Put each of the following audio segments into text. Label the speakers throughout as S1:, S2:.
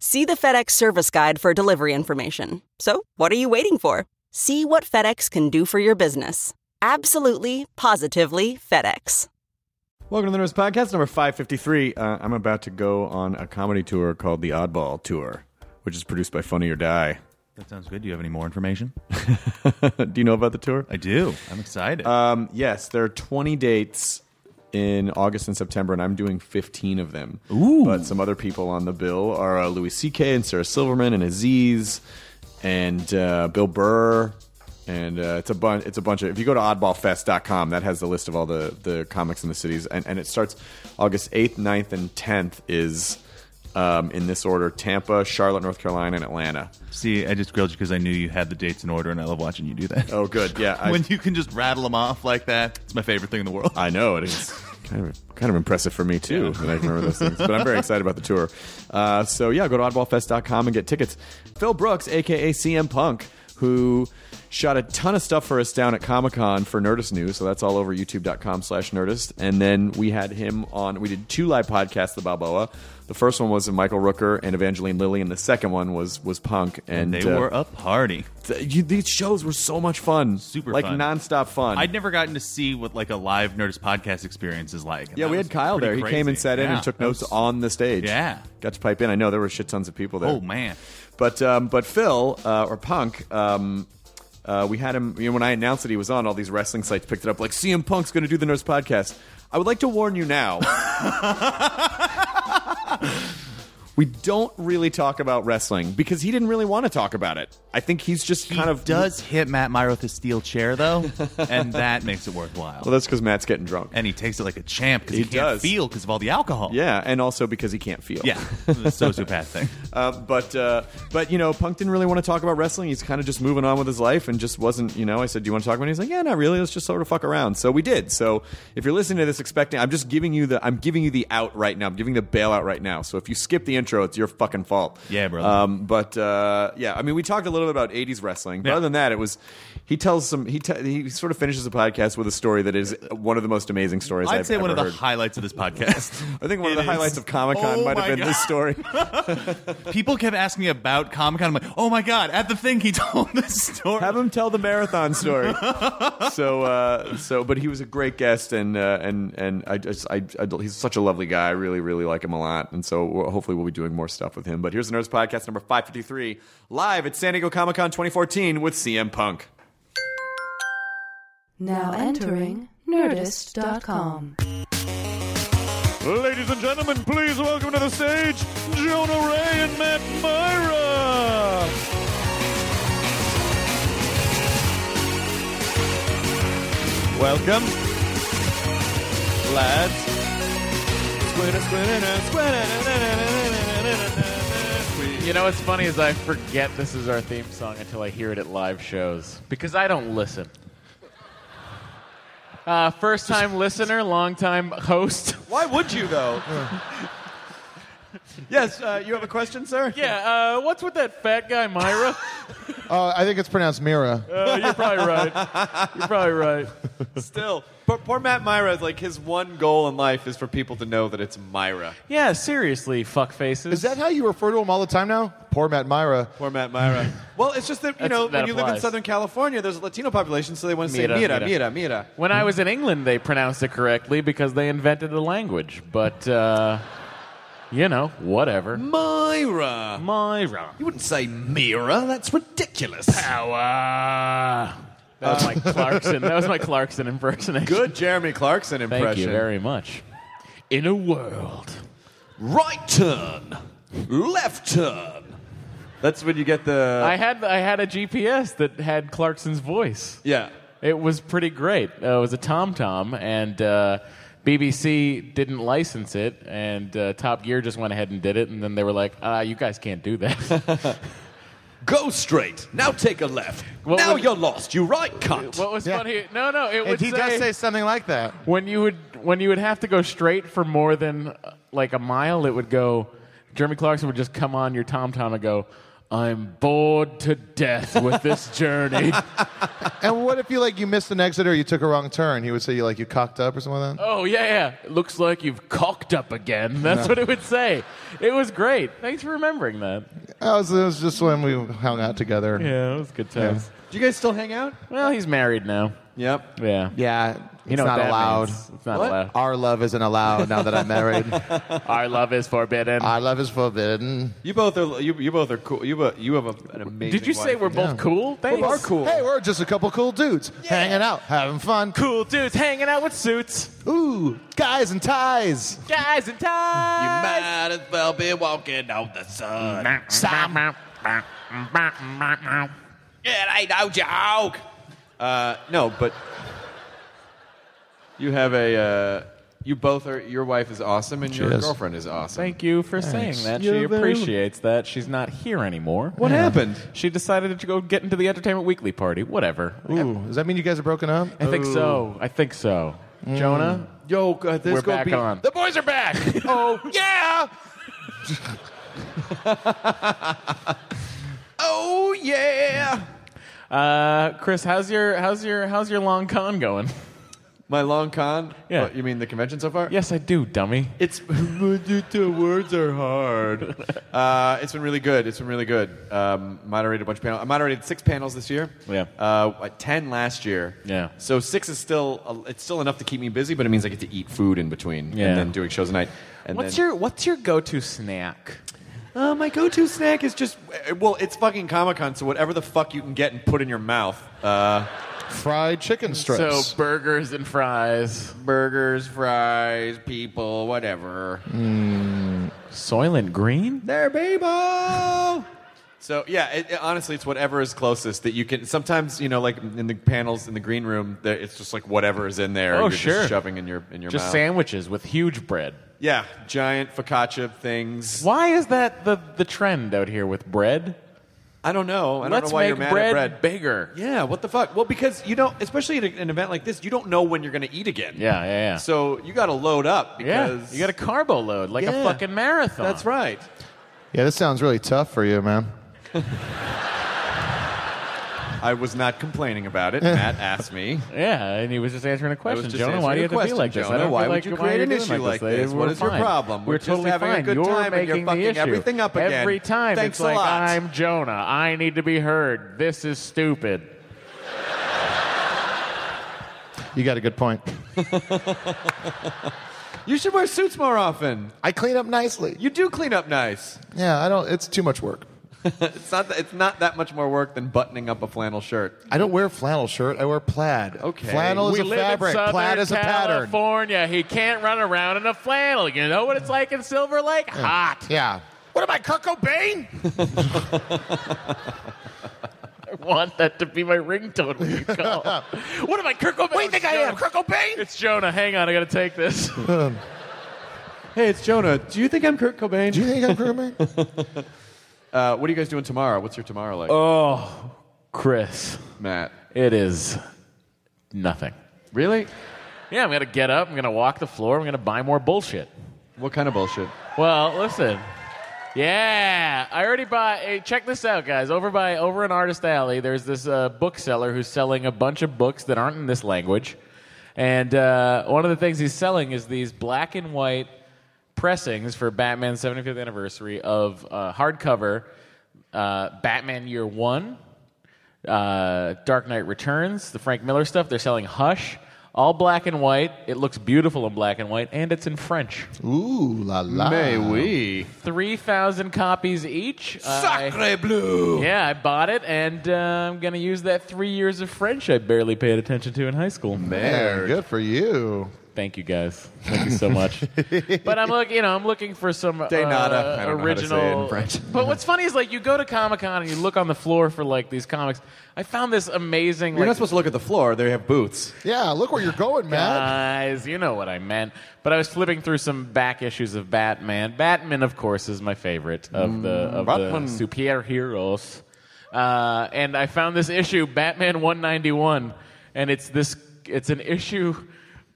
S1: See the FedEx service guide for delivery information. So, what are you waiting for? See what FedEx can do for your business. Absolutely, positively, FedEx.
S2: Welcome to the Nerds Podcast, number 553. Uh, I'm about to go on a comedy tour called The Oddball Tour, which is produced by Funny or Die.
S3: That sounds good. Do you have any more information?
S2: do you know about the tour?
S3: I do. I'm excited.
S2: Um, yes, there are 20 dates in August and September, and I'm doing 15 of them. Ooh. But some other people on the bill are uh, Louis C.K. and Sarah Silverman and Aziz and uh, Bill Burr. And uh, it's a bunch. It's a bunch of. If you go to oddballfest.com, that has the list of all the the comics in the cities, and, and it starts August 8th, 9th, and 10th is um, in this order: Tampa, Charlotte, North Carolina, and Atlanta.
S3: See, I just grilled you because I knew you had the dates in order, and I love watching you do that.
S2: Oh, good. Yeah, I-
S3: when you can just rattle them off like that, it's my favorite thing in the world.
S2: I know it is kind of kind of impressive for me too that I can remember those things. But I'm very excited about the tour. Uh, so yeah, go to oddballfest.com and get tickets. Phil Brooks, aka CM Punk, who shot a ton of stuff for us down at Comic Con for Nerdist News. So that's all over youtube.com slash Nerdist. And then we had him on. We did two live podcasts, The Balboa. The first one was Michael Rooker and Evangeline Lilly, and the second one was was Punk. And,
S3: they
S2: uh,
S3: were a party.
S2: th- you, these shows were so much fun,
S3: Super
S2: like
S3: fun.
S2: nonstop fun.
S3: I'd never gotten to see what like a live Nerdist podcast experience is like. and
S2: Yeah,
S3: that
S2: we
S3: was
S2: had Kyle there.
S3: pretty
S2: He came and
S3: crazy.
S2: sat in
S3: Yeah,
S2: and took
S3: that
S2: notes
S3: was-
S2: on the stage.
S3: Yeah.
S2: got to pipe in. I know there were shit tons of people there.
S3: Oh man,
S2: But um, but Phil uh, or Punk. Um, uh, we had him. You know, when I announced that he was on, all these wrestling sites picked it up. Like CM Punk's going to do the Nurse Podcast. I would like to warn you now. we don't really talk about wrestling because he didn't really want to talk about it. I think he's just
S3: he
S2: kind of
S3: does hit Matt Myra with a steel chair though, and that makes it worthwhile.
S2: Well, that's because Matt's getting drunk.
S3: and he takes it like a champ because
S2: He
S3: he, can't
S2: does.
S3: feel because of all the alcohol.
S2: yeah, and also because he can't feel.
S3: yeah, the sociopath thing.
S2: Uh, but uh, but you know, Punk didn't really want to talk about wrestling. He's kind of just moving on with his life and just wasn't. You know, I said, "Do you want to talk about?" it? He's like, "Yeah, not really. Let's just sort of fuck around." So we did. So if you're listening to this, expecting, I'm just giving you the I'm giving you the out right now. I'm giving the bailout right now. So if you skip the intro, it's your fucking fault.
S3: Yeah, brother.
S2: Um, but uh, yeah, I mean, we talked a little bit about '80s wrestling. But
S3: Yeah.
S2: other than that, it was. He tells some. He te- he sort of finishes the podcast with a story that is one of the most amazing stories.
S3: I'd
S2: have
S3: say one
S2: ever
S3: of the
S2: heard.
S3: highlights of this podcast.
S2: I think one of
S3: It
S2: the
S3: is-
S2: highlights of Comic Con
S3: Oh
S2: might have
S3: my
S2: been
S3: God.
S2: this story.
S3: People kept asking me about Comic Con. I'm like, oh my god, at the thing he told this story.
S2: Have him tell the marathon story. so, uh, so, but he was a great guest, and uh, and and I just, I, I, he's such a lovely guy. I really, really like him a lot, and so we'll- hopefully we'll be doing more stuff with him. But here's the Nerds Podcast number 553, live at San Diego Comic Con 2014 with CM Punk.
S4: Now entering Nerdist.com.
S2: Ladies and gentlemen, please welcome to the stage Jonah Ray and Matt Myra. Welcome, lads.
S5: You know what's funny is I forget this is our theme song until I hear it at live shows because I don't listen. Uh, first time listener, long time host.
S2: Why would you though? yes, uh, you have a question, sir.
S5: Yeah, uh, what's with that fat guy, Myra?
S6: Uh, I think it's pronounced Mira.
S5: Uh, you're probably right. You're probably right.
S2: Still, poor, poor Matt Myra. Like his one goal in life is for people to know that it's Myra.
S5: Yeah, seriously, fuck faces.
S6: Is that how you refer to him all the time now? Poor Matt Myra.
S2: Poor Matt Myra. well, it's just that you
S5: That's-
S2: know
S5: that
S2: when you live in
S5: applies.
S2: Southern California, there's a Latino population, so they want to say
S5: Mira,
S2: Mira, Mira,
S5: mira.
S2: Mira.
S5: When I was in England, they pronounced it correctly because they invented the language. But uh, You know, whatever.
S2: Myra.
S5: Myra.
S2: You wouldn't say Mira. That's ridiculous.
S5: Power. That was my Clarkson. That was my Clarkson impersonation.
S2: Good Jeremy Clarkson
S5: Thank
S2: impression.
S5: you very much. In a world.
S2: Right turn. Left turn. That's when you get the.
S5: I had I had a GPS that had Clarkson's voice.
S2: yeah.
S5: It was pretty great. Uh, it was a TomTom, and uh, BBC didn't license it, and uh, Top Gear just went ahead and did it, and then they were like, uh, "You guys can't do that."
S2: Go straight. Now take a left.
S5: What
S2: now
S5: would-
S2: you're lost. You right cunt.
S5: what was
S6: Yeah.
S5: funny? No, no, it
S6: And
S5: would
S6: he does say something like that.
S5: when you would when you would have to go straight for more than uh, like a mile, it would go. Jeremy Clarkson would just come on your TomTom and go, "I'm bored to death with this journey."
S6: And what if you like you missed an exit or you took a wrong turn? He would say you like you cocked up or something like that.
S5: Oh yeah, yeah. It looks like you've cocked up again. That's what it would say. It was great. Thanks for remembering that.
S6: That was, that was just when we hung out together.
S5: Yeah, it was good times.
S2: Do you guys still hang out?
S5: Well, he's married now.
S2: Yep.
S5: Yeah.
S6: Yeah,
S5: You know what that means. It's not
S2: What?
S5: allowed.
S6: Our love isn't allowed now that I'm married.
S5: Our love is forbidden.
S6: Our love is forbidden.
S2: You both are. You, you both are cool. You bo- you have a, an amazing.
S5: Did you say
S2: wife.
S5: we're both cool? Thanks.
S2: We are cool?
S6: Hey, we're just a couple cool dudes hanging out, having fun.
S5: Cool dudes hanging out with suits,
S6: Ooh, guys in ties.
S5: guys in
S2: You
S5: ties.
S2: might as well be walking on the sun. It ain't no joke. Uh, no, but you have a. Uh, you both are. Your wife is awesome, and your
S6: Cheers.
S2: girlfriend is awesome.
S5: Thank you for saying that. She appreciates that. She's not here anymore.
S2: what happened?
S5: She decided to go get into the Entertainment Weekly party. Whatever.
S6: Ooh, does that mean you guys are broken up? Mm.
S5: I think
S2: Oh.
S5: so. I think so. Jonah,
S2: Yo,
S6: uh,
S2: God, this
S5: we're
S2: gonna
S5: back
S2: be-
S5: on.
S2: The boys are back. oh yeah. oh yeah.
S5: Uh, Chris, how's your how's your how's your long con going?
S2: My long con.
S5: Yeah.
S2: What, you mean the convention so far?
S5: yes, I do, dummy.
S2: It's the words are hard. Uh, it's been really good. It's been really good. Um, moderated a bunch of panels. I moderated six panels this year.
S5: Yeah.
S2: Uh, uh, ten last year.
S5: Yeah.
S2: So six is still uh, it's still enough to keep me busy, but it means I get to eat food in between
S5: Yeah.
S2: and then doing shows a night. And
S5: What's
S2: then,
S5: your what's your go to snack?
S2: Uh, my go-to snack is just uh, well, it's fucking Comic Con, so whatever the fuck you can get and put in your mouth. Uh,
S6: Fried chicken strips.
S5: So burgers and fries.
S2: burgers, fries, people, whatever.
S6: Mm.
S5: Soylent Green.
S2: They're people. So yeah, it, it- honestly, it's whatever is closest that you can. Sometimes you know, like in the panels in the green room, there- it's just like whatever is in there.
S5: Oh,
S2: you're
S5: sure.
S2: just shoving in your in your
S5: Just
S2: mouth.
S5: sandwiches with huge bread.
S2: yeah, giant focaccia things.
S5: Why is that the the trend out here with bread?
S2: I don't know. I don't
S5: Let's
S2: know why
S5: make
S2: you're mad
S5: bread,
S2: at bread.
S5: bigger.
S2: yeah, what the fuck? Well, because you don't, especially at an event like this, you don't know when you're going to eat again.
S5: Yeah, yeah, yeah.
S2: So you got to load up
S5: yeah,
S2: because
S5: you got a carbo load like a
S2: Yeah.
S5: fucking marathon.
S2: That's right.
S6: yeah, this sounds really tough for you, man.
S2: I was not complaining about it. Matt asked me.
S5: Yeah, and he was just answering a
S2: I
S5: question.
S2: was just
S5: Jonah,
S2: answering
S5: why do you
S2: a
S5: have to be
S2: question,
S5: like this? I
S2: Jonah.
S5: don't
S2: why
S5: feel
S2: would
S5: like
S2: you
S5: why
S2: create
S5: are
S2: an
S5: doing
S2: issue like
S5: They
S2: this?
S5: were
S2: What is your
S5: fine.
S2: problem?
S5: We're,
S2: We're just
S5: totally
S2: having a
S5: fine.
S2: good
S5: you're
S2: time and you're
S5: making
S2: fucking
S5: the issue.
S2: everything up again.
S5: Every time
S2: Thanks
S5: it's
S2: a
S5: like
S2: lot.
S5: I'm Jonah. I need to be heard. This is stupid.
S6: You got a good point.
S5: uh,
S2: You should wear suits more often.
S6: I clean up nicely.
S2: You do clean up nice.
S6: Yeah, I don't. It's too much work.
S2: It's not. That, it's not that much more work than buttoning up a flannel shirt.
S6: I don't wear flannel shirt. I wear plaid.
S2: Okay.
S6: Flannel is
S5: we
S6: a
S5: live
S6: fabric.
S5: in Southern
S6: Plaid is a pattern.
S5: California. He can't run around in a flannel. You know what it's like in Silver Lake? Hot.
S6: Yeah. What am I, Kurt Cobain?
S5: I want that to be my ringtone when you call. what am I, Kirk Cobain? What do you think I am, Kirk Cobain? It's Jonah. Hang on, I gotta take this.
S6: Um,
S2: Hey, it's Jonah. Do you think I'm Kurt
S6: Do you
S2: Cobain?
S6: think I'm Kurt Cobain?
S2: Uh, what are you guys doing tomorrow? What's your tomorrow like,
S5: oh, Chris,
S2: Matt?
S5: it is nothing.
S2: Really?
S5: Yeah, I'm gonna get up. I'm gonna walk the floor. I'm gonna buy more bullshit.
S2: What kind of bullshit?
S5: Well, listen. Yeah, I already bought. Hey, check this out, guys. Over by over in Artist Alley, there's this uh, bookseller who's selling a bunch of books that aren't in this language, and uh, one of the things he's selling is these black and white pressings for Batman's 75th anniversary of uh, hardcover uh, Batman Year One, uh, Dark Knight Returns, the Frank Miller stuff. They're selling Hush, All black and white. It looks beautiful in black and white, and it's in French.
S6: Ooh la la.
S2: May we?
S5: 3,000 copies each. I,
S2: Sacre bleu!
S5: yeah, I bought it, and uh, I'm going to use that three years of French I barely paid attention to in high school.
S6: Man, good for you.
S5: Thank you guys. Thank you so much. but I'm look, you know, I'm looking for some
S2: De nada.
S5: uh,
S2: I don't know how to say
S5: original.
S2: it in French.
S5: but what's funny is like you go to Comic Con and you look on the floor for like these comics. I found this amazing.
S2: You're
S5: like,
S2: not supposed to look at the floor. They have booths.
S6: Yeah, look where you're going, Matt.
S5: Guys, you know what I meant. But I was flipping through some back issues of Batman. Batman, of course, is my favorite of the
S6: Mm,
S5: of
S2: Batman.
S5: the superheroes. Uh, and I found this issue, Batman 191, and it's this. It's an issue.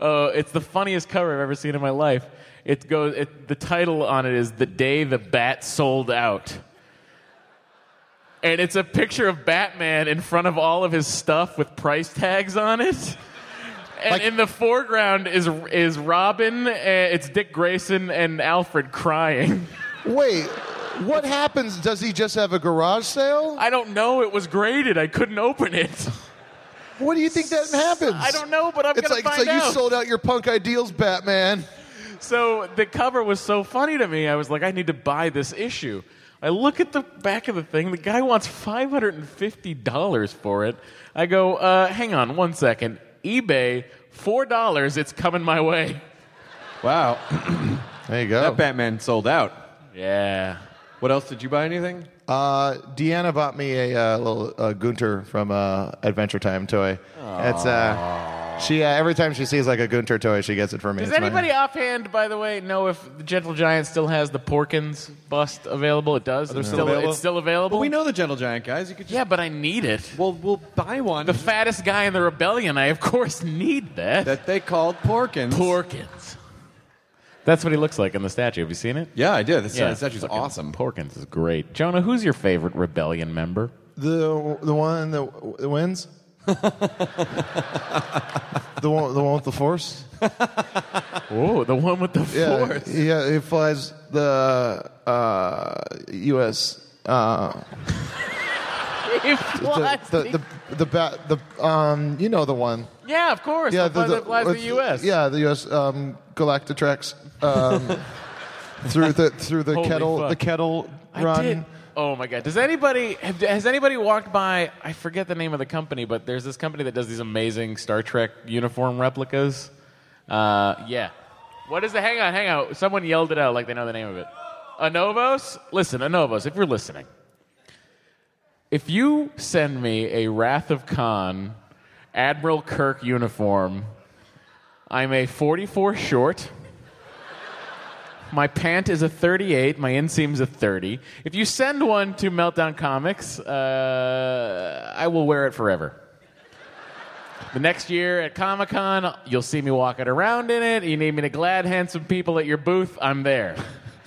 S5: Uh, it's the funniest cover I've ever seen in my life. It goes. It, the title on it is "The Day the Bat Sold Out." and it's a picture of Batman in front of all of his stuff with price tags on it. And in the foreground is is Robin, uh, it's Dick Grayson and Alfred crying.
S6: Wait, what happens? Does he just have a garage sale?
S5: I don't know, it was graded. I couldn't open it.
S6: What do you think that happens?
S5: I don't know, but I'm
S6: It's
S5: gonna
S6: like,
S5: find
S6: it's like
S5: out.
S6: you sold out your punk ideals, Batman.
S5: so the cover was so funny to me. I was like, I need to buy this issue. I look at the back of the thing. The guy wants five hundred and fifty dollars for it. I go, uh, hang on one second. eBay, four dollars. It's coming my way.
S2: Wow.
S6: There you go.
S2: That Batman sold out.
S5: Yeah.
S2: What else? Did you buy anything?
S6: Uh, Deanna bought me a uh, little uh, Gunter from uh, Adventure Time toy. It's uh, she uh, every time she sees like a Gunter toy, she gets it for me.
S5: Does
S6: It's my-
S5: anybody offhand, by the way, know if the Gentle Giant still has the Porkins bust available? It does. It's
S2: still
S5: still,
S2: available?
S5: it's still available.
S2: Well, we know the Gentle Giant guys. You could just.
S5: Yeah, but I need it.
S2: Well, we'll buy one
S5: The fattest guy in the rebellion. I of course need that.
S2: that they called Porkins.
S5: Porkins. That's what he looks like in the statue. Have you seen it?
S2: Yeah, I did. uh, This
S5: Yeah,
S2: yeah, statue's
S5: fucking
S2: awesome.
S5: Porkins is great. Jonah, who's your favorite rebellion member?
S6: the the one that w- that wins? the one the one with the force?
S5: Oh, the one with the
S6: Yeah,
S5: force.
S6: yeah. He flies the uh, U.S. Uh,
S5: He
S6: the,
S5: flies
S6: the,
S5: the-
S6: the, the, bat, the, um, you know the one.
S5: yeah, of course.
S6: Yeah,
S5: the, one that flies the
S6: with-
S5: U.S.
S6: Yeah, the U.S. Um, Galactatrax um, through the through the
S5: Holy
S6: kettle
S5: fuck.
S6: the kettle
S5: I
S6: run.
S5: did. Oh my god! Does anybody have, has anybody walked by? I forget the name of the company, but there's this company that does these amazing Star Trek uniform replicas. Uh, yeah. What is the? Hang on, hang on. Someone yelled it out like they know the name of it. Anovos. Listen, Anovos. If you're listening, if you send me a Wrath of Khan Admiral Kirk uniform, I'm a 44 short. My pant is a 38. My inseam's a 30. If you send one to Meltdown Comics, uh, I will wear it forever. The next year at Comic Con, you'll see me walking around in it. You need me to glad hand some people at your booth, I'm there.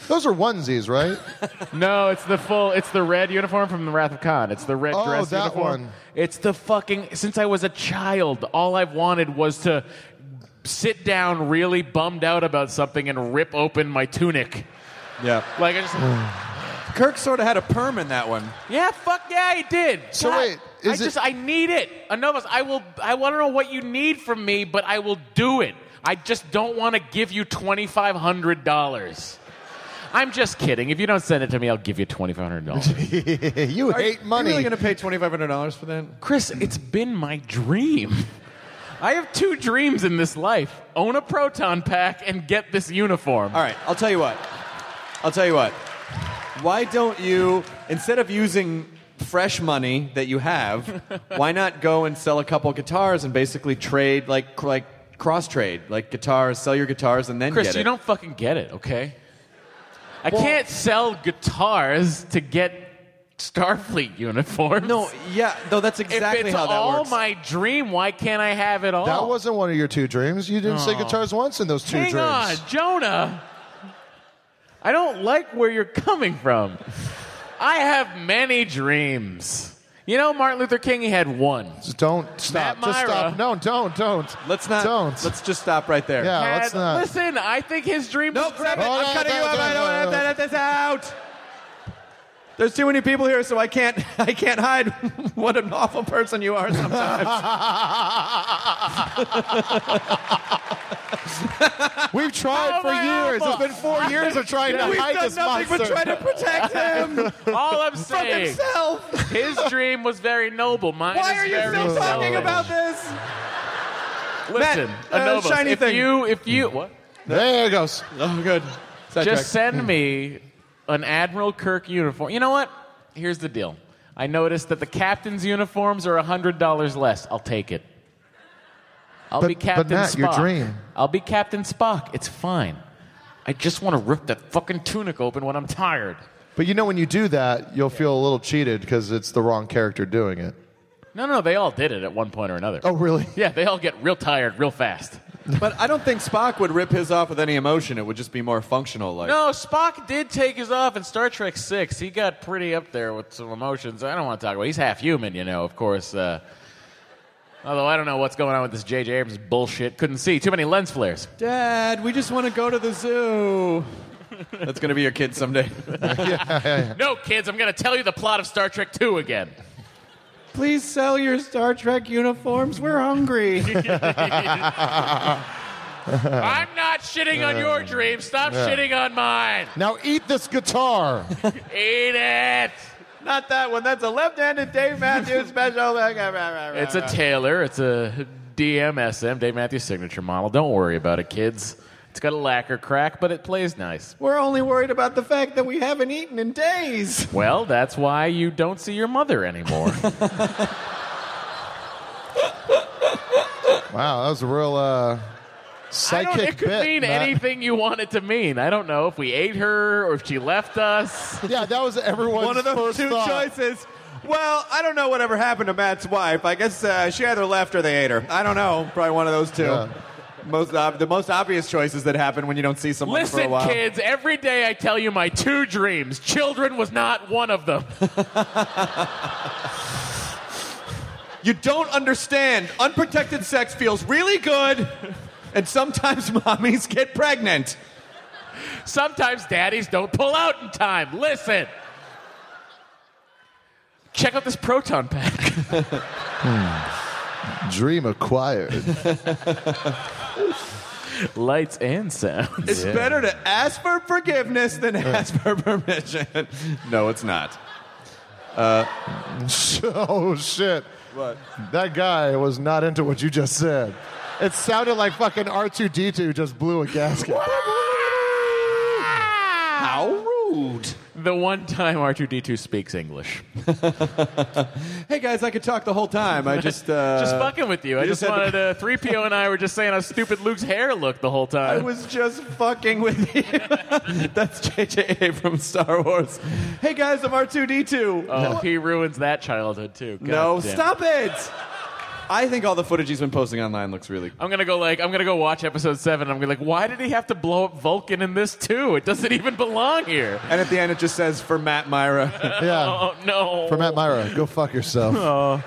S6: Those are onesies, right?
S5: No, it's the full. It's the red uniform from the Wrath of Khan. It's the red
S6: Oh,
S5: dress
S6: that
S5: uniform.
S6: one.
S5: It's the fucking. Since I was a child, all I've wanted was to sit down, really bummed out about something, and rip open my tunic.
S2: Yeah.
S5: Like I just.
S2: Kirk sort of had a perm in that one.
S5: Yeah, fuck yeah, I did.
S6: So
S5: God,
S6: wait,
S5: I
S6: is it-
S5: just I need it. Anovas, I will. I want to know what you need from me, but I will do it. I just don't want to give you twenty five hundred dollars. I'm just kidding. If you don't send it to me, I'll give you twenty five hundred dollars.
S6: you hate money.
S2: Are you really going to pay $2,500 for that?
S5: Chris, it's been my dream. I have two dreams in this life: own a proton pack and get this uniform.
S2: All right, I'll tell you what. I'll tell you what. Why don't you, instead of using fresh money that you have, why not go and sell a couple guitars and basically trade, like, like cross trade, like guitars, sell your guitars and then
S5: Chris,
S2: get
S5: you
S2: it.
S5: don't fucking get it, okay? I can't sell guitars to get Starfleet uniforms.
S2: No, yeah, no, that's exactly
S5: if it's
S2: how that
S5: all
S2: works.
S5: my dream, why can't I have it all?
S6: That
S2: Oh,
S6: wasn't one of your two dreams. You didn't say guitars once in those two
S5: Oh. Hang
S6: dreams.
S5: on, Jonah. I don't like where you're coming from. I have many dreams. You know, Martin Luther King, he had one.
S6: Just don't stop. Just
S5: Myra.
S6: stop. No, don't, don't.
S2: let's not.
S6: Don't.
S2: Let's just stop right there.
S6: yeah,
S5: Had-
S6: let's not.
S5: Listen, I think his dream
S2: Nope,
S5: was
S2: grab it.
S6: Oh,
S2: I'm
S6: no,
S2: cutting
S6: no,
S2: you off.
S6: no,
S2: I don't
S6: no,
S2: have
S6: no.
S2: to edit this out. There's too many people here, so I can't I can't hide what an awful person you are sometimes.
S6: We've tried
S5: Oh,
S6: for
S5: my
S6: years.
S5: elbow.
S6: It's been four years of trying to
S2: We've
S6: hide
S2: done
S6: this
S2: nothing
S6: monster.
S2: but try to protect him
S5: All I'm
S2: from
S5: saying,
S2: himself.
S5: his dream was very noble. Mine
S2: Why
S5: is
S2: are you
S5: very
S2: still talking
S5: selfish.
S2: about this?
S5: Listen,
S2: Matt, uh,
S5: Anubis,
S2: shiny
S5: if
S2: thing.
S5: you, if you, what?
S6: There it goes.
S2: Oh, good.
S5: Just send me an Admiral Kirk uniform. You know what? Here's the deal. I noticed that the captain's uniforms are $100 less. I'll take it. I'll
S6: But-
S5: be
S6: but
S5: Captain
S6: Matt,
S5: Spock.
S6: your dream.
S5: I'll be Captain Spock. It's fine. I just want to rip that fucking tunic open when I'm tired.
S6: But you know, when you do that, you'll feel a little cheated because it's the wrong character doing it.
S5: No, no, they all did it at one point or another.
S6: Oh, really?
S5: Yeah, they all get real tired real fast.
S2: But I don't think Spock would rip his off with any emotion. It would just be more functional. Like
S5: No, Spock did take his off in Star Trek Six. He got pretty up there with some emotions. I don't want to talk about. He's half human, you know. Of course. Uh, although I don't know what's going on with this J.J. Abrams bullshit. Couldn't see too many lens flares.
S2: Dad, we just want to go to the zoo. That's gonna be your kid someday.
S5: No, kids, I'm going to tell you the plot of Star Trek Two again.
S2: Please sell your Star Trek uniforms. We're hungry.
S5: I'm not shitting on your dream. Stop shitting on mine.
S6: Now eat this guitar.
S5: Eat it.
S2: Not that one. That's a left-handed Dave Matthews special.
S5: It's a Taylor. It's a DMSM, Dave Matthews signature model. Don't worry about it, kids. It's got a lacquer crack, but it plays nice.
S2: We're only worried about the fact that we haven't eaten in days.
S5: Well, that's why you don't see your mother anymore.
S6: wow, that was a real uh,
S5: I
S6: psychic
S5: don't, it could
S6: bit,
S5: mean
S6: Matt.
S5: anything you want it to mean. I don't know if we ate her or if she left us.
S6: Yeah, that was everyone's
S2: One of those
S6: first
S2: two
S6: thought.
S2: choices. Well, I don't know whatever happened to Matt's wife. I guess uh, she either left or they ate her. I don't know. Probably one of those two.
S6: Yeah.
S2: Most ob- the most obvious choices that happen when you don't see someone for a
S5: Listen,
S2: while.
S5: kids, every day I tell you my two dreams. Children was not one of them.
S2: You don't understand. Unprotected sex feels really good, and sometimes mommies get pregnant.
S5: Sometimes daddies don't pull out in time. Listen. Check out this proton pack.
S6: Dream acquired.
S5: Lights and sound.
S2: It's better to ask for forgiveness than ask for permission. no, it's not. Uh,
S6: oh shit!
S2: What?
S6: That guy was not into what you just said. It sounded like fucking R two D two just blew a gasket.
S2: How rude.
S5: The one time R2D2 speaks English.
S2: Hey guys, I could talk the whole time. I just uh,
S5: Just fucking with you. I just
S2: just had
S5: wanted uh, 3PO and I were just saying how stupid Luke's hair looked the whole
S2: I
S5: time.
S2: was just fucking with you. That's JJ Abrams Star Wars. Hey guys, I'm R2D2.
S5: Oh, he ruins that childhood too. God
S2: no,
S5: damn.
S2: stop it. I think all the footage he's been posting online looks really
S5: I'm gonna go like I'm gonna go watch episode seven. I'm gonna be like, why did he have to blow up Vulcan in this too? It doesn't even belong here.
S2: And at the end it just says for Matt Myra.
S6: yeah.
S5: Oh no!
S6: For Matt Myra, go fuck yourself.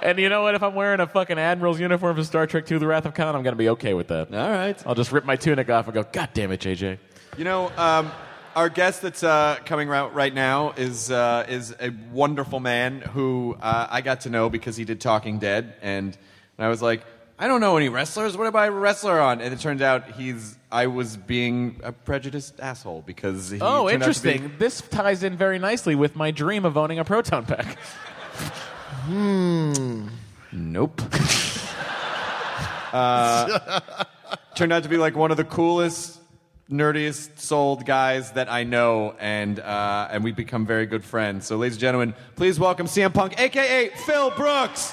S5: and you know what? If I'm wearing a fucking admiral's uniform from Star Trek II: The Wrath of Khan, I'm gonna be okay with that.
S2: all right.
S5: I'll just rip my tunic off and go, God damn it, JJ.
S2: You know, um, our guest that's uh, coming out right now is uh, is a wonderful man who uh, I got to know because he did Talking Dead, and, and I was like, I don't know any wrestlers. What am I a wrestler on? And it turns out he's I was being a prejudiced asshole because he
S5: Oh,
S2: turned out to be-
S5: interesting. This ties in very nicely with my dream of owning a proton pack.
S6: Hmm.
S2: Nope. uh, turned out to be like one of the coolest, nerdiest souled guys that I know, and uh, and we've become very good friends. So, ladies and gentlemen, please welcome CM Punk, aka Phil Brooks.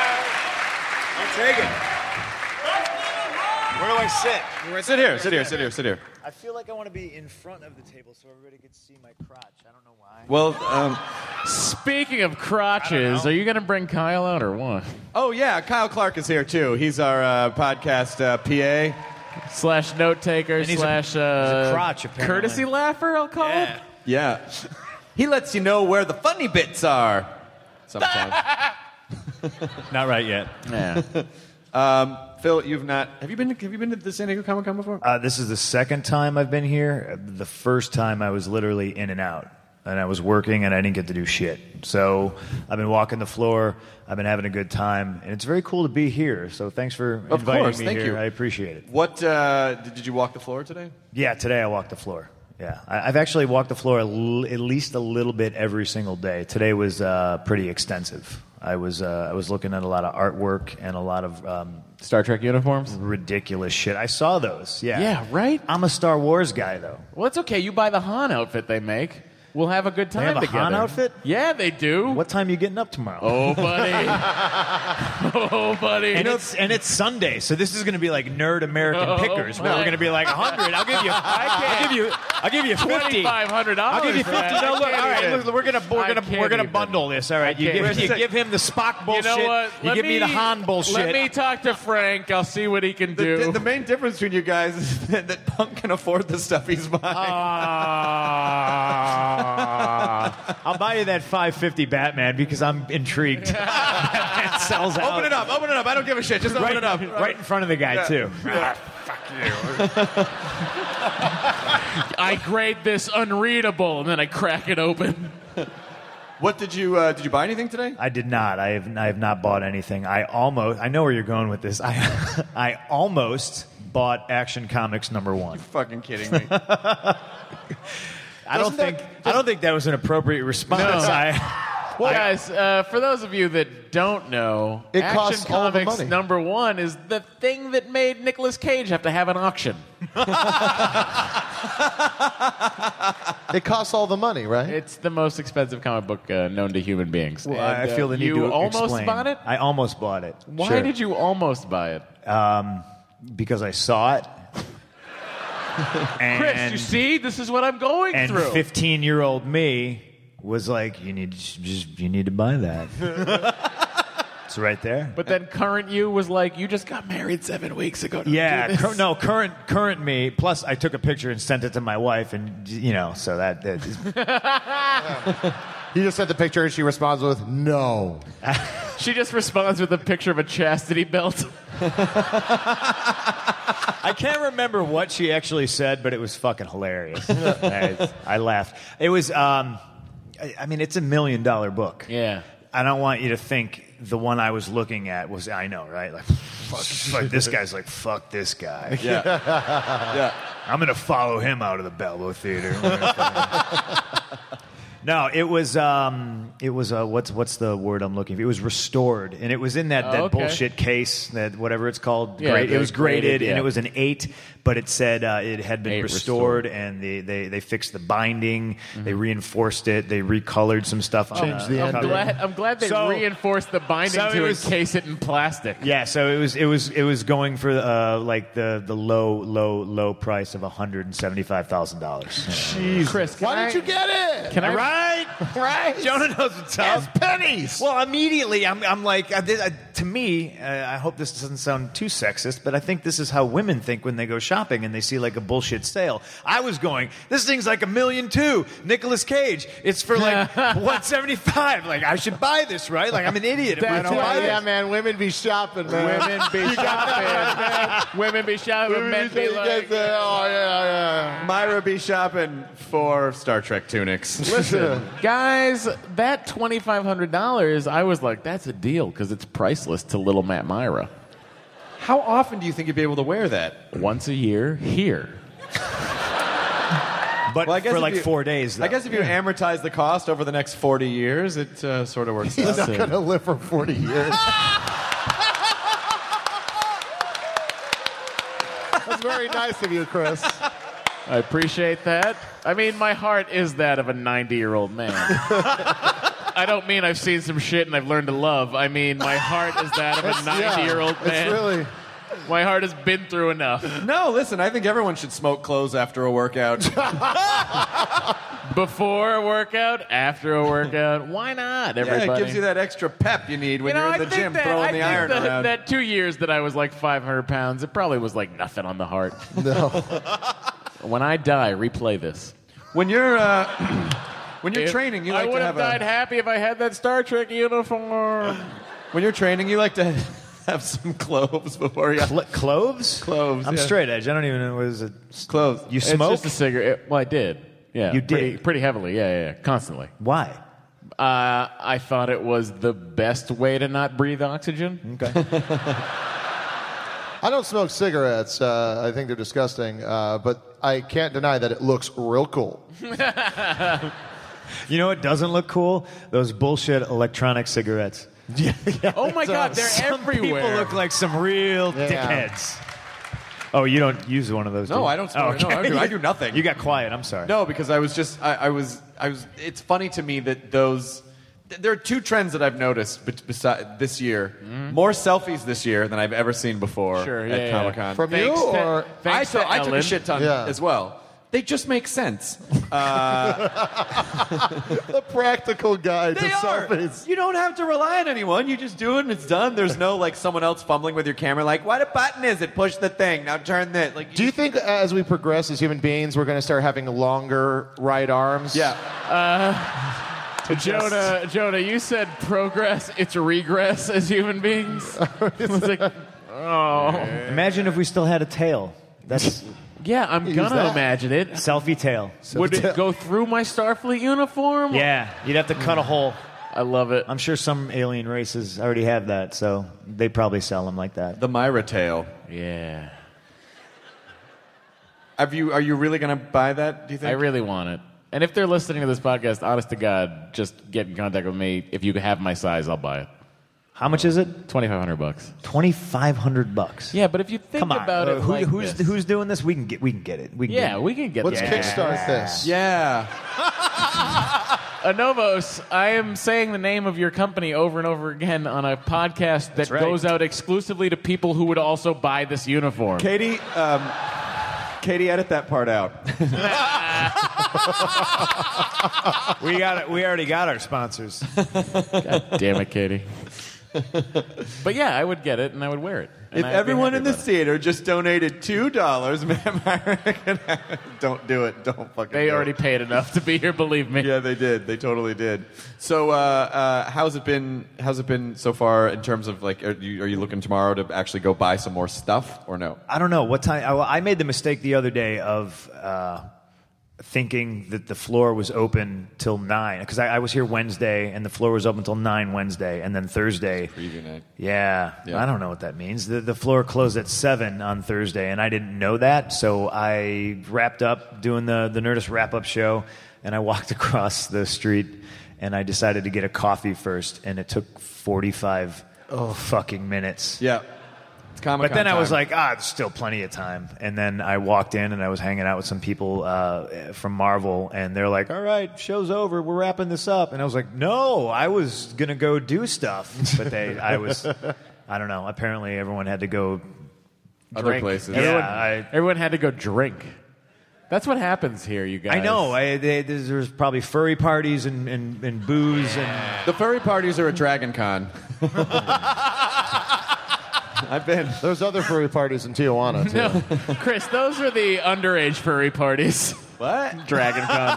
S7: I'll take it. Where do I sit?
S2: Sit here, sit here, sit here, sit here.
S7: I feel like I want to be in front of the table so everybody could see my crotch. I don't know why.
S2: Well, um,
S5: Speaking of crotches, are you gonna bring Kyle out or what?
S2: oh yeah, Kyle Clark is here too. He's our uh, podcast uh, PA.
S5: Slash note taker
S7: And he's a-
S5: slash
S7: he's
S5: uh,
S7: a crotch, apparently.
S5: courtesy laugher. I'll call it.
S2: Yeah, he lets you know where the funny bits are. Sometimes.
S3: Not right yet.
S5: Yeah.
S2: um, Phil, you've not. Have you been? Have you been to the San Diego Comic Con before?
S8: Uh, this is the second time I've been here. The first time I was literally in and out, and I was working, and I didn't get to do shit. So I've been walking the floor. I've been having a good time, and it's very cool to be here. So thanks for
S2: Of
S8: inviting
S2: course,
S8: me
S2: thank
S8: here.
S2: you.
S8: I appreciate it.
S2: What uh, did, did you walk the floor today?
S8: Yeah, today I walked the floor. Yeah, I, I've actually walked the floor a l- at least a little bit every single day. Today was uh, pretty extensive. I was uh, I was looking at a lot of artwork and a lot of um,
S5: Star Trek uniforms.
S8: Ridiculous shit. I saw those. Yeah.
S5: Yeah, right.
S8: I'm a Star Wars guy though.
S5: Well, it's okay. You buy the Han outfit they make. We'll have a good
S8: They
S5: time
S8: have a
S5: together.
S8: Han outfit?
S5: Yeah, they do. What
S8: time are you getting up tomorrow?
S5: Oh, buddy. oh, buddy.
S9: And it's, and it's Sunday, so this is going to be like nerd American
S5: Oh,
S9: pickers. Where we're
S5: my-
S9: going to be like 100. I'll give you. I'll give you. I'll give you 50.
S5: $2,500
S9: I'll give you
S5: for
S9: 50.
S5: that.
S9: No,
S5: I
S9: look. All
S5: can't
S9: right,
S5: even.
S9: look, we're gonna
S5: I
S9: we're gonna
S5: can't
S9: we're gonna
S5: even.
S9: bundle this. All right,
S5: I
S9: you
S5: can't
S9: give, you
S5: even.
S9: give him the Spock
S5: You
S9: bullshit.
S5: know what? Let
S9: give me, the Han bullshit.
S5: Let me talk to Frank. I'll see what he can do.
S2: The, the main difference between you guys is that, that Punk can afford the stuff he's buying.
S5: Ah.
S9: Ah. I'll buy you that 550 Batman because I'm intrigued. it sells out.
S2: Open it up. Open it up. I don't give a shit. Just open
S9: Right-
S2: it up.
S9: Right in front of the guy
S2: Yeah.
S9: too.
S2: Yeah.
S5: I grade this unreadable, and then I crack it open.
S2: what did you uh, did you buy anything today?
S8: I did not. I have, I have not bought anything. I almost. I know where you're going with this. I I almost bought Action Comics number one.
S2: Fucking kidding me.
S9: I don't think I don't think that was an appropriate response. I,
S5: Well, guys, uh, for those of you that don't know,
S9: It
S5: Action
S9: costs
S5: Comics
S9: all the money.
S5: number one is the thing that made Nicolas Cage have to have an auction.
S6: It costs all the money, right?
S5: It's the most expensive comic book uh, known to human beings.
S8: Well,
S5: And,
S8: I
S5: uh,
S8: feel the need
S5: you
S8: to
S5: almost
S8: explain.
S5: bought it.
S8: I almost bought it.
S5: Why
S8: Sure.
S5: did you almost buy it?
S8: Um, because I saw it. and,
S5: Chris, you see, this is what I'm going
S8: and
S5: through.
S8: 15 year old me was like, you need just you need to buy that. it's right there.
S5: but then current you was like, you just got married seven weeks ago. Don't do
S8: yeah,
S5: this."
S8: cur- no current current me. Plus, I took a picture and sent it to my wife, and you know, so that, that is
S6: You just sent the picture and she responds with, no.
S5: She just responds with a picture of a chastity belt.
S9: I can't remember what she actually said, but it was fucking hilarious. I,
S8: I laughed. It was, um, I, I mean, it's a million dollar book.
S5: Yeah.
S8: I don't want you to think the one I was looking at was, I know, right? Like, fuck, fuck this guy's like, fuck this guy.
S9: Yeah.
S8: yeah. I'm going to follow him out of the Balbo Theater. No, it was um, it was uh, what's what's the word I'm looking for? It was restored, and it was in that,
S9: Oh,
S8: that
S9: okay.
S8: bullshit case that whatever it's called.
S9: Yeah,
S8: grade-
S9: the
S8: it was graded,
S9: graded,
S8: and
S9: yeah.
S8: it was an eight, but it said uh, it had been
S9: Eight
S8: restored, and they, they they fixed the binding,
S9: Mm-hmm.
S8: they reinforced it, they recolored some stuff. Uh, on
S5: I'm glad, I'm glad they
S9: So-
S5: reinforced the binding
S9: so it
S5: to
S9: was-
S5: encase it in plastic.
S8: Yeah, so it was it was it was going for uh, like the the low low low price of one hundred and seventy five thousand dollars.
S5: Chris,
S6: Why didn't you get it?
S9: Can I right?
S6: Right.
S9: Jonah knows what's up.
S6: pennies.
S8: Well, immediately I'm, I'm like, I did, I, to me, uh, I hope this doesn't sound too sexist, but I think this is how women think when they go shopping and they see like a bullshit sale. I was going, this thing's like a million two. Nicolas Cage, it's for like one seventy five. Like I should buy this, right? Like I'm an idiot. if I
S6: That's
S8: don't buy
S6: why,
S8: this.
S6: yeah, man. Women be shopping, man.
S8: Women be
S6: You got that, man.
S5: Women be shopping,
S6: Women
S5: men
S6: be
S5: be
S6: shopping,
S5: like,
S6: yes, uh, oh, yeah, yeah.
S2: Myra be shopping for Star Trek tunics.
S5: Listen, guys, that twenty five hundred dollars, I was like, that's a deal because it's priceless to little Matt Myra.
S2: How often do you think you'd be able to wear that?
S5: Once a year here.
S8: But
S2: Well, I guess
S8: for
S2: if
S8: like
S2: you-
S8: four days. Though.
S2: I guess if you amortize the cost over the next 40 years, it uh, sort of works
S6: He's
S2: out.
S6: not going to live for 40 years. That's very nice of you, Chris.
S5: I appreciate that. I mean, my heart is that of a ninety year old man. I don't mean I've seen some shit and I've learned to love. I mean, my heart is that of a
S2: It's- yeah,
S5: ninety year old
S2: it's
S5: man.
S2: really-
S5: My heart has been through enough.
S2: No, listen, I think everyone should smoke clothes after a workout.
S5: Before a workout, after a workout. Why not, everybody?
S2: Yeah, it gives you that extra pep you need when
S5: You know,
S2: you're
S5: I
S2: in the
S5: think
S2: gym
S5: that,
S2: throwing
S5: I
S2: the
S5: think
S2: iron
S5: that,
S2: around.
S5: that two years that I was like 500 pounds, it probably was like nothing on the heart.
S6: No.
S5: when I die, replay this.
S2: When you're uh, when you're
S5: If-
S2: training, you
S5: I
S2: like
S5: would
S2: to
S5: have
S2: have
S5: died happy if I had that Star Trek uniform.
S2: a When you're training, you like to have some cloves before you.
S8: cloves?
S2: Cloves.
S8: I'm
S2: yeah.
S8: straight edge. I don't even know what is it.
S2: Cloves.
S8: You
S5: It's
S8: smoke?
S5: just a cigarette. Well, I did. Yeah.
S8: You
S5: Pretty,
S8: did?
S5: pretty heavily. Yeah, yeah, yeah. Constantly.
S8: Why?
S5: Uh, I thought it was the best way to not breathe oxygen. Okay.
S4: I don't smoke cigarettes. Uh, I think they're disgusting, uh, but I can't deny that it looks real cool.
S8: You know what doesn't look cool? Those bullshit electronic cigarettes.
S5: oh my God, they're
S8: Some
S5: everywhere.
S8: People look like some real
S5: Yeah.
S8: dickheads. Oh, you don't use one of those? do
S2: No,
S8: you? Oh,
S2: I don't store it. No, I do- I do nothing.
S8: You got quiet. I'm sorry.
S2: No, because I was just I, I was I was. It's funny to me that those. th- There are two trends that I've noticed be- beside this year. More selfies this year than I've ever seen before
S5: Sure, yeah,
S2: at
S5: yeah.
S2: Comic Con.
S5: From you Thanks to- or-
S2: I,
S5: thanks
S2: saw-
S5: to
S2: I took
S5: Ellen.
S2: a shit ton
S5: Yeah.
S2: as well. They just make sense. Uh,
S4: the practical guide
S2: to selfies. You don't have to rely on anyone. You just do it and it's done. There's no like someone else fumbling with your camera. Like, what a button is it? Push the thing. Now turn this. Like,
S4: Do you think as we progress as human beings, we're going to start having longer right arms?
S2: Yeah.
S5: Uh, Jonah, Jonah, you said progress. It's regress as human beings. it's like, oh,
S8: Imagine if we still had a tail. That's
S5: yeah. I'm gonna imagine it.
S8: Selfie tail.
S5: Would it go through my Starfleet uniform?
S8: Yeah, you'd have to cut a hole.
S5: I love it.
S8: I'm sure some alien races already have that, so they probably sell them like that.
S2: The Myra tail.
S5: Yeah.
S2: Have you? Are you really gonna buy that? Do you think?
S5: I really want it. And if they're listening to this podcast, honest to God, just get in contact with me. If you have my size, I'll buy it.
S8: How much is it?
S5: Twenty five hundred bucks.
S8: Twenty five hundred bucks.
S5: Yeah, but if you think
S8: Come on,
S5: about it,
S8: who,
S5: like
S8: who's
S5: this-
S8: who's doing this? We can get we can get it. We can
S5: Yeah,
S8: get it.
S5: we can get
S8: Let's
S5: that.
S8: kickstart this.
S2: Yeah.
S5: Anovos, I am saying the name of your company over and over again on a podcast that
S2: right.
S5: goes out exclusively to people who would also buy this uniform.
S2: Katie, um, Katie, edit that part out.
S8: we got it. We already got our sponsors.
S5: Damn it, Katie. but yeah, I would get it and I would wear it. And
S2: If
S5: I'd be
S2: everyone
S5: happy
S2: in the
S5: about it.
S2: theater just donated two dollars, man, don't do it. Don't fucking.
S5: They
S2: do
S5: already
S2: it.
S5: paid enough to be here. Believe me.
S2: Yeah, they did. They totally did. So, uh, uh, how's it been? How's it been so far in terms of like? Are you, are you looking tomorrow to actually go buy some more stuff or no?
S8: I don't know what time. I, I made the mistake the other day of uh, thinking that the floor was open till nine because I, I was here Wednesday and the floor was open till nine Wednesday and then Thursday.
S2: Preview night.
S8: Yeah, I don't know what that means. The, the floor closed at seven on Thursday, and I didn't know that, so I wrapped up doing the the Nerdist wrap up show, and I walked across the street, and I decided to get a coffee first, and it took forty five fucking minutes.
S2: Oh. Yeah. It's Comic-Con
S8: But then I was
S2: time.
S8: like, ah, there's still plenty of time. And then I walked in and I was hanging out with some people uh, from Marvel, and they're like, all right, show's over. We're wrapping this up. And I was like, no, I was going to go do stuff. But they, I was, I don't know. Apparently everyone had to go.
S5: Other
S8: drink.
S5: places.
S8: Yeah,
S5: Everyone-
S8: I,
S5: everyone had to go drink. That's what happens here, you guys.
S8: I know. I, they, there's, there's probably furry parties and, and, and booze. and
S2: The furry parties are at Dragon Con. I've been.
S4: There's other furry parties in Tijuana, too.
S5: No, Chris, those are the underage furry parties.
S2: What?
S5: Dragon Con.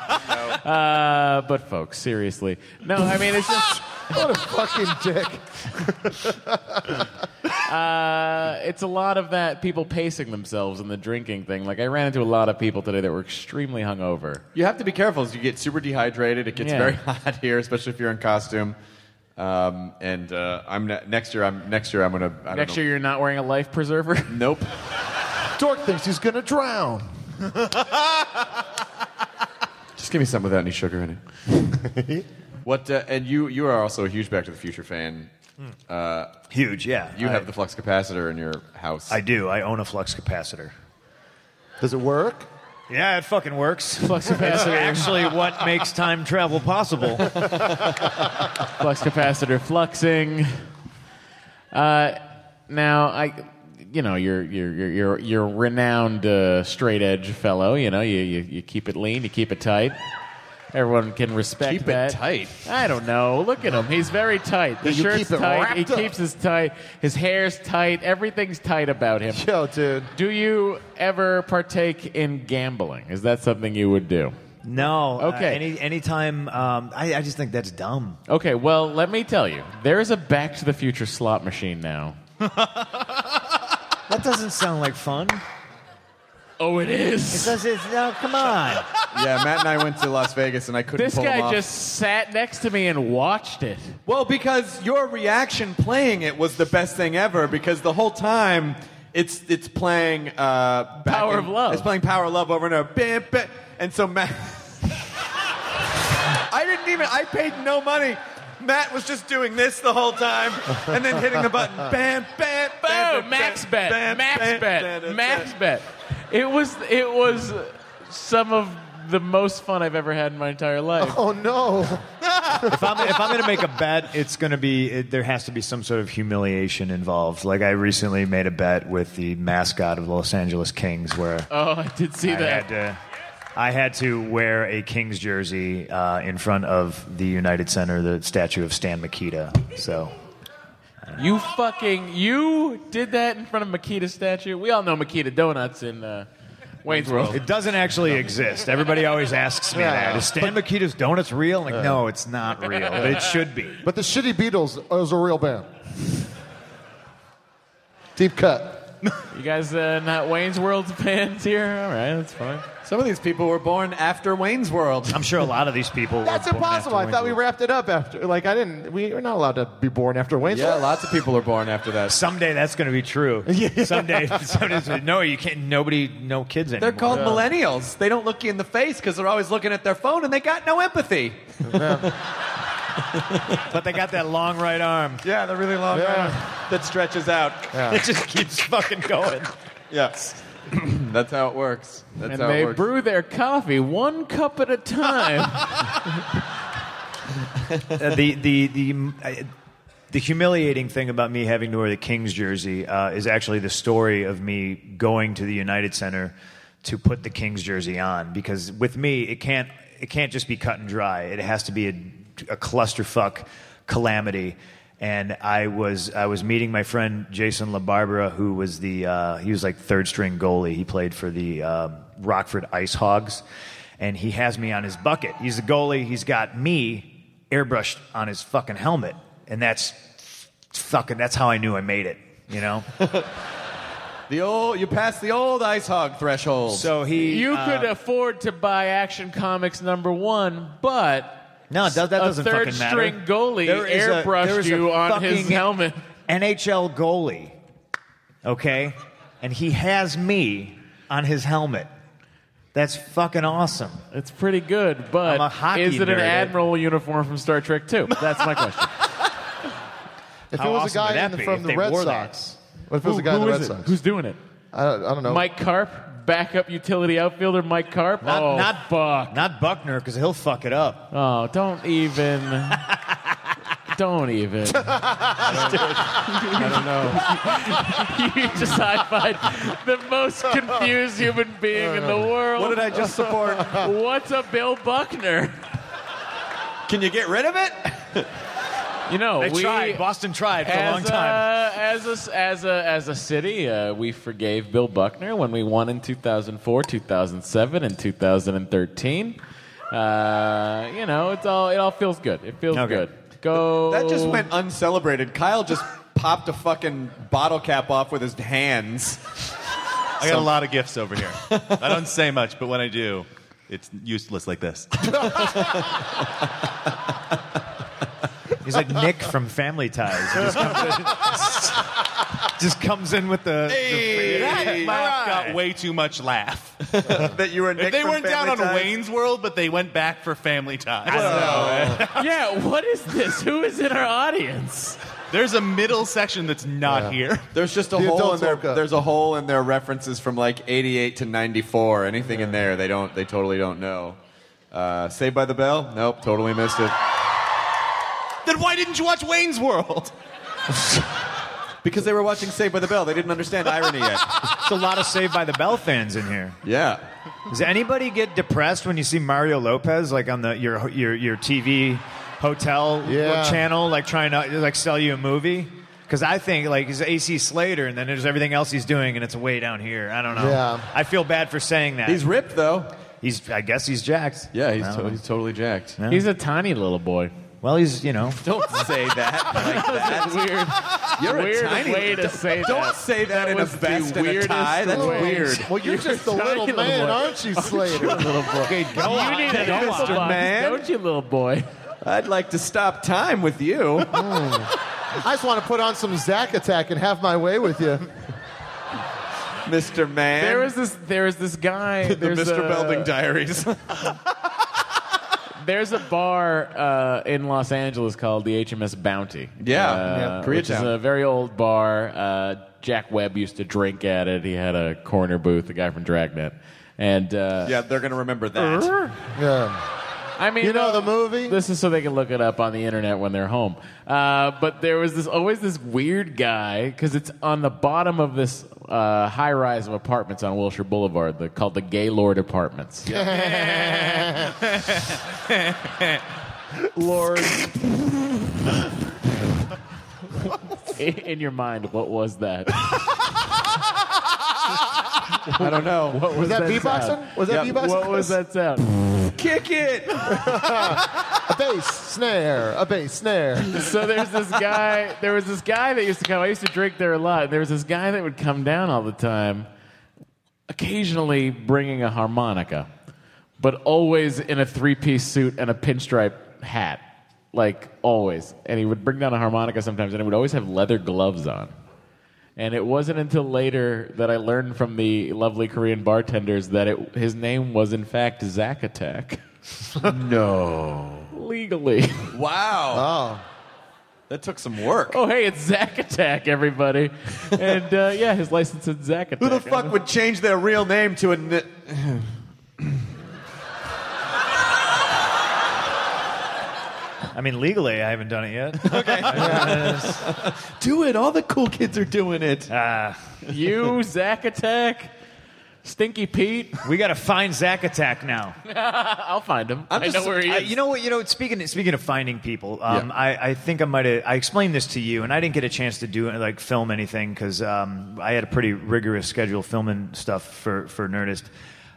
S5: uh, but, folks, seriously. No, I mean, it's just.
S4: what a fucking dick.
S5: Uh, it's a lot of that people pacing themselves and the drinking thing. Like I ran into a lot of people today that were extremely hungover.
S2: You have to be careful as you get super dehydrated. It gets
S5: Yeah.
S2: very hot here, especially if you're in costume. Um, and uh, I'm ne- next year. I'm next year. I'm gonna. I don't
S5: Next
S2: know.
S5: year, you're not wearing a life preserver.
S2: Nope.
S4: Dork thinks he's going to drown.
S2: Just give me some without any sugar in it. what? Uh, and you you are also a huge Back to the Future fan. Uh,
S8: Hmm. huge, yeah.
S2: You
S8: I-
S2: have the flux capacitor in your house.
S8: I do. I own a flux capacitor.
S4: Does it work?
S8: Yeah, it fucking works.
S5: Flux
S8: It's
S5: capacitor.
S8: actually what makes time travel possible.
S5: flux capacitor fluxing. Uh, now I, you know, you're you're you're you're, you're a renowned uh, straight edge fellow. You know, you, you you keep it lean, you keep it tight. Everyone can respect
S2: Keep it
S5: that.
S2: tight.
S5: I don't know. Look at him. He's very tight. The
S4: You keep
S5: shirt's
S4: it
S5: tight. He
S4: wrapped up.
S5: keeps his tight. His hair's tight. Everything's tight about him.
S4: Yo, dude.
S5: Do you ever partake in gambling? Is that something you would do?
S8: No. uh,
S5: Okay.
S8: any anytime, um, I, I just think that's dumb.
S5: Okay, well, let me tell you. There is a Back to the Future slot machine now.
S8: That doesn't sound like fun.
S5: Oh, it
S8: It does. It's, no, come on.
S2: yeah, Matt and I went to Las Vegas, and I couldn't.
S5: This
S2: pull him
S5: guy
S2: off.
S5: just sat next to me and watched it.
S2: Well, because your reaction playing it was the best thing ever. Because the whole time, it's it's playing uh, back
S5: Power
S2: in-
S5: of Love.
S2: It's playing Power of Love over and over. Bam, bam. And so Matt, I didn't even. I paid no money. Matt was just doing this the whole time, and then hitting the button. Bam, bam, bam.
S5: Boom! Max bet.
S2: bam,
S5: Max
S2: bam,
S5: bet.
S2: bam,
S5: Max bet. It was it was some of the most fun I've ever had in my entire life.
S4: Oh no!
S8: if I'm if I'm gonna make a bet, it's gonna be it, there has to be some sort of humiliation involved. Like I recently made a bet with the mascot of the Los Angeles Kings, where
S5: Oh, I did see
S8: I
S5: that.
S8: had to, I had to wear a Kings jersey uh, in front of the United Center, the statue of Stan Mikita. So
S5: You fucking you did that in front of Makita's statue. We all know Makita Donuts in uh, Wayne's World.
S8: it doesn't actually exist. Everybody always asks me
S5: Yeah.
S8: that. Is Stan Mikita's donuts real? Like, no, it's not real, but it should be.
S4: But the Shitty Beatles is a real band. Deep cut.
S5: You guys uh, not Wayne's World fans here? All right, that's fine.
S2: Some of these people were born after Wayne's World.
S8: I'm sure a lot of these people.
S4: That's impossible. I thought we wrapped it up after. Like I didn't. We are not allowed to be born after Wayne's.
S2: Yeah,
S4: World.
S2: lots of people are born after that.
S8: Someday that's going to be true. Someday, someday, no, you can't. Nobody, no kids anymore.
S2: They're called millennials. They don't look you in the face because they're always looking at their phone and they got no empathy.
S8: but they got that long right arm.
S2: Yeah, the really long
S8: Yeah.
S2: arm that stretches out.
S8: It just keeps fucking going.
S2: Yes. That's how it works. That's
S5: and
S2: how
S5: they
S2: it works.
S5: brew their coffee one cup at a time.
S8: Uh, the the the. I, the humiliating thing about me having to wear the Kings jersey uh, is actually the story of me going to the United Center to put the Kings jersey on because with me it can't it can't just be cut and dry. It has to be a, a clusterfuck calamity. And I was I was meeting my friend Jason LaBarbera, who was the uh, he was like third string goalie. He played for the um, Rockford Ice Hogs, and he has me on his bucket. He's the goalie. He's got me airbrushed on his fucking helmet, and that's fucking. That's how I knew I made it. You know.
S2: the old you passed the old ice hog threshold.
S8: So he
S5: you could afford to buy Action Comics number one, but
S8: No, that, that
S5: a
S8: doesn't
S5: third
S8: fucking matter.
S5: string goalie
S8: There is a- there
S5: airbrushed
S8: is a
S5: you on his
S8: fucking
S5: helmet.
S8: NHL goalie. Okay? And he has me on his helmet. That's fucking awesome.
S5: It's pretty good, but
S8: I'm a hockey
S5: is it an
S8: nerd.
S5: admiral uniform from Star Trek 2? That's my question.
S4: If
S5: How
S4: it was
S5: awesome
S4: a
S5: would
S4: guy
S5: that
S4: in the,
S5: be
S4: from
S5: if
S4: the
S5: they
S4: Red
S5: wore that?
S4: Sox, what if it was
S5: Who-
S4: a guy in
S5: who
S4: the
S5: is
S4: Red
S5: it?
S4: Sox?
S5: Who's doing it?
S4: I don't, I don't know.
S5: Mike Carp, backup utility outfielder Mike Carp.
S8: Not,
S5: oh,
S8: not Buck. Not Buckner, because he'll fuck it up.
S5: oh, don't even. don't even.
S2: I don't know.
S5: you just high-fived the most confused human being in the world.
S2: What did I just support?
S5: What's a Bill Buckner?
S2: Can you get rid of it?
S5: You know,
S8: They
S5: we
S8: tried. Boston tried for a long
S5: as
S8: time.
S5: A, as, a, as, a, as a city, uh, we forgave Bill Buckner when we won in 2004, 2007, and 2013. Uh, you know, it's all it all feels good. It feels
S8: Okay.
S5: good. Go.
S2: That just went uncelebrated. Kyle just popped a fucking bottle cap off with his hands.
S3: I got a lot of gifts over here. I don't say much, but when I do, it's useless like this.
S8: He's like Nick from Family Ties. He just comes in, just comes in with the.
S3: Hey, that
S8: All
S3: laugh
S8: right.
S3: got way too much laugh.
S2: that you were
S3: If they weren't down on Wayne's World, but they went back for Family Ties.
S5: yeah. What is this? Who is in our audience?
S3: There's a middle section that's not here.
S2: There's just a
S4: The
S2: hole in
S4: adults
S2: their
S4: woke up.
S2: there's a hole in their references from like 88 to 94. Anything in there they don't they totally don't know. Uh, Saved by the Bell? Nope, totally missed it.
S3: Then why didn't you watch Wayne's World?
S2: Because they were watching Saved by the Bell. They didn't understand irony yet.
S8: There's a lot of Saved by the Bell fans in here.
S2: Yeah.
S8: Does anybody get depressed when you see Mario Lopez like on the your your your TV hotel
S4: Yeah.
S8: channel like trying to like sell you a movie? Because I think like he's AC Slater, and then there's everything else he's doing, and it's way down here. I don't know.
S4: Yeah.
S8: I feel bad for saying that.
S2: He's ripped though.
S8: He's, I guess he's jacked.
S2: Yeah, he's,
S8: I don't
S2: to-
S8: know.
S2: he's totally jacked.
S8: Yeah.
S5: He's a tiny little boy.
S8: Well, he's you know.
S2: Don't say that. Like that.
S5: That's weird.
S2: You're
S5: weird
S2: a tiny
S5: way to
S2: don't-
S5: say
S2: Don't
S5: that.
S2: say that,
S5: That
S2: in a
S5: was the
S2: vest and a
S5: weirdest
S2: tie. That's
S5: way.
S2: weird.
S5: Well, you're just a little
S2: tiny
S5: man,
S2: boy.
S5: aren't
S4: you, Slater? little boy.
S5: Okay,
S2: go
S5: you
S2: on.
S5: need to
S2: Hey,
S5: go
S2: Mr.
S5: on,
S2: Man.
S5: don't you, little boy?
S2: I'd like to stop time with you.
S8: Hmm.
S4: I just want to put on some Zack Attack and have my way with you.
S2: Mr. Man.
S5: There was this. There was this guy.
S2: The
S5: there's
S2: Mr.
S5: a-
S2: Belding Diaries.
S5: There's a bar uh, in Los Angeles called the HMS Bounty.
S2: Yeah,
S5: uh,
S2: yeah,
S5: which is
S2: Koreatown.
S5: a very old bar. Uh, Jack Webb used to drink at it. He had a corner booth. The guy from Dragnet, and uh,
S2: yeah, they're gonna remember that.
S4: Yeah.
S5: I mean, you know the movie. This is so they can look it up on the internet when they're home. Uh, but there was this always this weird guy because it's on the bottom of this uh, high rise of apartments on Wilshire Boulevard, the, called the Gaylord Apartments.
S4: Lord.
S5: In, in your mind, what was that?
S2: I don't know.
S5: What was,
S4: Was that beatboxing?
S5: sound?
S4: Was that
S5: Yep.
S4: beatboxing?
S5: What was that sound?
S2: Kick it!
S4: a bass snare, a bass snare.
S5: so there's this guy. There was this guy that used to come. I used to drink there a lot. And there was this guy that would come down all the time, occasionally bringing a harmonica, but always in a three-piece suit and a pinstripe hat, like always. And he would bring down a harmonica sometimes, and it would always have leather gloves on. And it wasn't until later that I learned from the lovely Korean bartenders that it, his name was in fact Zack Attack. no. Legally.
S2: Wow. Oh. That took some work.
S5: Oh, hey, it's Zack Attack, everybody. and uh, yeah, his license is Zack Attack.
S2: Who the fuck would change their real name to a? Ni-
S8: I mean, legally, I haven't done it yet.
S2: Do it. All the cool kids are doing it.
S8: Ah.
S5: you, Zack Attack, Stinky Pete.
S8: We got to find Zack Attack now.
S5: I'll find him. i know where he
S8: I-
S5: is.
S8: you know what? You know, speaking speaking of finding people, um, I, I think I might have. I explained this to you, and I didn't get a chance to do it, like film anything because um, I had a pretty rigorous schedule filming stuff for for Nerdist.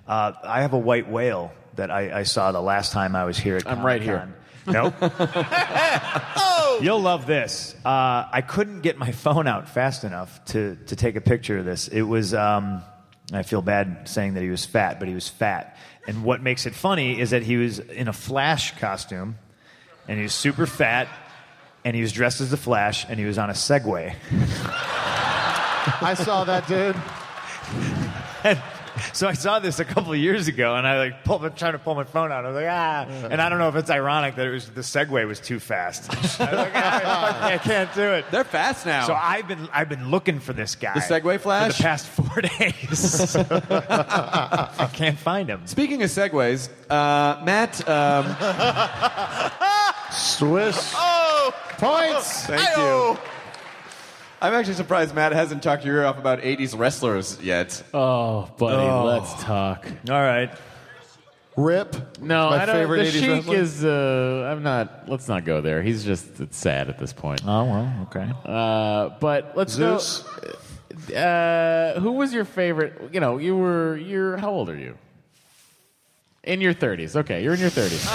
S8: Uh, I have a white whale that I, I saw the last time I was here. At
S5: I'm right
S8: Comic-Con. Nope. You'll love this. Uh, I couldn't get my phone out fast enough to, to take a picture of this. It was, um, I feel bad saying that he was fat, but he was fat. And what makes it funny is that he was in a Flash costume, and he was super fat, and he was dressed as the Flash, and he was on a Segway.
S4: I saw that dude.
S8: So I saw this a couple of years ago, and I like pulled, trying to pull my phone out. I was like, ah, and I don't know if it's ironic that it was the Segway was too fast. I was like, ah, I can't do it.
S2: They're fast now.
S8: So I've been I've been looking for this guy.
S2: The Segway Flash?
S8: for the past four days. I can't find him.
S2: Speaking of segues, uh, Matt. Um,
S4: Swiss
S2: oh,
S4: points.
S2: Thank you. I'm actually surprised Matt hasn't talked your ear off about 80s wrestlers yet.
S5: Oh, buddy,
S2: Oh.
S5: let's talk.
S8: All right.
S4: Rip.
S5: No,
S4: my
S5: I don't.
S4: favorite
S5: the
S4: 80s
S5: Sheik
S4: wrestler.
S5: is. Uh, I'm not. Let's not go there. He's just. It's sad at this point.
S8: Oh well, okay.
S5: Uh, but let's
S4: Zeus.
S5: go. Uh, who was your favorite? You know, you were. You're. How old are you? In your 30s. Okay, you're in your 30s.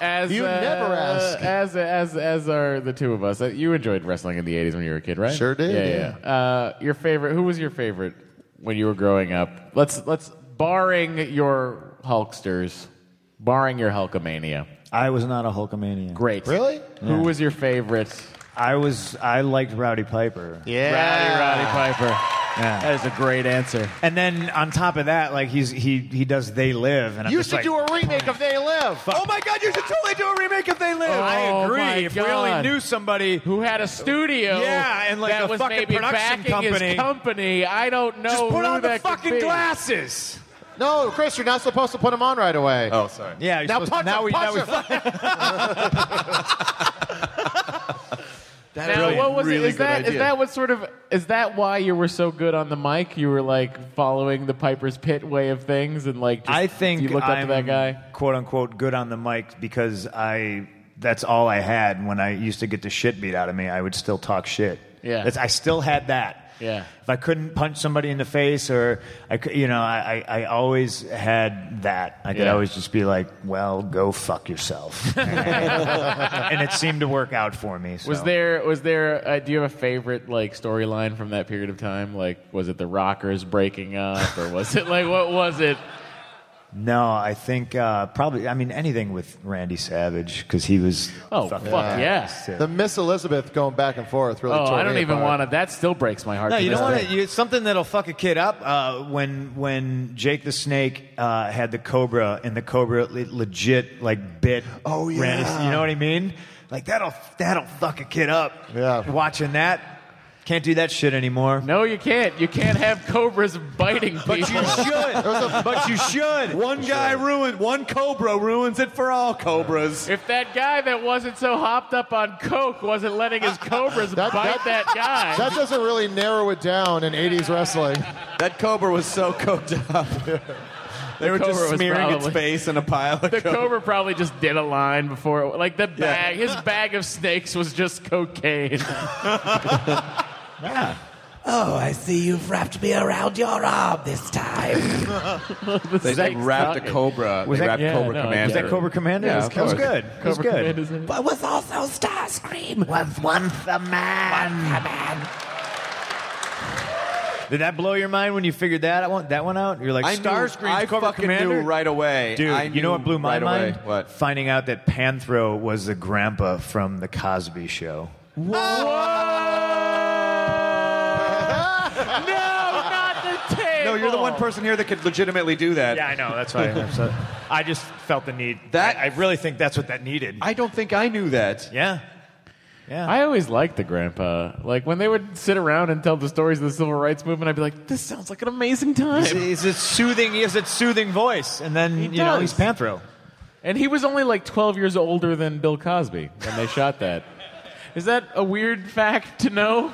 S5: as
S2: uh,
S4: You never ask.
S5: As as as are the two of us. Uh, You enjoyed wrestling in the 80s when you were a kid, right?
S4: Sure did,
S5: Yeah, yeah. Uh, your favorite? Who was your favorite when you were growing up? Let's let's barring your Hulksters, barring your Hulkamania.
S8: I was not a Hulkamaniac.
S5: Great.
S4: Really?
S5: Who was your favorite?
S8: I was I liked Rowdy Piper.
S5: Rowdy Roddy Piper.
S8: Yeah.
S5: That is a great answer.
S8: And then on top of that, like he's he he does They Live, and I'm
S4: You
S8: just
S4: should
S8: like,
S4: do a remake of They Live.
S2: Oh my god, you should totally do a remake of They Live.
S5: Oh
S8: I agree.
S5: my
S8: if we only
S5: God.
S8: knew somebody
S5: Who had a studio?
S8: Yeah, and, like,
S5: that
S8: a
S5: was
S8: fucking
S5: maybe
S8: production
S5: backing
S8: company.
S5: His company. I don't know.
S8: Just put
S5: who
S8: on the
S5: that could be.
S8: fucking glasses.
S4: No, Chris, you're not supposed to put them on right away.
S2: Oh, sorry.
S8: Yeah, you're
S4: Now
S8: supposed to-
S4: punch
S8: now
S4: him,
S8: we-
S4: punch
S8: now we-
S5: Now,
S2: Brilliant.
S5: what was
S2: Really
S5: it? Is
S2: good
S5: that is
S2: idea.
S5: that what sort of is that why you were so good on the mic? You were like following the Piper's Pit way of things, and like just,
S8: I think
S5: you looked up
S8: I'm,
S5: to that guy.
S8: quote unquote, good on the mic because I that's all I had when I used to get the shit beat out of me. I would still talk shit.
S5: Yeah.
S8: That's- I still had that.
S5: Yeah.
S8: If I couldn't punch somebody in the face, or I, cou- you know, I, I, I always had that. I could
S10: Yeah.
S8: always just be like, "Well, go fuck yourself," and it seemed to work out for me. So.
S5: Was there was there uh, do you have a favorite like storyline from that period of time? Like was it the Rockers breaking up or was it like what was it?
S8: No, I think uh, probably. I mean, anything with Randy Savage because he was.
S5: Oh fuck,
S8: fucking
S5: yeah.
S8: sick.
S6: The Miss Elizabeth going back and forth really.
S5: oh,
S6: tore
S5: I don't
S6: me
S5: even
S6: apart.
S5: want to that still breaks my heart.
S8: No,
S5: to
S8: you
S5: this
S8: don't want
S5: day.
S8: to. You, something that'll fuck a kid up. Uh, when when Jake the Snake uh, had the cobra and the cobra le- legit like bit. Oh
S10: yeah.
S8: you know what I mean? Like that'll that'll fuck a kid up. Yeah. Watching that, can't do that shit anymore.
S5: No, you can't. You can't have cobras biting people.
S2: But you should. but you should. One guy ruined. One cobra ruins it for all cobras.
S5: If that guy that wasn't so hopped up on coke wasn't letting his cobras bite that guy.
S6: That doesn't really narrow it down in 80s wrestling.
S2: That cobra was so coked up. They
S5: The
S2: were
S5: cobra
S2: just
S5: was
S2: smearing
S5: probably-
S2: its face in a pile of
S5: the
S2: cobra.
S5: cobra probably just did a line before, it- like the
S2: Yeah.
S5: bag. His bag of snakes was just cocaine.
S11: Oh, I see you've wrapped me around your arm this time.
S2: They like wrapped a cobra.
S8: Was
S2: they
S8: that-
S2: wrapped
S8: Yeah,
S2: Cobra
S8: no, I
S2: Commander.
S8: get it. Was that Cobra Commander?
S2: Yeah,
S8: That was-
S2: of
S8: that was
S2: course.
S8: good. That was Cobra good. Commander's in
S11: But was also Starscream. Was once the man.
S8: Did that blow your mind when you figured that one that one out? You're like
S2: I knew-
S8: Starscream,
S2: I
S8: Cobra
S2: fucking
S8: Commander
S2: knew right away.
S8: Dude,
S2: I
S8: you know
S2: knew
S8: what blew my
S2: right away.
S8: mind? What? Finding out that Panthro was the grandpa from the Cosby Show.
S11: no, not the table.
S2: No, you're the one person here that could legitimately do that.
S8: Yeah, I know. That's why I'm upset. I just felt the need.
S2: That
S8: I really think that's what that needed.
S2: I don't think I knew that.
S8: Yeah.
S5: I always liked the grandpa. Like when they would sit around and tell the stories of the civil rights movement, I'd be like, "This sounds like an amazing time."
S8: Is, is it soothing? Is it soothing voice? And then you know he's
S5: does.
S8: Panthro.
S5: And he was only like 12 years older than Bill Cosby when they shot that. Is that a weird fact to know?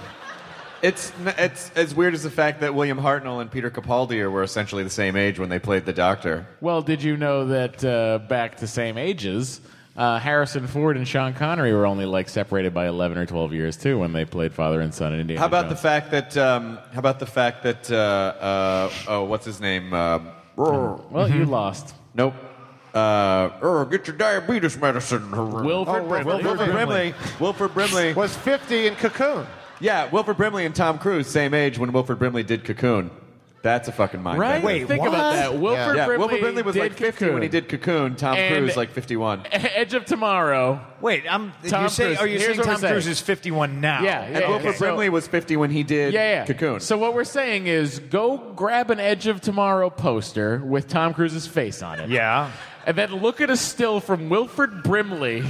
S2: It's n- it's as weird as the fact that William Hartnell and Peter Capaldi were essentially the same age when they played the Doctor.
S5: Well, did you know that uh, back to same ages, uh, Harrison Ford and Sean Connery were only like separated by 11 or 12 years too when they played father and son in Indiana
S2: How about the
S5: Jones.
S2: fact that um, how about the fact that uh, uh, oh what's his name? Um,
S5: Well, you lost.
S2: Nope. Uh, er, get your diabetes medicine.
S5: Wilford Brimley.
S2: Wilford Brimley. Wilford Brimley
S6: was 50 in Cocoon.
S2: Yeah, Wilford Brimley and Tom Cruise, same age when Wilford Brimley did Cocoon. That's a fucking mind.
S5: Right?
S2: bender.
S5: Wait, Think about what? that. Wilford
S2: Yeah,
S5: Brimley
S2: was
S5: did
S2: like 50
S5: Cocoon.
S2: when he did Cocoon. Tom
S5: And-
S2: Cruise like 51.
S5: Edge of Tomorrow.
S8: Wait, I'm.
S5: Tom
S8: you're saying,
S5: Cruise.
S8: are you
S5: Here's
S8: saying
S5: what we're
S8: Tom
S5: saying.
S8: Cruise is 51 now?
S5: Yeah,
S2: And Wilford Brimley was 50 when he did
S5: yeah, yeah.
S2: Cocoon.
S5: So what we're saying is, go grab an Edge of Tomorrow poster with Tom Cruise's face on it.
S8: Yeah.
S5: And then look at a still from Wilford Brimley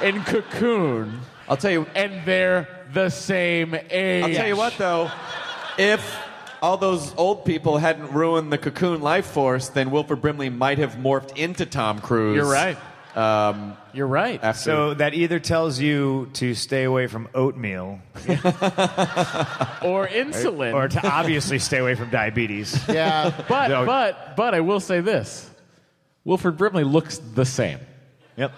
S5: in Cocoon.
S2: I'll tell you.
S5: And they're the same age.
S2: I'll tell you what, though. If all those old people hadn't ruined the Cocoon life force, then Wilford Brimley might have morphed into Tom Cruise.
S8: You're right.
S2: Um,
S5: You're right.
S2: After
S8: So that either tells you to stay away from oatmeal
S5: or insulin,
S8: or to obviously stay away from diabetes.
S6: Yeah,
S5: but
S8: No.
S5: but but I will say this: Wilford Brimley looks the same.
S8: Yep.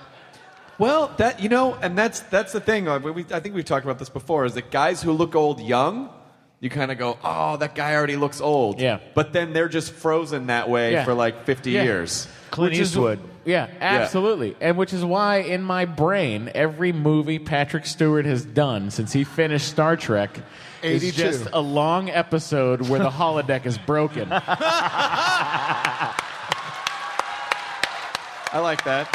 S2: Well, that you know, and that's that's the thing. uh, we- I think we've talked about this before. Is that guys who look old young, you kind of go, "Oh, that guy already looks old." Yeah. But then they're just frozen that way
S5: Yeah.
S2: for like 50
S5: Yeah.
S2: years.
S5: Clint Which is- Eastwood. Yeah, absolutely. And which is why, in my brain, every movie Patrick Stewart has done since he finished Star Trek is
S6: 82.
S5: just a long episode where the holodeck is broken.
S2: I like that.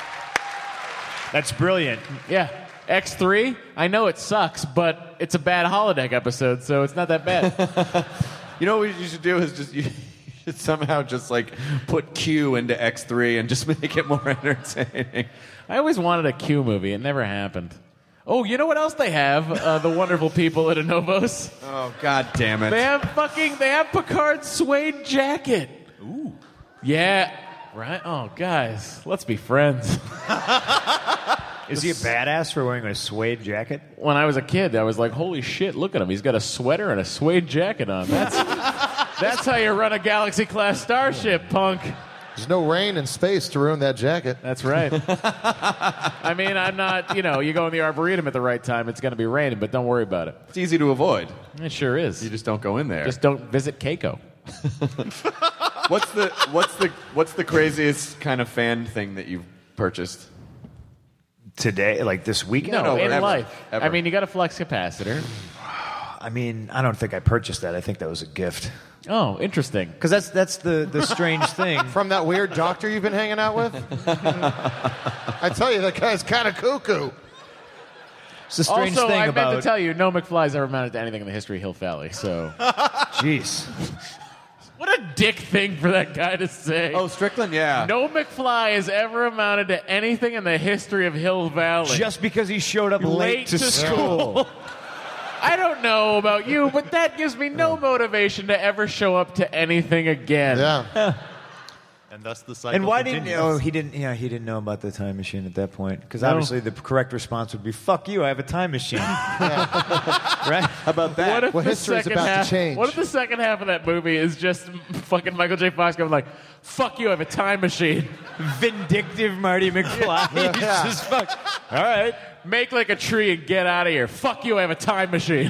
S8: That's brilliant.
S5: Yeah. X3, I know it sucks, but it's a bad holodeck episode, so it's not that bad.
S2: You know what you should do is just you should somehow just like put Q into X3 and just make it more entertaining.
S5: I always wanted a Q movie. It never happened. Oh, you know what else they have? Uh, the wonderful people at Anovos.
S2: Oh God damn it!
S5: They have fucking they have Picard's suede jacket. Ooh. Yeah. Right. Oh, guys, let's be friends.
S8: Is he a badass for wearing a suede jacket?
S5: When I was a kid, I was like, "Holy shit! Look at him. He's got a sweater and a suede jacket on. That's that's how you run a galaxy class starship, punk."
S4: There's no rain and space to ruin that jacket.
S12: That's right.
S5: I mean, I'm not, you know, you go in the Arboretum at the right time, it's going to be raining, but don't worry about it.
S2: It's easy to avoid.
S5: It sure is. You
S2: just don't go in there.
S5: Just don't visit Keiko.
S2: what's the what's the what's the craziest kind of fan thing that you've purchased?
S8: Today, like this weekend?
S5: No, in life. I mean, you got a flux capacitor.
S8: I mean, I don't think I purchased that. I think that was a gift.
S5: Oh, interesting.
S8: Because that's that's the the strange thing.
S4: From that weird doctor you've been hanging out with? I tell you, that guy's kind of cuckoo.
S8: It's the strange
S5: also,
S8: thing
S5: I
S8: about
S5: meant to tell you, no McFly's ever amounted to anything in the history of Hill Valley. So,
S8: jeez,
S5: what a dick thing for that guy to say.
S2: Oh, Strickland, yeah.
S5: No McFly has ever amounted to anything in the history of Hill Valley.
S8: just because he showed up late, to, school.
S5: I don't know about you, but that gives me no motivation to ever show up to anything again.
S4: Yeah.
S3: and thus the cycle.
S8: And why didn't
S3: continues.
S8: oh he didn't yeah he didn't know about the time machine at that point because
S5: No.
S8: obviously the correct response would be fuck you I have a time machine right how
S2: about that
S5: What if
S4: Well,
S5: the
S4: history is
S5: second
S4: about to
S5: half,
S4: change.
S5: What if the second half of that movie is just fucking Michael J. Fox going like, "Fuck you, I have a time machine."
S8: vindictive Marty McFly He's
S4: Yeah.
S8: just fuck all right
S5: Make like a tree and get out of here. Fuck you, I have a time machine.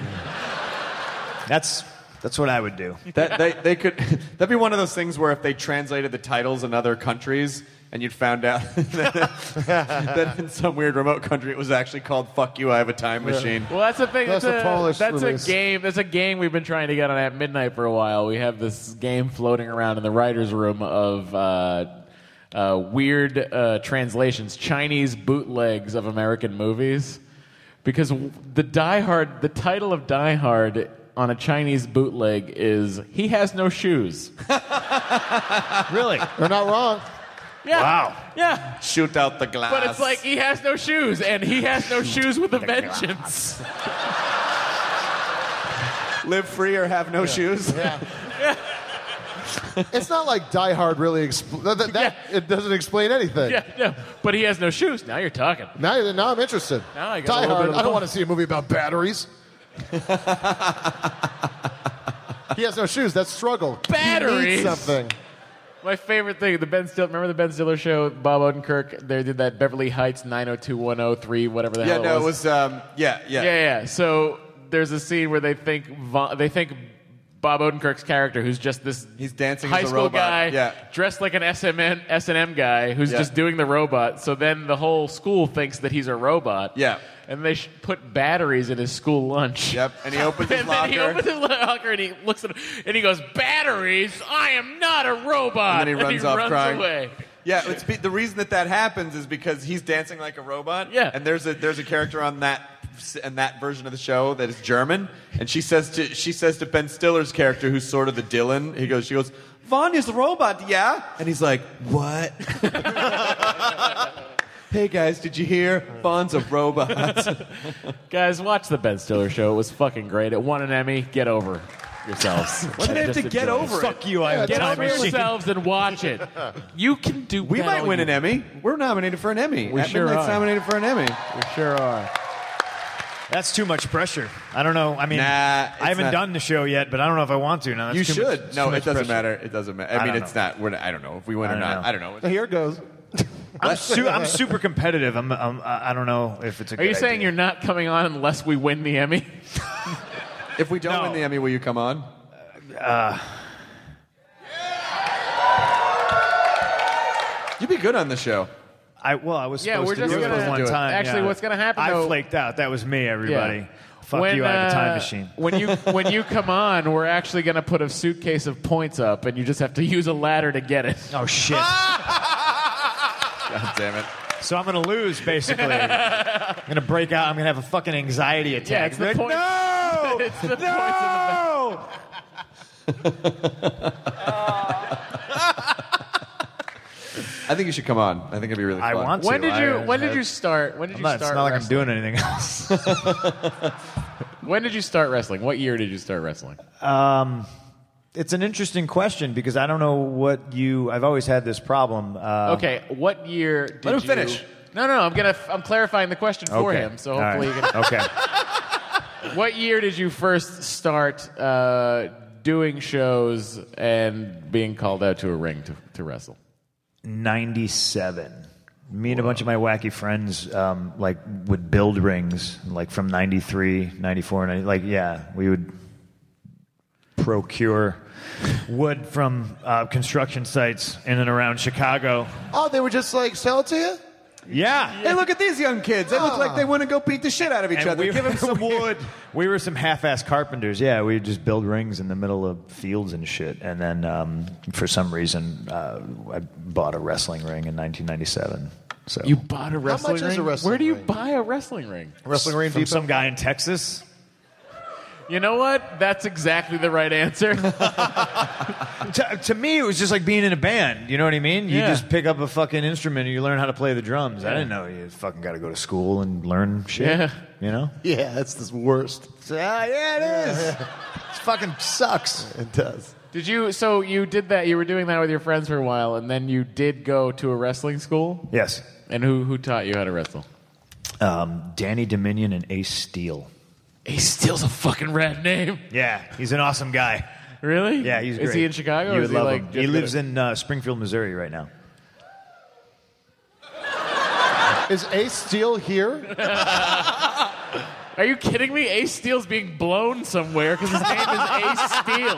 S8: that's that's what I would do
S2: That they, they could that'd be one of those things where if they translated the titles in other countries and you'd found out that, that in some weird remote country it was actually called "Fuck You, I Have a Time Machine."
S5: Well, that's the thing.
S4: That's
S5: it's
S4: a Polish
S5: That's
S4: release.
S5: a game. That's a game we've been trying to get on at midnight for a while. We have this game floating around in the writers' room of. Uh, uh, weird uh, translations, Chinese bootlegs of American movies, because w- the Die Hard, the title of Die Hard on a Chinese bootleg is "He has no shoes."
S8: really
S4: They're not wrong.
S5: Yeah.
S8: Wow.
S5: Yeah.
S2: Shoot out the glass.
S5: But it's like he has no shoes, and he has no shoes with a vengeance.
S2: live free or have no shoes.
S4: It's not like Die Hard really. Expl- that, that, that- It doesn't explain anything.
S5: Yeah, no. But he has no shoes. Now you're talking.
S4: Now, you- now I'm interested.
S5: Now I got a
S4: Die
S5: little
S4: Hard.
S5: bit of a
S4: I don't
S5: bump.
S4: want to see a movie about batteries. he has no shoes. That's struggle. He needs
S5: Batteries?
S4: something.
S5: My favorite thing, the Ben Stiller. Remember the Ben Stiller show? with Bob Odenkirk. They did that Beverly Heights 90210 whatever the
S2: Yeah,
S5: hell
S2: no,
S5: it was.
S2: um, yeah, yeah.
S5: Yeah, yeah. So there's a scene where they think Von, they think Bob Odenkirk's character, who's just this
S2: He's dancing
S5: high
S2: as a
S5: school
S2: robot.
S5: guy,
S2: Yeah.
S5: dressed like an SMN, S&M guy who's
S2: Yeah.
S5: just doing the robot. So then the whole school thinks that he's a robot.
S2: Yeah.
S5: And they sh- put batteries in his school lunch.
S2: Yep, and he opens his
S5: And then he
S2: locker.
S5: opens his locker and he looks at it and he goes, "Batteries! I am not a robot."
S2: And then he runs off crying.
S5: away.
S2: Yeah, it's be, the reason that that happens is because he's dancing like a robot.
S5: Yeah.
S2: and there's a there's a character on that and that version of the show that is German, and she says to she says to Ben Stiller's character, who's sort of the Dylan. He goes, she goes, Vaughn is a robot, yeah, and he's like, what? hey guys, did you hear? Vaughn's a robot.
S5: Guys, watch the Ben Stiller show. It was fucking great. It won an Emmy. Get over yourselves.
S2: Why do they have
S5: Just
S2: to get
S5: enjoy it.
S2: over it?
S8: fuck you I have a
S5: Get
S8: time
S5: over
S8: machine
S5: yourselves and watch it. You can do.
S2: We
S5: that
S2: might
S5: all
S2: win
S5: you-
S2: an Emmy. We're nominated for an Emmy.
S5: We
S2: At
S5: sure
S2: Midnight's
S5: are.
S2: nominated for an Emmy.
S5: We sure are.
S8: that's too much pressure I don't know I mean
S2: Nah,
S8: I
S2: it's
S8: haven't
S2: not-
S8: done the show yet but I don't know if I want to now that's
S2: you
S8: too
S2: should.
S8: much,
S2: no,
S8: too
S2: it
S8: much
S2: doesn't
S8: pressure.
S2: matter. It doesn't matter. I
S8: I
S2: mean,
S8: don't
S2: it's
S8: know.
S2: not. We're not. I don't know if we win
S8: I
S2: or
S8: don't
S2: not.
S8: know.
S2: I don't know.
S4: Here it goes.
S8: I'm, su- I'm super competitive I'm, I'm I don't know if it's a
S5: Are you saying you're not coming on unless we win the Emmy?
S2: If we don't
S8: No. Uh,
S2: win the Emmy, will you come on? You'd be good on the show.
S8: I well, I was
S5: Yeah,
S8: supposed
S5: we're
S8: to
S5: just
S8: do it
S2: gonna-
S8: for one
S2: do it.
S8: time.
S5: Actually,
S8: yeah.
S5: what's gonna happen,
S8: I
S5: though-
S8: flaked out. That was me, everybody. Fuck
S5: When,
S8: you! I have a time
S5: uh,
S8: machine.
S5: when you when you come on, we're actually going to put a suitcase of points up, and you just have to use a ladder to get it.
S8: Oh shit!
S2: God damn it.
S8: so I'm gonna lose, basically. I'm gonna break out. I'm gonna have a fucking anxiety attack.
S5: Yeah, it's the
S8: Like,
S5: point-
S8: No!
S5: it's the
S8: no!
S5: points in the back.
S2: I think you should come on. I think it'd be really fun.
S8: I want
S5: When
S8: to.
S5: did
S8: I-
S5: you when did you start? When did
S8: I'm
S5: you
S8: not, it's
S5: start?
S8: not like I'm
S5: wrestling?
S8: doing anything else.
S5: When did you start wrestling? What year did you start wrestling?
S8: Um, it's an interesting question because I don't know what you. I've always had this problem. Uh,
S5: Okay, what year did
S2: Let him
S5: you
S2: finish.
S5: No, no, I'm gonna I'm clarifying the question for
S8: okay.
S5: him. So
S8: All
S5: hopefully, you
S8: right.
S5: can,
S8: okay.
S5: what year did you first start uh, doing shows and being called out to a ring to, to wrestle?
S8: 97. Me and a bunch of my wacky friends um, like would build rings like from 93, 94, 90, like yeah, we would procure wood from uh, construction sites in and around Chicago.
S4: Oh, they were just like, sell it to you? Oh.
S8: Yeah.
S2: Hey, look at these young kids. They look like they want to go beat the shit out of each
S8: And
S2: other.
S8: we-
S2: Give them some wood.
S8: We were some half-ass carpenters. Yeah, we would just build rings in the middle of fields and shit. And then um, for some reason, uh, I bought a wrestling ring in 1997. So
S5: You bought a wrestling
S4: much is
S5: ring?
S4: a wrestling
S5: Where do you
S4: ring?
S5: buy a wrestling ring?
S4: Wrestling ring
S8: from
S4: Depot?
S8: some guy in Texas.
S5: You know what? That's exactly the right answer.
S8: to, to me, it was just like being in a band. You know what I mean? You
S5: Yeah.
S8: just pick up a fucking instrument and you learn how to play the drums. I didn't know you fucking got to go to school and learn shit.
S4: Yeah.
S8: You know?
S4: Yeah, that's the worst.
S8: Ah, yeah, it is.
S4: it fucking sucks. It does.
S5: did you? So you did that. You were doing that with your friends for a while, and then you did go to a wrestling school.
S8: Yes.
S5: And who who taught you how to wrestle?
S8: Um, Danny Dominion and Ace Steele.
S5: Ace Steele's a fucking rad name.
S8: Yeah, he's an awesome guy.
S5: Really?
S8: Yeah, he's
S5: Is
S8: great.
S5: he in Chicago or
S8: You
S5: is
S8: would
S5: he,
S8: love
S5: like,
S8: him.
S5: just
S8: He lives
S5: gonna-
S8: in uh, Springfield, Missouri right now.
S4: Is Ace Steel here?
S5: Are you kidding me? Ace Steele's being blown somewhere because his name is Ace Steele.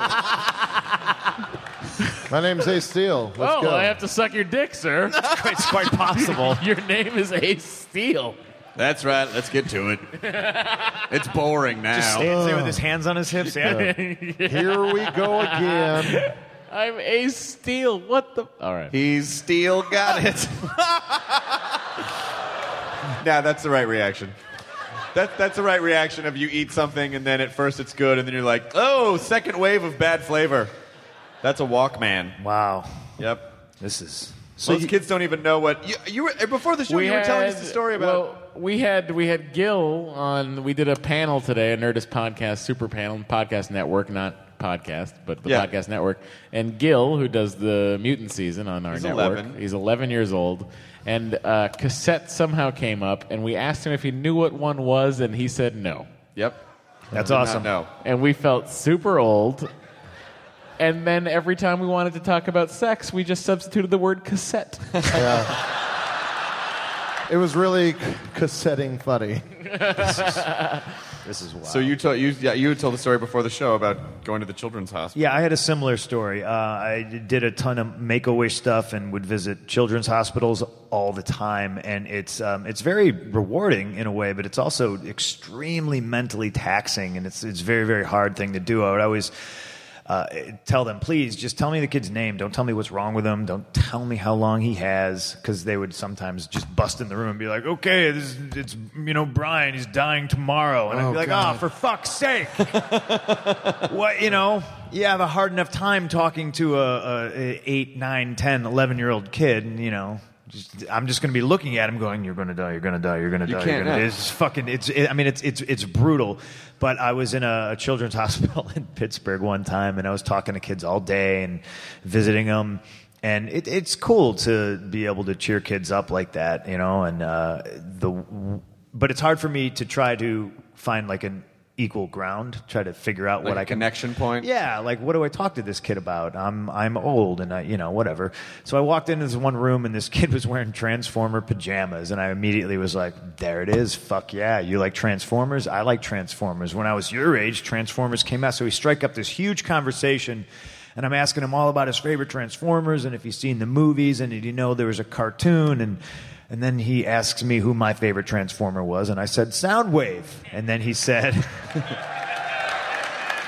S4: My name's Ace Steel. Let's
S5: oh,
S4: go.
S5: I have to suck your dick, sir. It's
S8: quite, possible.
S5: your name is Ace Steele.
S2: That's right. Let's get to it. It's boring now.
S8: Just stands there with his hands on his hips. Yeah.
S4: Oh. Here we go again.
S5: I'm Ace Steele. What the? All right.
S2: He's Steele. Got it. nah, that's the right reaction. That, that's the right reaction of you eat something and then at first it's good and then you're like, oh, second wave of bad flavor. That's a Walkman.
S8: Wow.
S2: Yep.
S8: This is.
S2: So Most kids don't even know what you, you were before the show. you were telling us the story about.
S5: Well, we had we had Gil on. We did a panel today, a Nerdist podcast, super panel, podcast network, not podcast, but the
S2: Yeah.
S5: podcast network. And Gil, who does the mutant season on our
S2: He's
S5: network,
S2: 11.
S5: he's 11 years old. And uh, cassette somehow came up, and we asked him if he knew what one was, and he said no.
S2: yep.
S8: That's
S2: I did not
S8: awesome.
S2: know.
S5: And we felt super old. And then every time we wanted to talk about sex, we just substituted the word cassette.
S4: Yeah. It was really c- cassetting funny.
S8: This is wild.
S2: So you told you yeah, you told the story before the show about going to the children's hospital.
S8: Yeah, I had a similar story. Uh, I did a ton of Make a Wish stuff and would visit children's hospitals all the time, and it's um, it's very rewarding in a way, but it's also extremely mentally taxing, and it's it's a very very hard thing to do. I would always. Uh, tell them, please, just tell me the kid's name. Don't tell me what's wrong with him. Don't tell me how long he has, because they would sometimes just bust in the room and be like, "Okay, this is, it's you know Brian, he's dying tomorrow," and I'd
S9: Oh,
S8: be like, "Ah,
S9: God.
S8: for fuck's sake!" what you know you have a hard enough time talking to a, a, a 8 9 10 11 year old kid and you know just, i'm just going to be looking at him going you're going to die you're going to die you're going to
S2: You
S8: die
S2: can't,
S8: you're gonna die."
S2: yeah.
S8: it's just fucking it's it, i mean it's it's it's brutal but i was in a, a children's hospital in pittsburgh one time and i was talking to kids all day and visiting them and it, it's cool to be able to cheer kids up like that you know and uh, the but it's hard for me to try to find like an equal ground try to figure out
S2: Like
S8: what
S2: a
S8: i can
S2: connection point.
S8: yeah, like what do I talk to this kid about? I'm I'm old and I you know whatever. So I walked into this one room and this kid was wearing Transformer pajamas and I immediately was like, there it is, fuck yeah, you like Transformers? I like Transformers. When I was your age, Transformers came out, so we strike up this huge conversation. And I'm asking him all about his favorite Transformers and if he's seen the movies and did you know there was a cartoon and and then he asks me who my favorite Transformer was and I said Soundwave and then he said.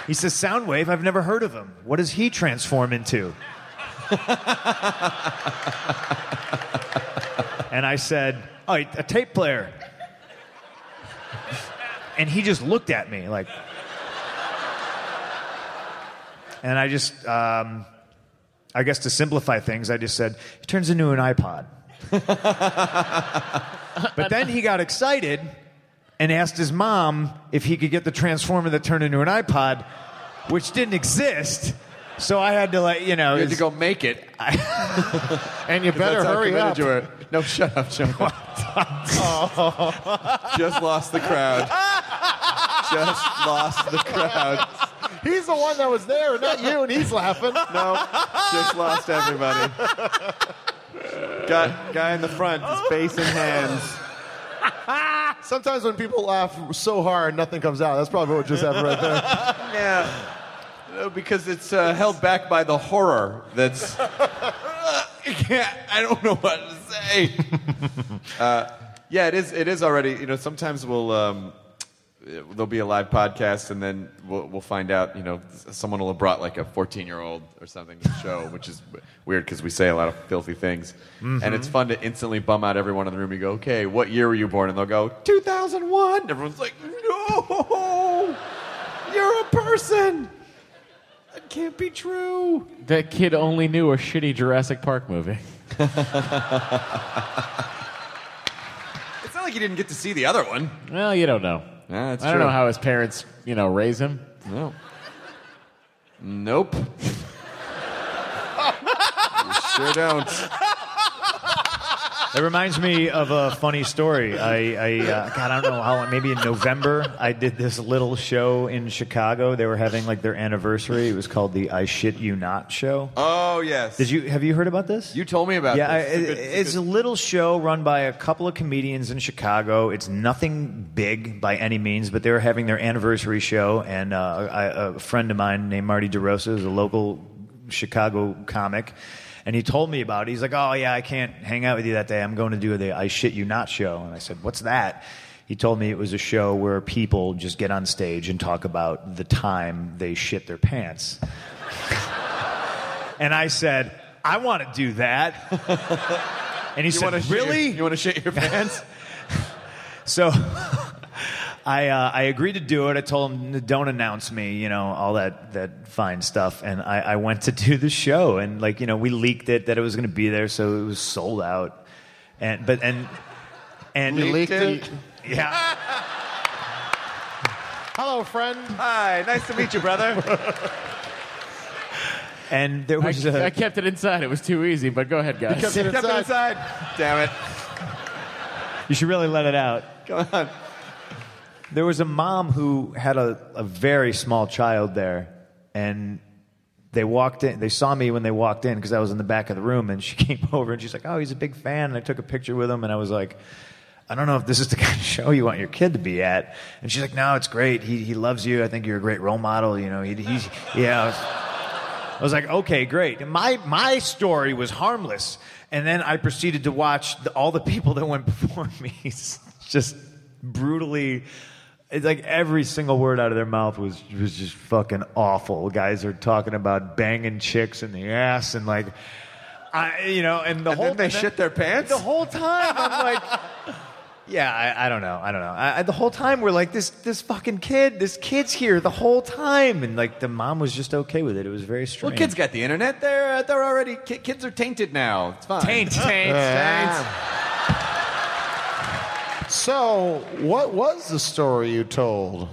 S8: He says, Soundwave, I've never heard of him. What does he transform into? and I said, Oh, a tape player. And he just looked at me like. And I just, um, I guess to simplify things, I just said, He turns into an iPod. but then he got excited and asked his mom if he could get the transformer that turned into an iPod, which didn't exist. So I had to like you know
S2: You had to
S8: it's-
S2: go make it.
S4: and you
S2: that's
S4: better
S2: how
S4: hurry
S2: committed
S4: up.
S2: You were. No, shut up, shut up. Just lost the crowd. Just lost the crowd.
S4: He's the one that was there, not you, and he's laughing.
S2: No, just lost everybody. Guy, guy in the front, his face in hands.
S4: Sometimes when people laugh so hard, nothing comes out. That's probably what just happened right there.
S2: Yeah. No, Because it's uh, held back by the horror that's. I can't- I don't know what to say. uh, yeah, it is. It is already. You know, sometimes we'll um, it- there'll be a live podcast, and then we'll, we'll find out. You know, s- someone will have brought like a 14 year old or something to the show, which is w- weird because we say a lot of filthy things, and it's
S13: Mhm.
S2: fun to instantly bum out everyone in the room. You go, okay, what year were you born? And they'll go, 2001. And everyone's like, no, you're a person. That can't be true.
S5: That kid only knew a shitty Jurassic Park movie.
S2: It's not like you didn't get to see the other one.
S5: well, you don't know.
S2: that's
S5: I don't
S2: true.
S5: know how his parents, you know, raise him.
S2: No. Nope. sure don't.
S8: It reminds me of a funny story. I, I uh, God, I don't know how. long- Maybe in November, I did this little show in Chicago. They were having like their anniversary. It was called the "I Shit You Not" show.
S2: Oh yes.
S8: Did you have you heard about this?
S2: You told me about
S8: yeah,
S2: this.
S8: I-
S2: It's a
S8: it-
S2: good-
S8: it's, a little show run by a couple of comedians in Chicago. It's nothing big by any means, but they were having their anniversary show, and uh, I, a friend of mine named Marty DeRosa is a local Chicago comic. And he told me about it. He's like, "Oh yeah, I can't hang out with you that day. I'm going to do the I shit you not show." And I said, "What's that?" He told me it was a show where people just get on stage and talk about the time they shit their pants. And I said, I want to do that. and he
S2: You wanna
S8: said,
S2: shit
S8: Really?
S2: your- you want to shit your pants?
S8: so I, uh, I agreed to do it. I told him, Don't announce me, you know, all that, that fine stuff. And I, I went to do the show. And, like, you know, we leaked it that it was going to be there. So it was sold out. And, but, and, and
S4: Leaked it?
S8: Yeah.
S4: Hello, friend.
S2: Hi, nice to meet you, brother.
S8: And there
S5: was I kept it inside. It was too easy, but go ahead, guys.
S2: You kept it Kept it inside. Damn it.
S8: You should really let it out.
S2: Come on.
S8: There was a mom who had a, a very small child there, and they walked in. They saw me when they walked in because I was in the back of the room, and she came over and she's like, "Oh, he's a big fan." And I took a picture with him, and I was like, "I don't know if this is the kind of show you want your kid to be at." And she's like, "No, it's great. He he loves you. I think you're a great role model. You know, he, he's yeah." I was- I was like, okay, great. And my my story was harmless, and then I proceeded to watch the, all the people that went before me s- just brutally. It's like every single word out of their mouth was was just fucking awful. Guys are talking about banging chicks in the ass and like, I you know, and the
S2: And
S8: whole
S2: then they shit their pants?
S8: The whole time I'm like. Yeah, I, I don't know. I don't know. I, I, the whole time we're like, this this fucking kid, this kid's here the whole time, and like the mom was just okay with it. It was very strange.
S2: Well, kids got the internet. They're uh, they're already ki- kids are tainted now. It's fine.
S8: Taint, taint,
S4: So, what was the story you told?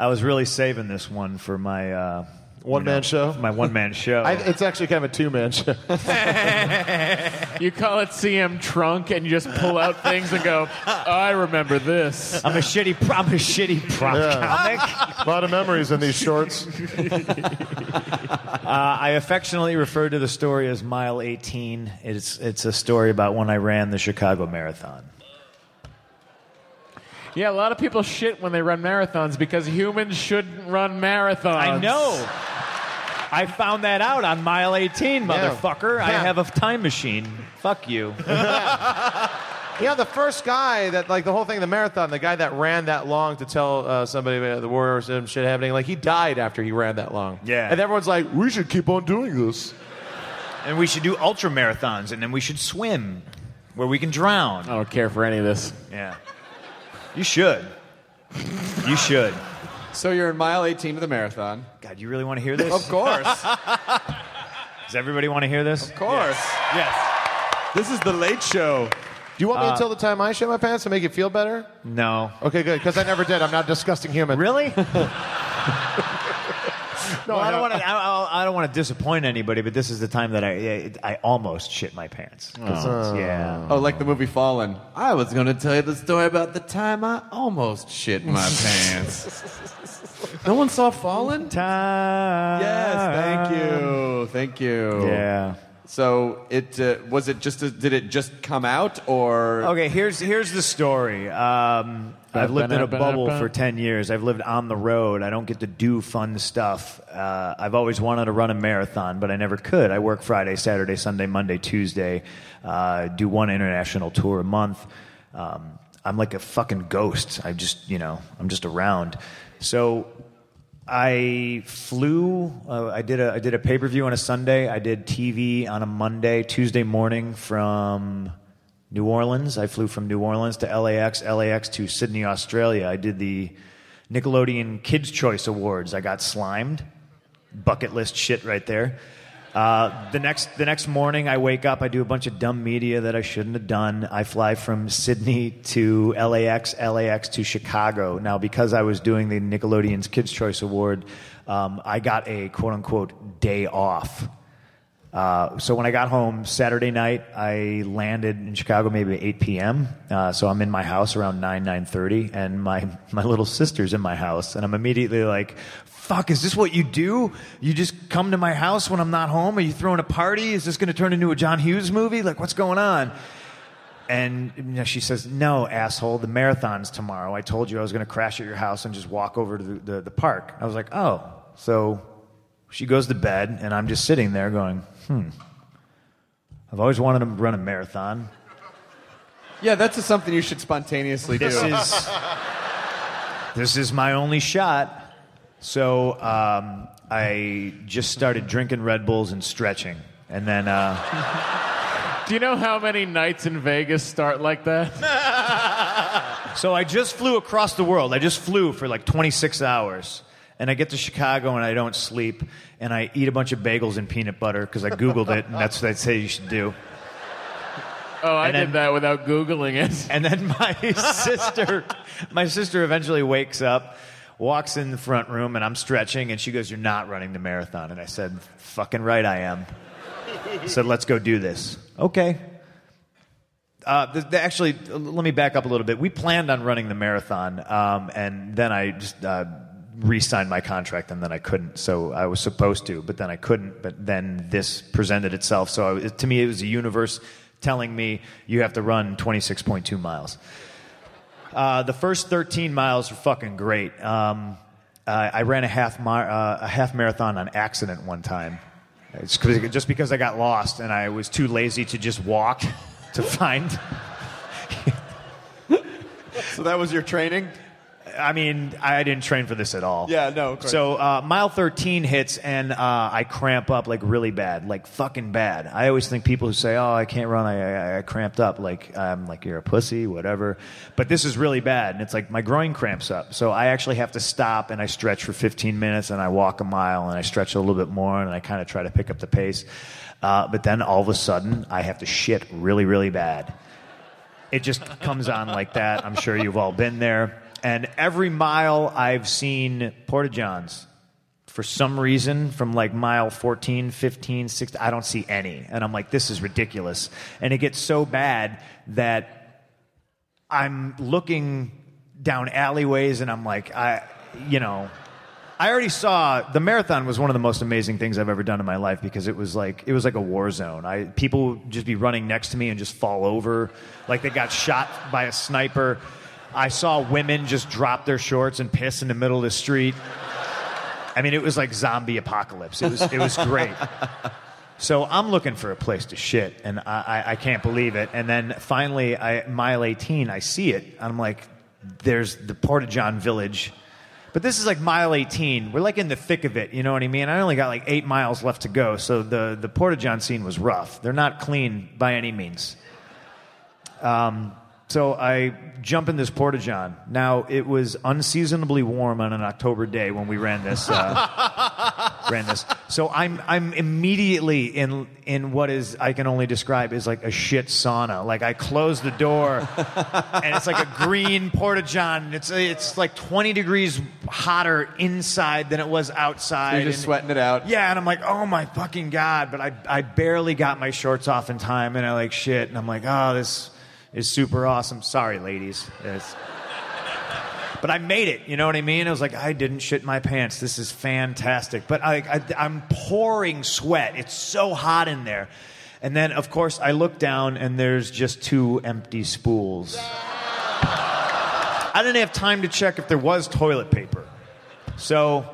S8: I was really saving this one for my uh,
S4: one man show.
S8: My one man show.
S4: I, it's actually kind of a two man show.
S5: You call it CM Trunk and you just pull out things and go, I remember this.
S8: I'm a shitty, pro- I'm a shitty prop
S4: a lot of memories in these shorts.
S8: uh, I affectionately refer to the story as Mile 18. It's it's a story about when I ran the Chicago Marathon.
S5: Yeah, a lot of people shit when they run marathons because humans shouldn't run marathons.
S8: I know. I found that out on mile 18, motherfucker. I
S4: Yeah.
S8: have a time machine. Fuck you.
S4: Yeah, the first guy that like the whole thing, the marathon, the guy that ran that long to tell uh, somebody about the war and shit happening, like he died after he ran that long.
S8: Yeah.
S4: and everyone's like, we should keep on doing this.
S8: And we should do ultra marathons, and then we should swim where we can drown. I
S5: don't care for any of this.
S8: Yeah. You should. You should.
S2: So you're in mile 18 of the marathon.
S8: God, you really want to hear this?
S2: Of course.
S8: Does everybody want to hear this? Of
S2: course.
S8: Yes.
S2: This is the late show.
S4: Do you want me
S8: Uh,
S4: to tell the time I shit my pants to make you feel better?
S8: No.
S4: Okay, good, because I never did. I'm not a disgusting human.
S8: Really? No, I don't want to. I, I don't want to disappoint anybody, but this is the time that I I, I almost shit my pants. 'Cause it's- Yeah.
S2: Oh, like the movie Fallen. I was going to tell you the story about the time I almost shit my pants. No one saw Fallen?
S8: Time.
S2: Yes, thank you. Thank you.
S8: Ah. Yeah.
S2: So it uh, was it just did it just come out or
S8: Okay, here's here's the story. Um, I've lived in a bubble for ten years. I've lived on the road. I don't get to do fun stuff. Uh, I've always wanted to run a marathon, but I never could. I work Friday, Saturday, Sunday, Monday, Tuesday. Uh, do one international tour a month. Um, I'm like a fucking ghost. I just you know I'm just around. So I flew. Uh, I did a I did a pay per view on a Sunday. I did TV on a Monday, Tuesday morning from New Orleans. I flew from New Orleans to LAX, LAX to Sydney, Australia. I did the Nickelodeon Kids Choice Awards. I got slimed. Bucket list shit right there. Uh, the next the next morning, I wake up. I do a bunch of dumb media that I shouldn't have done. I fly from Sydney to LAX, LAX to Chicago. Now, because I was doing the Nickelodeon's Kids Choice Award, um, I got a quote unquote day off. Uh, so when I got home Saturday night, I landed in Chicago maybe at 8 p.m. Uh, so I'm in my house around 9 9:30, and my my little sister's in my house, and I'm immediately like, "Fuck! Is this what you do? You just come to my house when I'm not home? Are you throwing a party? Is this going to turn into a John Hughes movie? Like, what's going on?" And you know, she says, No, asshole, the marathon's tomorrow. I told you I was going to crash at your house and just walk over to the, the, the park. I was like, Oh. So she goes to bed, and I'm just sitting there going, Hmm. I've always wanted to run a marathon.
S2: Yeah, that's just something you should spontaneously do.
S8: This is- This is my only shot. So um, I just started drinking Red Bulls and stretching. And then. Uh,
S5: Do you know how many nights in Vegas start like that?
S8: So I just flew across the world. I just flew for like 26 hours. And I get to Chicago and I don't sleep. And I eat a bunch of bagels and peanut butter because I Googled it and that's what I'd say you should do.
S5: Oh, I
S8: And
S5: did
S8: then-
S5: that without Googling it.
S8: And then my sister, my sister eventually wakes up, walks in the front room, and I'm stretching, and she goes, "You're not running the marathon." And I said, "Fucking right, I am." I said, "Let's go do this." Okay. Uh, th- th- actually, l- let me back up a little bit. We planned on running the marathon, um, and then I just uh, re-signed my contract, and then I couldn't. So I was supposed to, but then I couldn't. But then this presented itself. So I, to me, it was the universe telling me you have to run 26.2 miles. Uh, the first 13 miles were fucking great. Um, uh, I ran a half, mar- uh, a half marathon on accident one time. It's 'cause- just because I got lost and I was too lazy to just walk to find.
S2: so that was your training?
S8: I mean, I didn't train for this at all.
S2: Yeah, no, of course.
S8: So uh, mile 13 hits and uh, I cramp up like really bad, like fucking bad. I always think people who say, "Oh, I can't run," I, I, I cramped up. Like I'm like you're a pussy, whatever. But this is really bad, and it's like my groin cramps up. So I actually have to stop and I stretch for 15 minutes, and I walk a mile, and I stretch a little bit more, and I kind of try to pick up the pace. Uh, but then all of a sudden, I have to shit really, really bad. It just comes on like that. I'm sure you've all been there. And every mile I've seen Porta Johns, for some reason, from like mile 14, 15, 16, I don't see any. And I'm like, this is ridiculous. And it gets so bad that I'm looking down alleyways and I'm like, I, you know, I already saw the marathon was one of the most amazing things I've ever done in my life because it was like it was like a war zone. I people would just be running next to me and just fall over, like they got shot by a sniper. I saw women just drop their shorts and piss in the middle of the street. I mean, it was like zombie apocalypse. It was it was great. So I'm looking for a place to shit, and I, I, I can't believe it. And then finally, I, mile 18, I see it. And I'm like, there's the Portageon Village. But this is like mile 18. We're like in the thick of it, you know what I mean? I only got like eight miles left to go, so the, the Portageon scene was rough. They're not clean by any means. Um, so I jump in this Portageon. Now, it was unseasonably warm on an October day when we ran this. Uh, ran this. So I'm I'm immediately in in what is I can only describe as like a shit sauna. Like I close the door, and it's like a green porta john. It's it's like 20 degrees hotter inside than it was outside.
S2: You're just
S8: And-
S2: sweating it out.
S8: yeah, and I'm like, oh my fucking god! But I I barely got my shorts off in time, and I like shit, and I'm like, oh, this is super awesome. Sorry, ladies. It's- but I made it. You know what I mean? I was like, I didn't shit my pants. This is fantastic. But I, I I'm pouring sweat. It's so hot in there. And then, of course, I look down, and there's just two empty spools. I didn't have time to check if there was toilet paper. So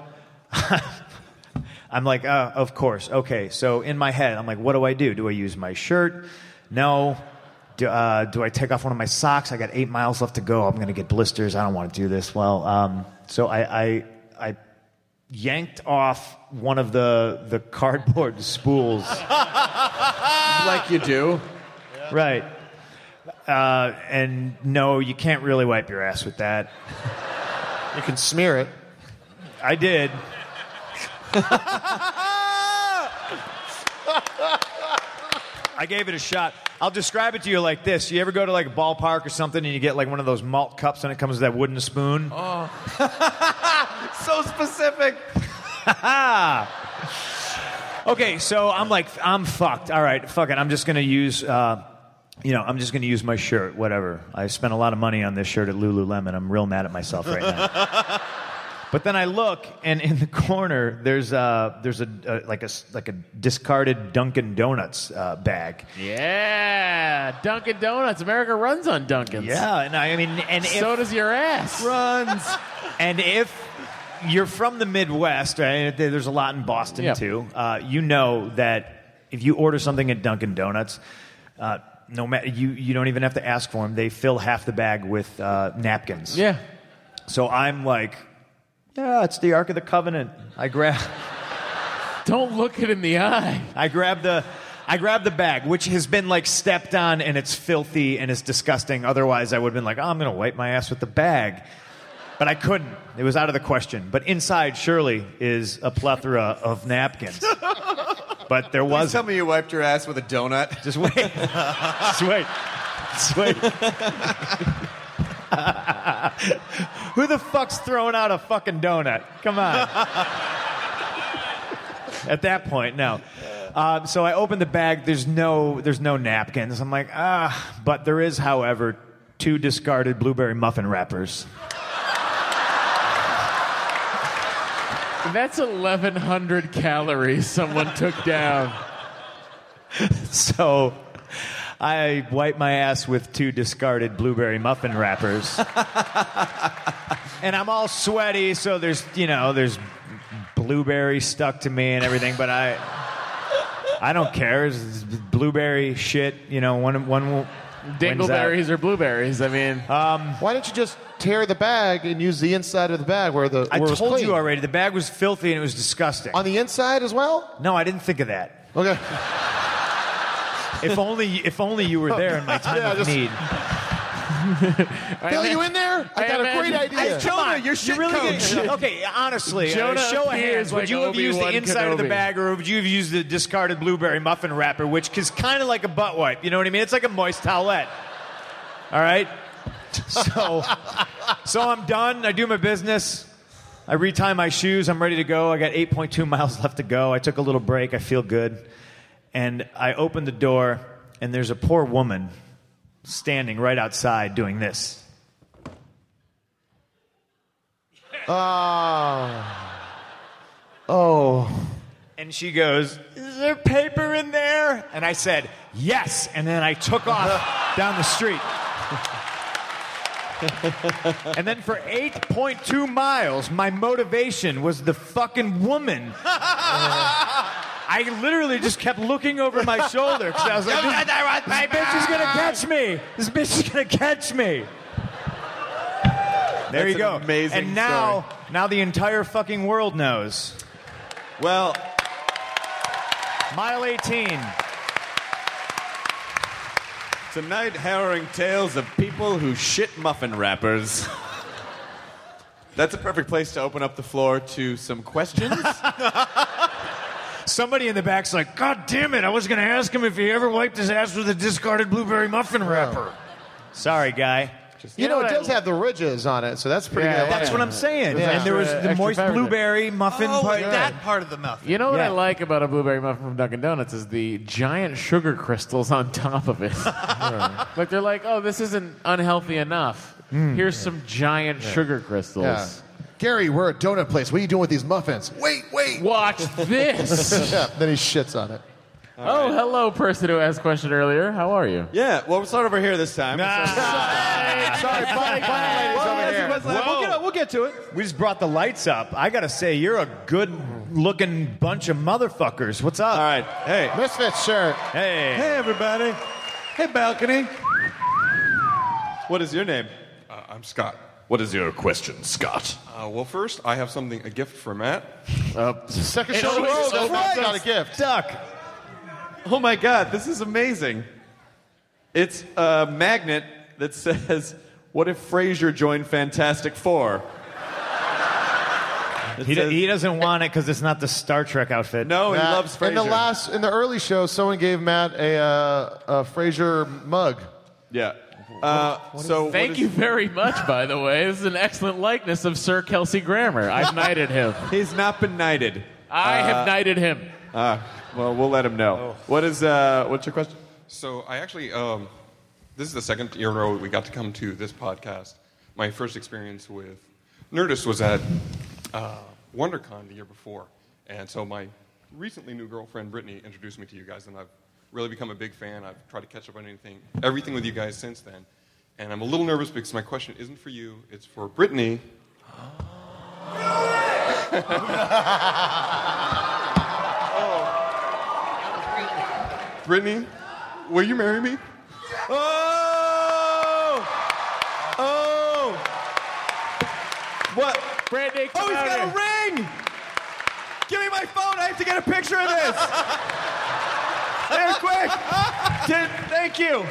S8: I'm like, uh, of course. Okay. So in my head, I'm like, what do I do? Do I use my shirt? No. Do, uh, do I take off one of my socks? I got eight miles left to go. I'm going to get blisters. I don't want to do this. Well, um, so I, I, I yanked off one of the, the cardboard spools. like you do. Right. Uh, and no, you can't really wipe your ass with that. you can smear it. I did. I gave it a shot. I'll describe it to you like this. You ever go to like a ballpark or something and you get like one of those malt cups and it comes with that wooden spoon?
S2: Oh.
S8: Oh. so specific. okay, so I'm like, I'm fucked. All right, fuck it. I'm just gonna use, uh, you know, I'm just gonna use my shirt. Whatever. I spent a lot of money on this shirt at Lululemon. I'm real mad at myself right now. But then I look, and in the corner there's a there's a, a like a s- like a discarded Dunkin' Donuts uh, bag.
S5: Yeah, Dunkin' Donuts. America runs on Dunkin's.
S8: Yeah, and I, I mean, and
S5: so
S8: if-
S5: does your ass.
S8: Runs. and if you're from the Midwest, right, there- there's a lot in Boston
S5: Yeah.
S8: too. Uh, you know that if you order something at Dunkin' Donuts. Uh, no matter you, you don't even have to ask for them. They fill half the bag with uh, napkins. Yeah. So I'm like, yeah, it's the Ark of the Covenant. I grab.
S5: Don't look it in the eye.
S8: I grab the. I grab the bag, which has been like stepped on and it's filthy and it's disgusting. Otherwise, I would have been like, oh, I'm going to wipe my ass with the bag. But I couldn't. It was out of the question. But inside, surely, is a plethora of napkins. But there was. Tell
S2: me you wiped your ass with a donut.
S8: Just wait. Just wait. Just wait. Who the fuck's throwing out a fucking donut? Come on. At that point, no. Uh, so I opened the bag. There's no, there's no napkins. I'm like, ah, but there is, however, two discarded blueberry muffin wrappers.
S5: That's 1,100 calories someone took down.
S8: So I wipe my ass with two discarded blueberry muffin wrappers. and I'm all sweaty, so there's, you know, there's blueberry stuck to me and everything, but I I don't care. It's- it's blueberry shit, you know, one one will
S5: Dingleberries or blueberries? I mean,
S8: um,
S4: Why don't you just tear the bag and use the inside of the bag where the
S8: I
S4: where it was
S8: told
S4: clean?
S8: you already the bag was filthy and it was disgusting.
S4: on the inside as well?
S8: No, I didn't think of that.
S4: Okay.
S8: If only if only you were there in my time
S4: Yeah,
S8: of
S4: just-
S8: need.
S4: Bill, you in there? I got a great idea.
S8: Hey, Jonah, you're shit really
S4: coach.
S8: okay, honestly,
S4: Jonah
S8: uh, show of
S4: appears
S8: hands. Would
S4: like
S8: you have used the
S4: Obi-Wan
S8: inside of the
S4: Kenobi.
S8: bag, or would you have used the discarded blueberry muffin wrapper, which is kind of like a butt wipe? You know what I mean? It's like a moist towelette. All right. So, so I'm done. I do my business. I retie my shoes. I'm ready to go. I got 8.2 miles left to go. I took a little break. I feel good, and I open the door, and there's a poor woman standing right outside doing this.
S4: Oh. Oh.
S8: And she goes, Is there paper in there? And I said, Yes. And then I took off down the street. and then for 8.2 miles, my motivation was the fucking woman. I literally just kept looking over my shoulder because I was like, this, this bitch is going to catch me. This bitch is going to catch me. There
S2: That's
S8: you
S2: an
S8: go.
S2: amazing
S8: and now, now the entire fucking world knows. Well, mile 18.
S2: Tonight, harrowing tales of people who shit muffin wrappers. That's a perfect place to open up the floor to some questions.
S8: somebody in the back's like, God damn it, I was going to ask him if he ever wiped his ass with a discarded blueberry muffin wrapper. Sorry, guy.
S6: You know, it does have the ridges on it, so that's pretty
S8: Yeah,
S6: good.
S8: that's what I'm saying. And there was the moist blueberry muffin
S6: Oh,
S8: part.
S6: that
S8: part of the muffin.
S5: You know what I like about a blueberry muffin from Dunkin' Donuts is the giant sugar crystals on top of it. like they're like, oh, this isn't unhealthy enough. Here's some giant sugar crystals.
S13: Yeah. Gary, we're a donut place. What are you doing with these muffins?
S5: Wait, wait. Watch this.
S13: yeah, then he shits on it.
S5: Oh, hello, person who asked question earlier. How are you?
S2: Yeah, well, we'll start over here this time.
S6: Sorry, bye,
S8: We'll get, to it. We just brought the lights up. I gotta say, you're a good looking bunch of motherfuckers. What's up? All
S2: right. Hey.
S6: Misfit shirt.
S8: Hey.
S2: Hey, everybody. Hey, balcony. What is your name?
S14: Uh, I'm Scott.
S2: What is your question, Scott?
S14: Uh, well, first, I have something, a gift for Matt.
S2: Uh,
S6: second show in a row, that's not a gift.
S2: Duck. Oh my God, this is amazing. It's a magnet that says, "What if Frasier joined Fantastic Four?
S8: He, do- he doesn't want it because it's not the Star Trek outfit.
S13: Oh,
S6: Matt, In the last, in the early show, someone gave Matt a, uh, a Fraser mug.
S2: Yeah. Uh, so
S5: Thank you very much, by the way. This is an excellent likeness of Sir Kelsey Grammer. I've knighted him.
S2: He's not been knighted.
S5: I have
S2: Uh,
S5: knighted him. Oh.
S2: Uh, well, we'll let him know. What is uh, what's your question?
S14: So I actually, um, this is the second year in a row we got to come to this podcast. My first experience with Nerdist was at uh, WonderCon the year before, and so my recently new girlfriend Brittany introduced me to you guys, and I've really become a big fan. I've tried to catch up on anything, everything with you guys since then, and I'm a little nervous because my question isn't for you; it's for Brittany. Brittany, will you marry me?
S2: Oh! Oh! What?
S5: Brandy,
S2: oh, he's got a ring! Give me my phone. I have to get a picture of this. There, quick. Did- thank you.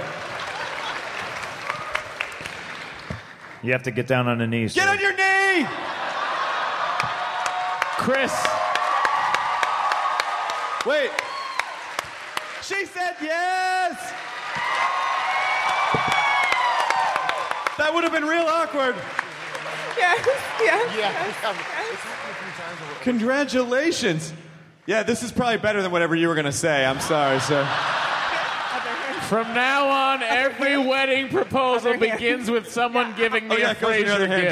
S8: You have to get down on the knees.
S2: Get on your knee.
S5: Chris.
S2: Wait. She said yes. That would have been real awkward.
S15: Yes, yes.
S6: yes,
S2: Congratulations. Yeah, this is probably better than whatever you were going to say. I'm sorry, sir.
S5: From now on, every wedding proposal begins with someone giving me
S2: Oh, yeah,
S5: a
S2: it goes in your
S5: Fraser
S2: other hand.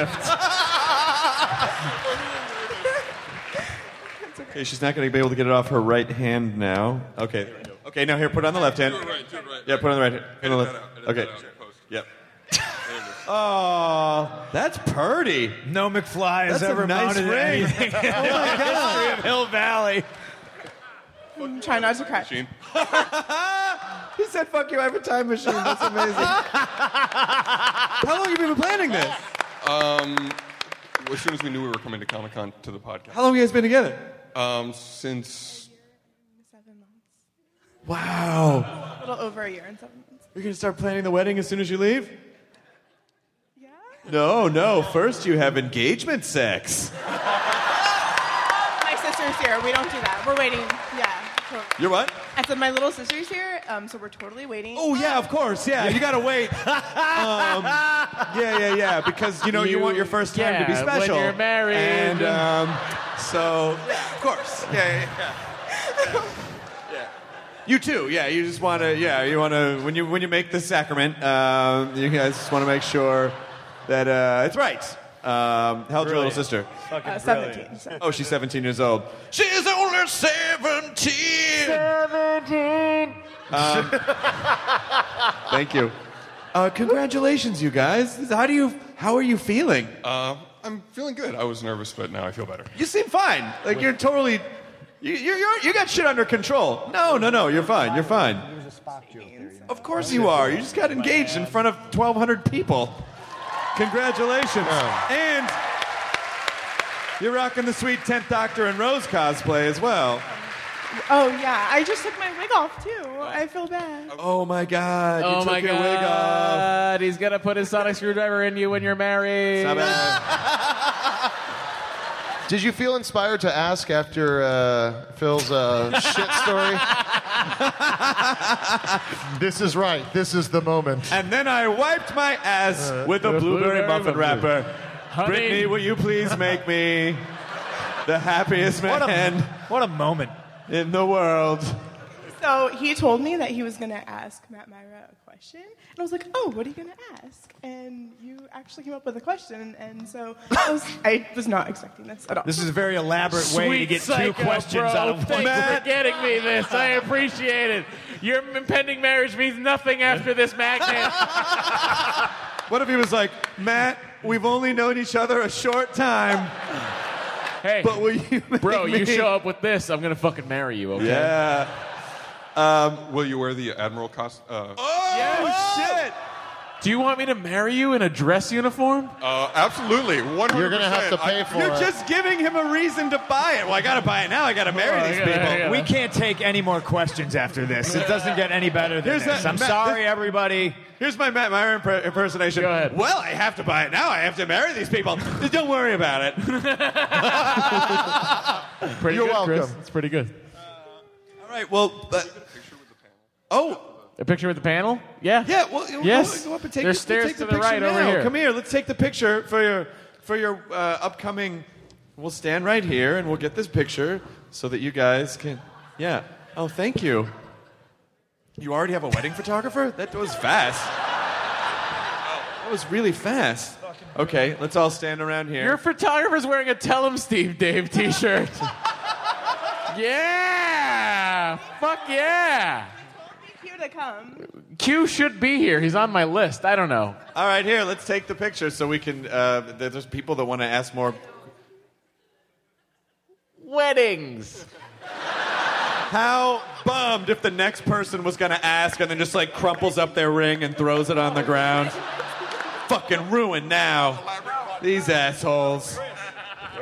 S5: gift.
S2: Okay, she's not going to be able to get it off her right hand now. Okay. Okay, now here, put it on the left hand. Yeah, put it on the right hand. Put it on the left. Okay. Yep. Oh, that's purty.
S8: No McFly has
S2: That's a
S8: ever
S2: nice
S8: mounted
S2: ring.
S8: anything in
S2: Oh,
S8: the
S2: my God.
S8: history of Hill Valley.
S15: Try not to cry.
S2: he said, fuck you, I have a time machine. That's amazing. How long have you been planning this?
S14: Um, as soon as we knew we were coming to Comic Con to the podcast.
S2: How long have you guys been together?
S14: Um, since
S2: Wow.
S15: A little over a year and seven months.
S2: You're going to start planning the wedding as soon as you leave? Yeah? No, no. First, you have engagement sex.
S15: My sister's here. We don't do that. We're waiting. Yeah. for-
S2: You're what?
S15: I said my little sister's here, um, so we're totally waiting.
S2: Oh yeah, of course. Yeah, you gotta wait. Um, yeah, yeah, yeah. Because you know you,
S5: You-
S2: want your first time to be
S5: yeah, when
S2: special.
S5: you're married.
S2: And um, so yeah, of course. Yeah, yeah, yeah. Yeah. You too. Yeah, you just want to. Yeah, you want to. When you when you make the sacrament, um, you guys just want to make sure that uh, it's right. Um, how old's your little
S8: Brilliant.
S2: sister?
S15: Uh, 17.
S2: Oh, she's 17 years old. She's only 17.
S15: 17.
S2: Um, Thank you. Uh, congratulations, you guys. How do you? How are you feeling?
S14: uh, I'm feeling good. I was nervous, but now I feel better.
S2: You seem fine. Like you're totally. You you you're, you got shit under control. No, no, no. You're fine. You're fine. Of course you are. You just got engaged in front of 1,200 people. Congratulations. And you're rocking the sweet 10th Doctor and Rose cosplay as well.
S15: Oh yeah, I just took my wig off too. I feel bad.
S2: Oh my God. You
S5: oh
S2: took
S5: my
S2: your
S5: god.
S2: wig off.
S5: He's gonna Ah, put his sonic screwdriver in you when you're married.
S2: Stop it.
S13: Did you feel inspired to ask after uh, Phil's uh, shit story? this is right. This is the moment.
S2: And then uh, I wiped my ass
S13: Uh,
S2: with a
S13: with
S2: blueberry,
S13: blueberry
S2: muffin
S13: muffin.
S2: wrapper.
S13: Honey.
S2: Brittany, will you please make me the happiest man?
S15: What a-
S2: what a moment in the world.
S15: So he told me that he was going to ask Matt Myra a question, and I was like, "Oh, what are you going to ask?" And you actually came up with a question, and so I was, I was not expecting this at all.
S8: This is a very elaborate way to
S5: Sweet
S8: get
S5: psycho,
S8: two questions
S5: bro.
S8: out of one.
S5: Thanks for getting me this. I appreciate it. Your impending marriage means nothing after this magnet.
S2: What if he was like, Matt, we've only known each other a short time.
S5: Hey,
S2: but will you,
S5: bro?
S2: make
S5: You
S2: me-
S5: show up with this, I'm gonna fucking marry you. Okay?
S14: Yeah. Um, will you wear the admiral costume? Uh,
S2: Oh, shit!
S5: Do you want me to marry you in a dress uniform?
S14: Uh, absolutely. 100%. I-
S2: You're just giving him a reason to buy it. Well, I got to buy it now. I got to marry
S8: Oh, I
S2: these
S8: gotta-
S2: people.
S8: I gotta- We can't take any more questions after this. It doesn't get any better than
S2: Here's
S8: this.
S2: that-
S8: I'm
S2: Matt,
S8: sorry,
S2: this-
S8: everybody.
S2: Here's my Matt Myra impre- impersonation. Go ahead. Well, I have to buy it now. I have to marry these people. Don't worry about it.
S5: Pretty
S2: You're
S5: good, Chris.
S2: welcome.
S5: It's pretty good.
S2: All right. Well, uh, oh,
S5: a picture with the panel. Yeah.
S2: Yeah. Well, go-
S5: Yes.
S2: Go up and take,
S5: There's
S2: take
S5: stairs
S2: the
S5: to the
S2: picture
S5: right over
S2: now.
S5: here.
S2: Come here. Let's take the picture for your for your uh, upcoming. We'll stand right here and we'll get this picture so that you guys can. Yeah. Oh, thank you. You already have a wedding photographer? That was fast. That was really fast. Okay, let's all stand around here.
S5: Your photographer's wearing a Tell 'em Steve Dave t shirt. yeah! Fuck yeah!
S15: Here to come.
S5: Q should be here. He's on my list. I don't know.
S2: All right, here, let's take the picture so we can. Uh, there- there's people that want to ask more.
S5: Weddings.
S2: How bummed if the next person was going to ask and then just like crumples up their ring and throws it on the ground. Fucking ruined now. These assholes.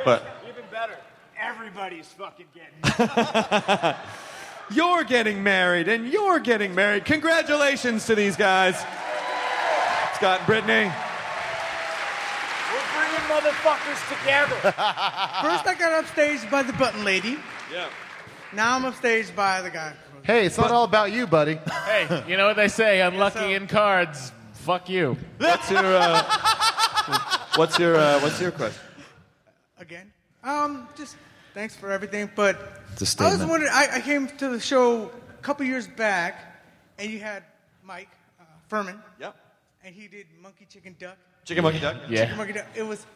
S2: But
S8: Even better. Everybody's fucking getting.
S2: you're getting married and you're getting married. Congratulations to these guys, Scott and Brittany.
S8: We're bringing motherfuckers together.
S16: First, I got upstaged by the button lady.
S2: Yeah.
S16: Now I'm upstaged by the guy.
S13: Hey, it's not all about you, buddy.
S5: Hey, you know what they say unlucky in cards. Fuck you.
S2: What's your, uh, what's your, uh, what's your question?
S16: Again. Um, just thanks for everything, but
S2: It's a
S16: I was
S2: statement.
S16: wondering. I, I came to the show a couple years back, and you had Mike uh, Furman.
S2: Yep.
S16: And he did Monkey Chicken Duck.
S2: Chicken Monkey Duck? Yeah.
S16: Chicken Monkey Duck. It was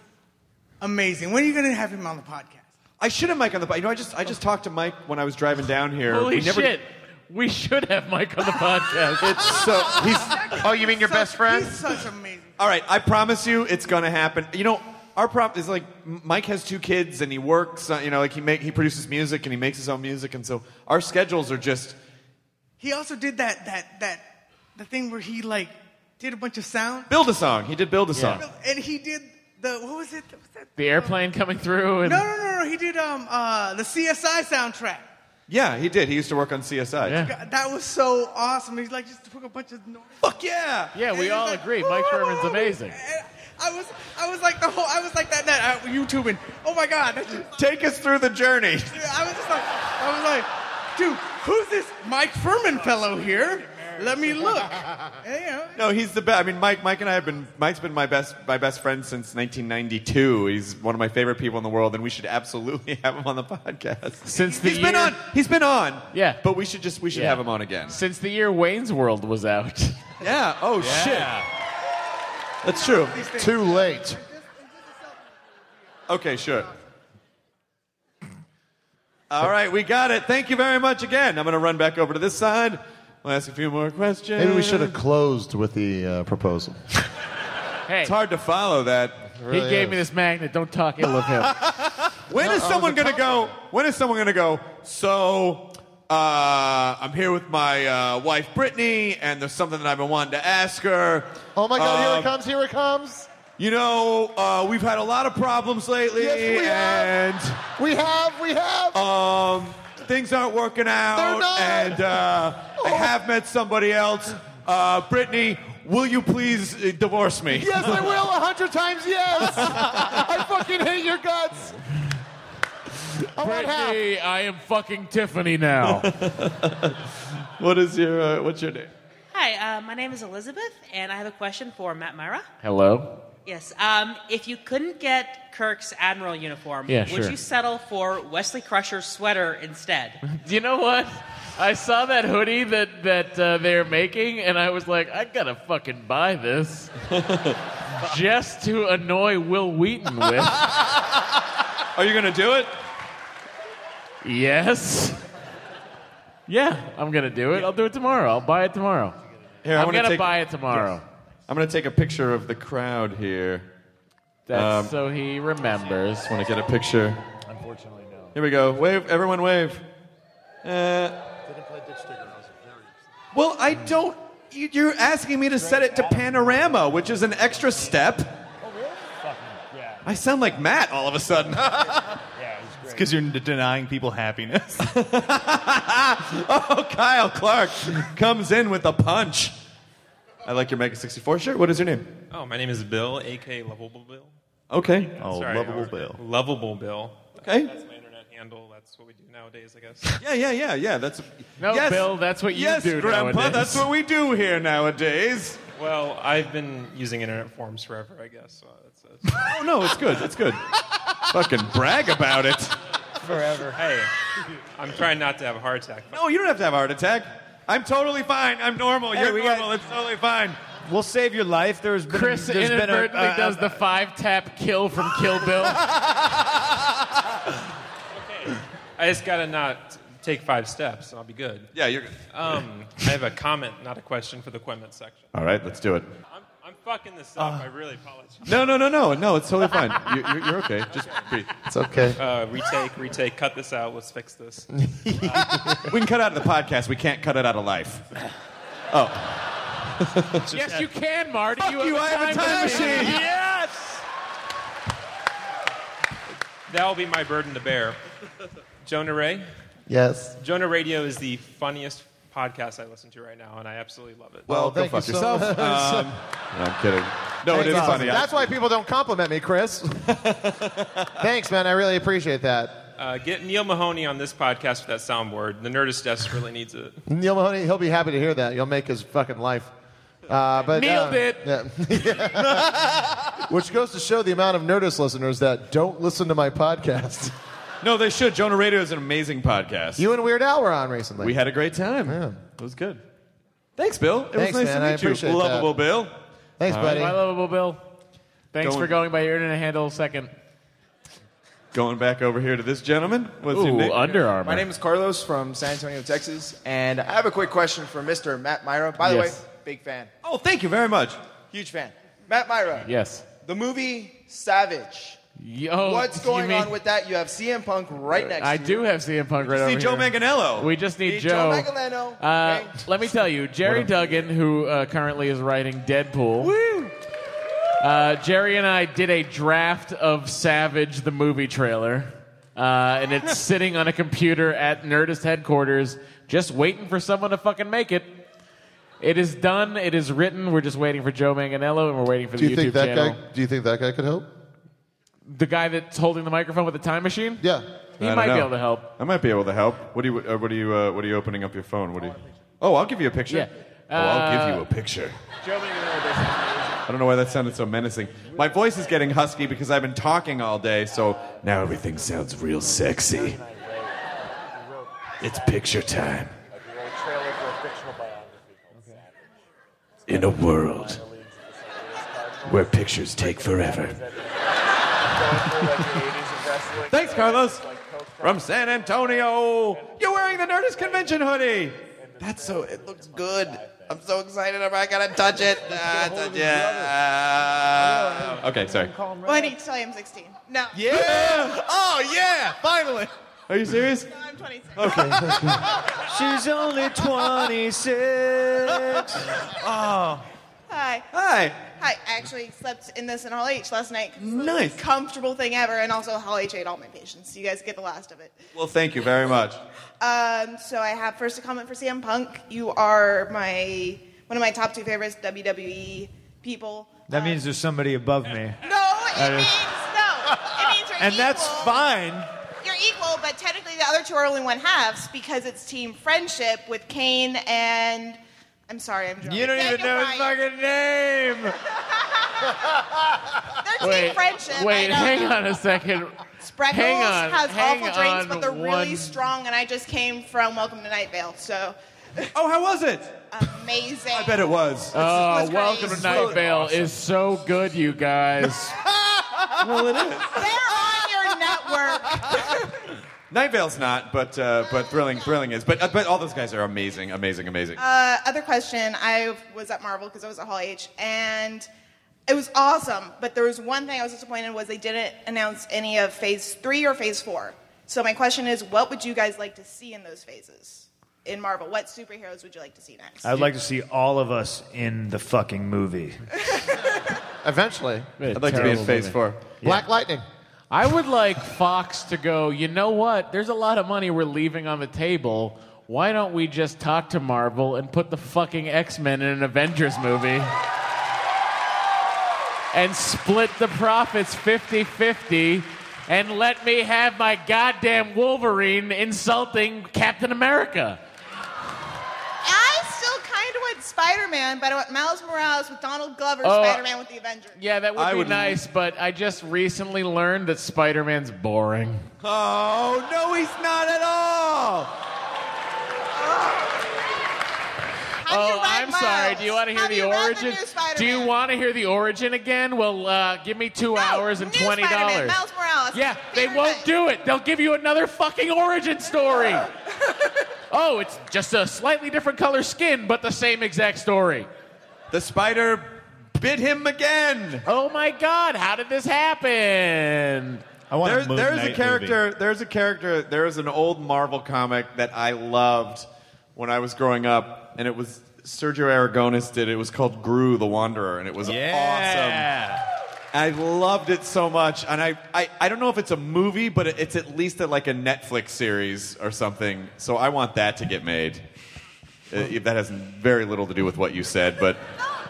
S16: amazing. When are you gonna have him on the podcast?
S2: I should have Mike on the podcast. You know, I just I just talked to Mike when I was driving down here.
S5: Holy
S2: We never-
S5: shit. We should have Mike on the podcast.
S2: It's so he's.
S13: Oh, you mean your best friend?
S16: Such amazing.
S2: All right, I promise you, it's gonna happen. You know, our problem is like M- Mike has two kids and he works. uh, You know, like he make he produces music and he makes his own music, and so our schedules are just.
S16: He also did that that that the thing where he like did a bunch of sound,
S2: Build a song. He did build a song.
S16: and he did the what was it?
S5: The airplane coming through. And
S16: No, no, no, no. He did um uh the CSI soundtrack.
S2: Yeah, he did. He used to work on CSI.
S16: God, that was so awesome. He's like just took a bunch of noise.
S2: Fuck yeah!
S5: Yeah, we all agree. Mike Furman's amazing.
S16: I was I was like the whole I was like that night uh, YouTubing. Oh my god. that's just-
S2: Take us through the journey.
S16: I was just like I was like, dude, who's this Mike Furman fellow here? Let me look. And, you know,
S2: No, he's the best. I mean, Mike. Mike and I have been. Mike's been my best, my best friend since 1992. He's one of my favorite people in the world, and we should absolutely have him on the podcast.
S5: Since the
S2: He's been
S5: year-
S2: on. He's been on.
S5: Yeah.
S2: But we should just we should
S5: Yeah.
S2: have him on again.
S5: Since the year Wayne's World was out.
S2: Yeah. Oh shit. That's true.
S13: Too late.
S2: Okay, sure. All right, we got it. Thank you very much again. I'm going to run back over to this side. We'll ask a few more questions.
S13: Maybe we should have closed with the uh, proposal.
S5: Hey,
S2: It's hard to follow that.
S5: he gave me this magnet. Don't talk ill of him.
S2: When is someone gonna go? When is someone gonna go? So, uh, I'm here with my uh, wife Brittany, and there's something that I've been wanting to ask her.
S13: Oh my God! here
S2: Um,
S13: it comes! Here it comes!
S2: You know, uh, we've had a lot of problems lately,
S13: Yes, we
S2: and
S13: We have, we have.
S2: um, things aren't working out.
S13: They're not.
S2: And uh,
S13: Oh.
S2: I have met somebody else. Uh, Brittany, will you please uh, divorce me?
S13: Yes, I will. A hundred times yes. I fucking hate your guts.
S6: I want half.
S5: Brittany, I am fucking Tiffany now.
S2: what is your uh, what's your name?
S17: Hi, uh, my name is Elizabeth, and I have a question for Matt Myra.
S5: Hello.
S17: Yes. Um, if you couldn't get Kirk's admiral uniform,
S5: Yeah,
S17: would
S5: sure.
S17: you settle for Wesley Crusher's sweater instead?
S5: Do you know what? I saw that hoodie that that uh, they're making, and I was like, I gotta fucking buy this just to annoy Will Wheaton with. Are you gonna do it? Yes. Yeah, I'm gonna do it. I'll do it tomorrow. I'll buy it tomorrow.
S2: Here, I
S5: I'm
S2: wanna
S5: gonna
S2: take-
S5: buy it tomorrow.
S2: I'm gonna take a picture of the crowd here.
S5: That's
S2: Um,
S5: so he remembers.
S2: Just want to get a picture.
S3: Unfortunately, no.
S2: Here we go. Wave, everyone, wave. Uh,
S3: Didn't play Ditch Digger. I was very
S2: well, I don't. you- You're asking me to set it to panorama, which is an extra step.
S3: fucking yeah.
S2: I sound like Matt all of a sudden.
S3: Yeah, it was great.
S18: It's because you're denying people happiness.
S2: oh, Kyle Clark comes in with a punch. I like your Mega 64 shirt. What is your name?
S13: Oh, my name is Bill, aka Lovable Bill.
S2: Okay.
S13: Oh, Sorry, Lovable or- Bill. Lovable Bill.
S2: Okay.
S13: That's my internet handle. That's what we do nowadays, I guess.
S2: Yeah, yeah, yeah, yeah. That's
S13: No,
S2: yes,
S13: Bill, that's what you
S2: yes,
S13: do
S2: Grandpa.
S13: nowadays.
S2: That's what we do here nowadays.
S13: Well, I've been using internet forums forever, I guess. uh, So that's,
S2: Oh no, it's good. It's good. Fucking brag about it.
S13: forever. Hey, I'm trying not to have a heart attack.
S2: No, you don't have to have a heart attack. I'm totally fine. I'm normal.
S13: Hey,
S2: You're
S13: we
S2: normal. It's totally fine.
S8: We'll save your life. There's been
S5: Chris
S8: there's been a-
S5: inadvertently
S8: a-
S5: does the five tap kill from Kill Bill.
S13: I just gotta not take five steps, and I'll be good.
S2: Yeah, you're good.
S13: Um, I have a comment, not a question, for the equipment section.
S2: All right, let's do it.
S13: I'm, I'm fucking this up. I really apologize.
S2: No, no, no, no, no. It's totally fine. You, you're, you're okay. Just breathe. It's okay.
S13: Uh, retake, retake. Cut this out. Let's fix this.
S2: we can cut out of the podcast. We can't cut it out of life. Oh.
S5: yes, you can, Marty. you,
S13: you, I have a time machine.
S5: yes.
S13: That'll be my burden to bear. Jonah Ray.
S6: Yes.
S13: Jonah Radio is the funniest podcast I listen to right now, and I absolutely love it.
S6: Well, thank
S2: go fuck
S6: you so
S2: yourself.
S6: much.
S2: Um, no, I'm kidding. No, it
S6: Thanks,
S2: is
S6: Austin.
S2: funny. I-
S6: That's why people don't compliment me, Chris. Thanks, man. I really appreciate that.
S13: Uh, get Neil Mahoney on this podcast with that soundboard. The Nerdist desperately needs it.
S6: Neil Mahoney, he'll be happy to hear that. You'll make his fucking life. Uh, but
S13: Nailed
S6: uh,
S13: it.
S6: yeah. Which goes to show the amount of Nerdist listeners that don't listen to my podcast.
S2: No, they should. Jonah Radio is an amazing podcast.
S6: You and Weird Al were on recently.
S2: We had a great time. It was good. Thanks, Bill. It
S6: Thanks,
S2: was nice
S6: man.
S2: to meet
S6: I
S2: you.
S6: appreciate that.
S2: Lovable Bill.
S6: Thanks,
S2: All right.
S6: buddy.
S5: My lovable Bill. Thanks
S2: Going-
S5: for going by your internet handle second.
S2: Going back over here to this gentleman. What's your
S5: Ooh,
S2: name?
S5: Under Armour.
S11: My name is Carlos from San Antonio, Texas, and I have a quick question for Mr. Matt Myra. By the
S2: Yes.
S11: way, big fan,
S2: Oh, thank you very much.
S11: huge fan. Matt Myra.
S5: Yes.
S11: The movie Savage.
S5: Yo,
S11: What's
S5: you
S11: going
S5: mean-
S11: on with that? You have CM Punk right next
S5: I
S11: to
S5: do have CM Punk right over
S11: see Joe
S5: here.
S11: Manganiello.
S5: We just need
S11: Need
S5: Joe.
S11: Joe Manganiello.
S5: Uh, Let me tell you, Jerry Duggan, who uh, currently is writing Deadpool. Uh, Jerry and I did a draft of Savage the movie trailer, uh, and it's sitting on a computer at Nerdist headquarters, just waiting for someone to fucking make it. It is done. It is written. We're just waiting for Joe Manganello, and we're waiting for
S6: do
S5: the
S6: you
S5: YouTube
S6: think that
S5: channel.
S6: guy? Do you think that guy could help?
S5: The guy that's holding the microphone with the time machine.
S6: Yeah,
S5: he
S2: I don't
S5: might be
S2: know.
S5: able to help.
S2: I might be able to help. What do you? Uh, what do you? Uh, what are you opening up your phone? What do you? Oh, I'll give you a picture.
S5: Yeah.
S2: oh, I'll
S5: Uh,
S2: give you a picture.
S5: Joe Manganiello.
S2: I don't know why that sounded so menacing. My voice is getting husky because I've been talking all day, so now everything sounds real sexy. It's picture time.
S3: trailer for a fictional biography.
S19: In a world where pictures take forever.
S2: Thanks, Carlos. From San Antonio. You're wearing the Nerdist Convention hoodie.
S11: That's so. It looks good. I'm so excited. I'm not gonna touch it. Ah, touch it. Ah.
S2: Okay, sorry.
S20: Well, I need to tell you I'm 16. No.
S2: Yeah.
S11: oh yeah. Finally.
S2: Are you serious?
S20: No, I'm 26.
S2: Okay.
S8: She's only 26.
S2: Oh.
S20: Hi.
S2: Hi.
S20: Hi. I actually slept in this in Hall H last night. 'cause it's the
S2: Nice.
S20: most Comfortable thing ever, and also Hall H ate all my patients. You guys get the last of it.
S2: Well, thank you very much.
S20: Um, so I have first a comment for CM Punk. You are my one of my top two favorites WWE people.
S8: That means there's somebody above me.
S20: No, it means no. It means we're
S8: And that's
S20: equal.
S8: fine.
S20: you're equal, but technically the other two are only one halves because it's team friendship with Kane and I'm sorry, I'm drunk.
S9: You don't even know his fucking name.
S20: They're team friendship. I
S5: wait,
S20: know.
S5: hang on a second.
S20: Spreckles
S5: hang on,
S20: has
S5: hang
S20: awful drinks,
S5: on
S20: but they're really
S5: one-
S20: strong, and I just came from Welcome to Night Vale, so
S2: Oh, how was it?
S20: amazing.
S2: I bet it was.
S5: Oh, welcome to Night Vale is so good, you guys.
S2: well, it is.
S20: Your network.
S2: Night Vale's not, but uh, but thrilling, thrilling is. But uh, but all those guys are amazing, amazing, amazing.
S20: Uh, other question. I was at Marvel because I was at Hall H, and it was awesome. But there was one thing I was disappointed was they didn't announce any of Phase Three or Phase Four. So my question is, what would you guys like to see in those phases in Marvel? What superheroes would you like to see next?
S8: I'd like to see all of us in the fucking movie.
S6: Eventually.
S8: I'd like to be in Terrible Phase movie. Four.
S6: Black Lightning.
S5: I would like Fox to go, you know what? There's a lot of money we're leaving on the table. Why don't we just talk to Marvel and put the fucking X Men in an Avengers movie? And split the profits 50 50 and let me have my goddamn Wolverine insulting Captain America.
S20: I still kind of want Spider-Man, but I want Miles Morales with Donald Glover,
S5: Oh,
S20: Spider-Man with the Avengers.
S5: Yeah, that would
S20: I
S5: be
S20: would-
S5: nice, but I just recently learned that Spider Man's boring.
S2: Oh no, he's not at all.
S5: oh, I'm sorry. Do you want to hear the origin? Do you want to hear the origin again? Well, uh, give me two hours and twenty dollars.
S20: Spider-Man, Miles Morales.
S5: Yeah, they won't do it. They'll give you another fucking origin story. oh, it's just a slightly different color skin, but the same exact story.
S2: The spider bit him again.
S5: Oh my god, how did this happen?
S8: I want
S2: There- there's a character. There's a character. There is an old Marvel comic that I loved when I was growing up, and it was Sergio Aragonis did. it. It was called Gru the Wanderer, and it was awesome. I loved it so much, and I, I, I don't know if it's a movie, but it- it's at least a, like a Netflix series or something. So I want that to get made. Uh, that has very little to do with what you said, but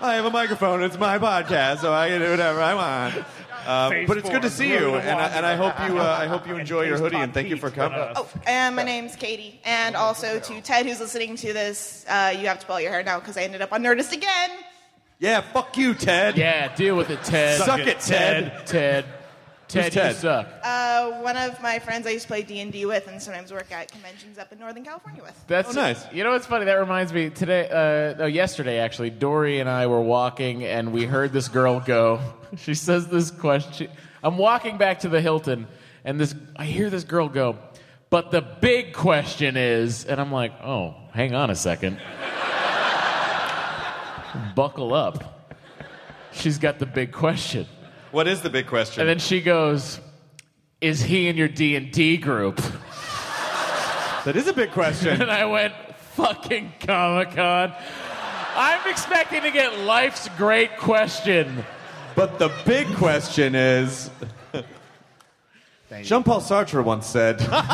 S2: I have a microphone. It's my podcast, so I can do whatever I want. Uh, but it's good to see you, and I, and I hope you uh, I hope you enjoy your hoodie, and thank you for coming.
S20: Oh, and my name's Katie. And also to Ted, who's listening to this, uh, you have to pull out your hair now because I ended up on Nerdist again.
S2: Yeah, fuck you, Ted.
S5: Yeah, deal with it, Ted.
S2: Suck it,
S5: Ted. Ted. Ted,
S2: Ted?
S5: you suck.
S20: Uh, one of my friends I used to play D and D with, and sometimes work at conventions up in Northern California with.
S5: That's You know what's funny? That reminds me today, uh, no, yesterday actually, Dory and I were walking and we heard this girl go. She says this question. I'm walking back to the Hilton and this, I hear this girl go, but the big question is, and I'm like, oh, hang on a second. Buckle up. She's got the big question.
S2: What is the big question?
S5: And then she goes, is he in your D&D group?
S2: That is a big question.
S5: and I went, fucking Comic Con. I'm expecting to get life's great question.
S2: But the big question is. Jean Paul Sartre once said. uh,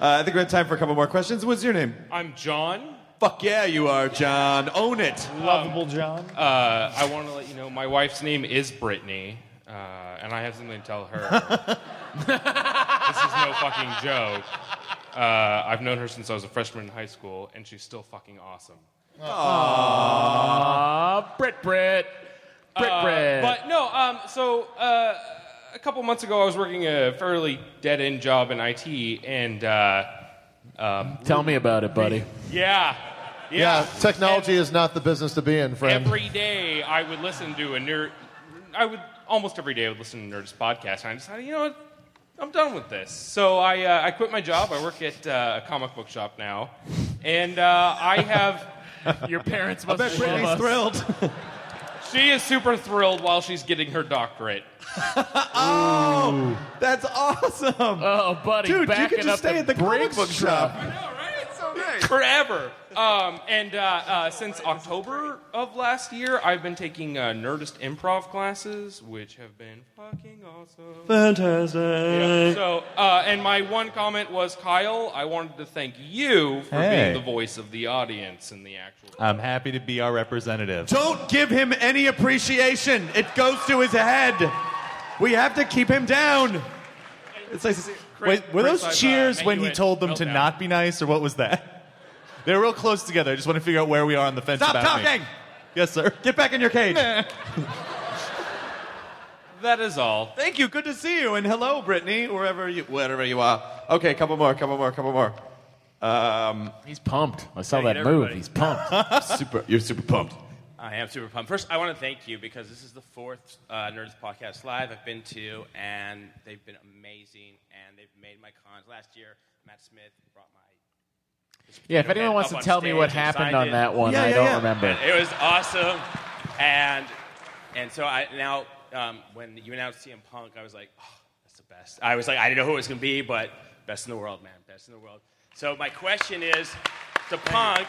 S2: I think we have time for a couple more questions. What's your name?
S21: I'm John.
S2: Fuck yeah, you are, John. Own it.
S21: Lovable John. Uh, I want to let you know my wife's name is Brittany, uh, and I have something to tell her. this is no fucking joke. Uh, I've known her since I was a freshman in high school, and she's still fucking awesome.
S5: Aww, Brit Brit. Brit
S21: Uh,
S5: Brit.
S21: But no, um, so uh, a couple months ago, I was working a fairly dead end job in IT, and. Uh, um,
S5: Tell me about it, buddy.
S21: Yeah. Yeah.
S6: Yeah, technology is not the business to be in, friend.
S21: Every day I would listen to a nerd. I would almost every day I would listen to Nerd's podcast, and I decided, you know what, I'm done with this. So I uh, I quit my job. I work at uh, a comic book shop now, and uh, I have.
S5: Your parents
S21: must.
S5: bet Brittany's love us. thrilled.
S21: she is super thrilled while she's getting her doctorate.
S2: Oh, that's awesome.
S5: Oh, buddy,
S21: Dude, you
S5: backing
S21: could just
S5: up
S21: stay
S5: the
S21: at the comic
S5: Briggs
S21: book shop.
S5: truck.
S21: forever. Um, and uh, uh, since October of last year, I've been taking uh, Nerdist improv classes, which have been fucking awesome.
S22: Fantastic.
S21: Yeah, so, uh, and my one comment was, Kyle, I wanted to thank you for
S3: Hey.
S21: being the voice of the audience in the actual.
S3: I'm happy to be our representative.
S2: Don't give him any appreciation. It goes to his head. We have to keep him down.
S12: It's nice to see.
S3: Wait, were
S12: Chris,
S3: those
S12: I've, uh,
S3: cheers
S12: met
S3: when
S12: you
S3: he
S12: at
S3: told them to
S12: Meltdown.
S3: not be nice, or what was that? They're real close together. I just want to figure out where we are on the fence
S12: Stop
S3: about me.
S12: talking!
S3: Yes, sir.
S12: Get back in your cage.
S21: That is all.
S12: Thank you. Good to see you. And hello, Brittany, wherever you wherever you are.
S2: Okay, couple more, couple more, couple more. Um,
S5: He's pumped. I saw
S2: Gotta
S5: that
S2: get
S5: move.
S2: everybody.
S5: He's pumped.
S2: super, you're super pumped.
S23: I am super pumped. First, I want to thank you because this is the fourth uh, Nerds Podcast Live I've been to, and they've been amazing, and they've made my cons. Last year, Matt Smith brought my.
S5: Yeah, if anyone wants
S23: up
S5: to
S23: on
S5: tell me
S23: stage
S5: what
S23: and
S5: happened
S23: signed
S5: on
S23: it.
S5: that one, I don't remember.
S23: But it was awesome, and and so I now um, when you announced CM Punk, I was like, oh, that's the best. I was like, I didn't know who it was going to be, but best in the world, man, best in the world. So my question is to Punk.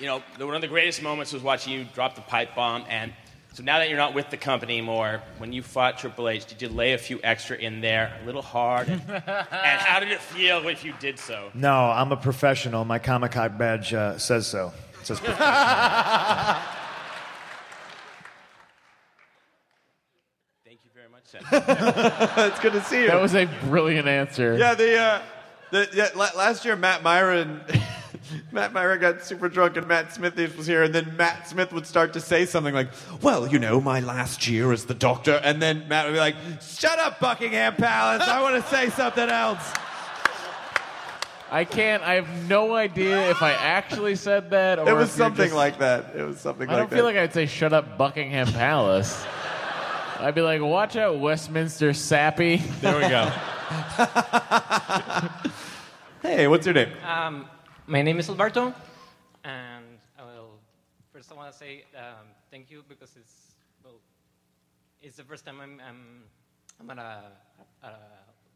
S23: You know, the- one of the greatest moments was watching you drop the pipe bomb, and so now that you're not with the company anymore, when you fought Triple H, did you lay a few extra in there, a little hard? And, and how did it feel if you did so?
S9: No, I'm a professional. My Comic Con badge uh, says so. It says prof-
S23: Thank you very much. Seth.
S2: it's good to see you.
S5: That was a brilliant answer.
S2: Yeah, the, uh, the yeah, la- last year Matt Myron, Matt Myron got super drunk and Matt Smith was here, and then Matt Smith would start to say something like, "Well, you know, my last year as the Doctor," and then Matt would be like, "Shut up, Buckingham Palace! I want to say something else."
S5: I can't. I have no idea if I actually said that. Or
S2: It was
S5: if you're
S2: something
S5: just-
S2: like that. It was something
S5: I don't
S2: like
S5: feel
S2: that.
S5: like I'd say shut up Buckingham Palace. I'd be like, watch out Westminster Sappy.
S3: There we go.
S2: hey, what's your name?
S24: Um, my name is Alberto, and I will first I want to say um, thank you because it's well, it's the first time I'm I'm, I'm at a, at a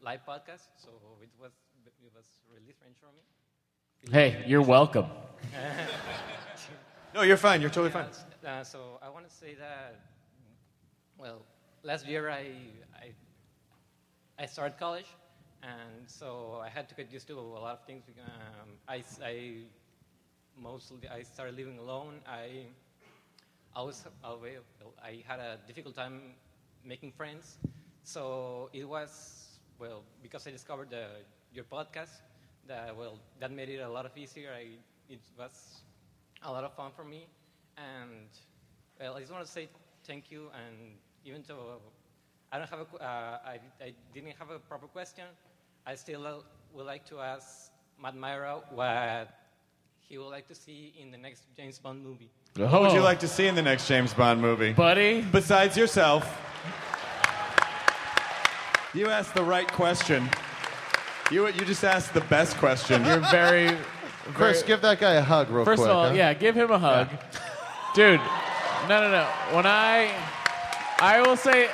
S24: live podcast, so it was it was really strange for me.
S5: Hey, you're welcome.
S2: No, you're fine. You're totally fine.
S24: Uh, so I want to say that well, last year I I I started college, and so I had to get used to a lot of things. Um, I, s- I mostly I started living alone. I I was away. I had a difficult time making friends, so it was well because I discovered the, your podcast. That well, that made it a lot of easier. I, it was a lot of fun for me, and well, I just want to say thank you. And even though I don't have a, qu- uh, I, I didn't have a proper question, I still uh, would like to ask Matt Myra what he would like to see in the next James Bond movie.
S12: What would you like to see in the next James Bond movie,
S5: Oh. buddy?
S12: Besides yourself, you asked the right question. You you just asked the best question.
S5: You're very.
S6: Chris, give that guy a hug real
S5: First
S6: quick.
S5: of all,
S6: huh?
S5: yeah, give him a hug, dude. No, no, no. When I, I will say,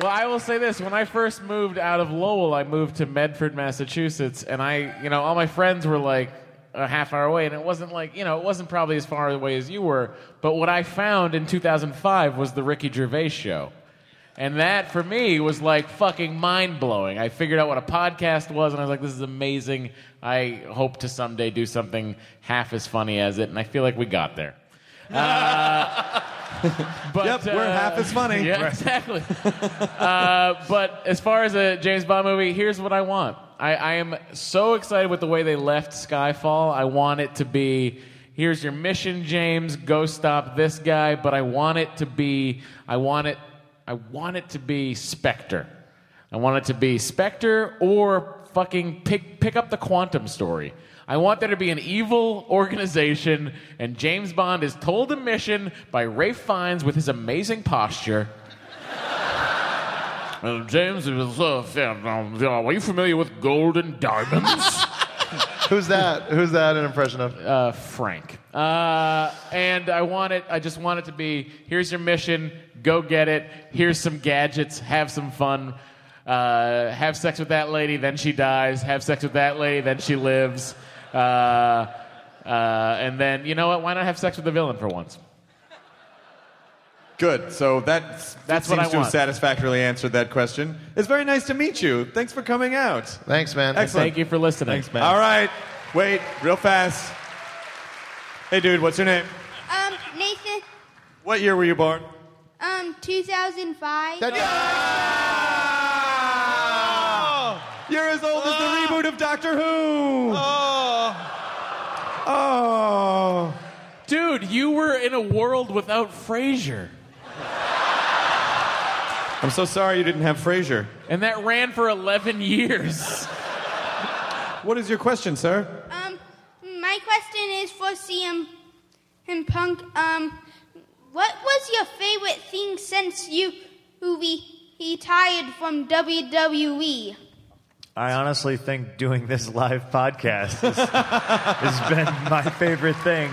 S5: well, I will say this. When I first moved out of Lowell, I moved to Medford, Massachusetts, and I, you know, all my friends were like a half hour away, and it wasn't like, you know, it wasn't probably as far away as you were. But what I found in 2005 was the Ricky Gervais show. And that for me was like fucking mind blowing. I figured out what a podcast was, and I was like, this is amazing. I hope to someday do something half as funny as it, and I feel like we got there. Uh, but, uh,
S12: Yep, we're half as funny.
S5: Yeah,
S12: Right.
S5: exactly. uh, but as far as a James Bond movie, here's what I want. I, I am so excited with the way they left Skyfall. I want it to be here's your mission, James. Go stop this guy. But I want it to be I want it I want it to be Spectre. I want it to be Spectre or fucking pick pick up the Quantum story. I want there to be an evil organization, and James Bond is told a mission by Ray Fiennes with his amazing posture. Uh, James, is, uh, um, are you familiar with golden diamonds?
S6: Who's that? Who's that an impression of?
S5: Uh, Frank. Uh, and I want it. I just want it to be. Here's your mission. Go get it. Here's some gadgets. Have some fun. Uh, have sex with that lady, then she dies. Have sex with that lady, then she lives. Uh, uh, and then you know what? Why not have sex with the villain for once?
S12: Good. So that's,
S5: That's what
S12: seems
S5: I
S12: to have
S5: want.
S12: satisfactorily answered that question. It's very nice to meet you. Thanks for coming out.
S6: Thanks, man.
S12: Excellent.
S5: Thank you for listening. Thanks,
S12: All right. Wait, real fast. Hey, dude, what's your name?
S1: Um, Nathan,
S12: What year um, were you born?
S1: um, 2005.
S2: You're as old as the reboot of Doctor Who.
S5: Oh.
S2: Oh.
S5: Dude, you were in a world without Frasier.
S2: I'm so sorry you didn't have Frasier.
S5: And that ran for 11 years.
S2: What is your question, sir?
S12: Um, my question is for CM and Punk. Um, what was your favorite thing since you who we retired from E? WWE?
S8: I honestly think doing this live podcast has, has been my favorite thing.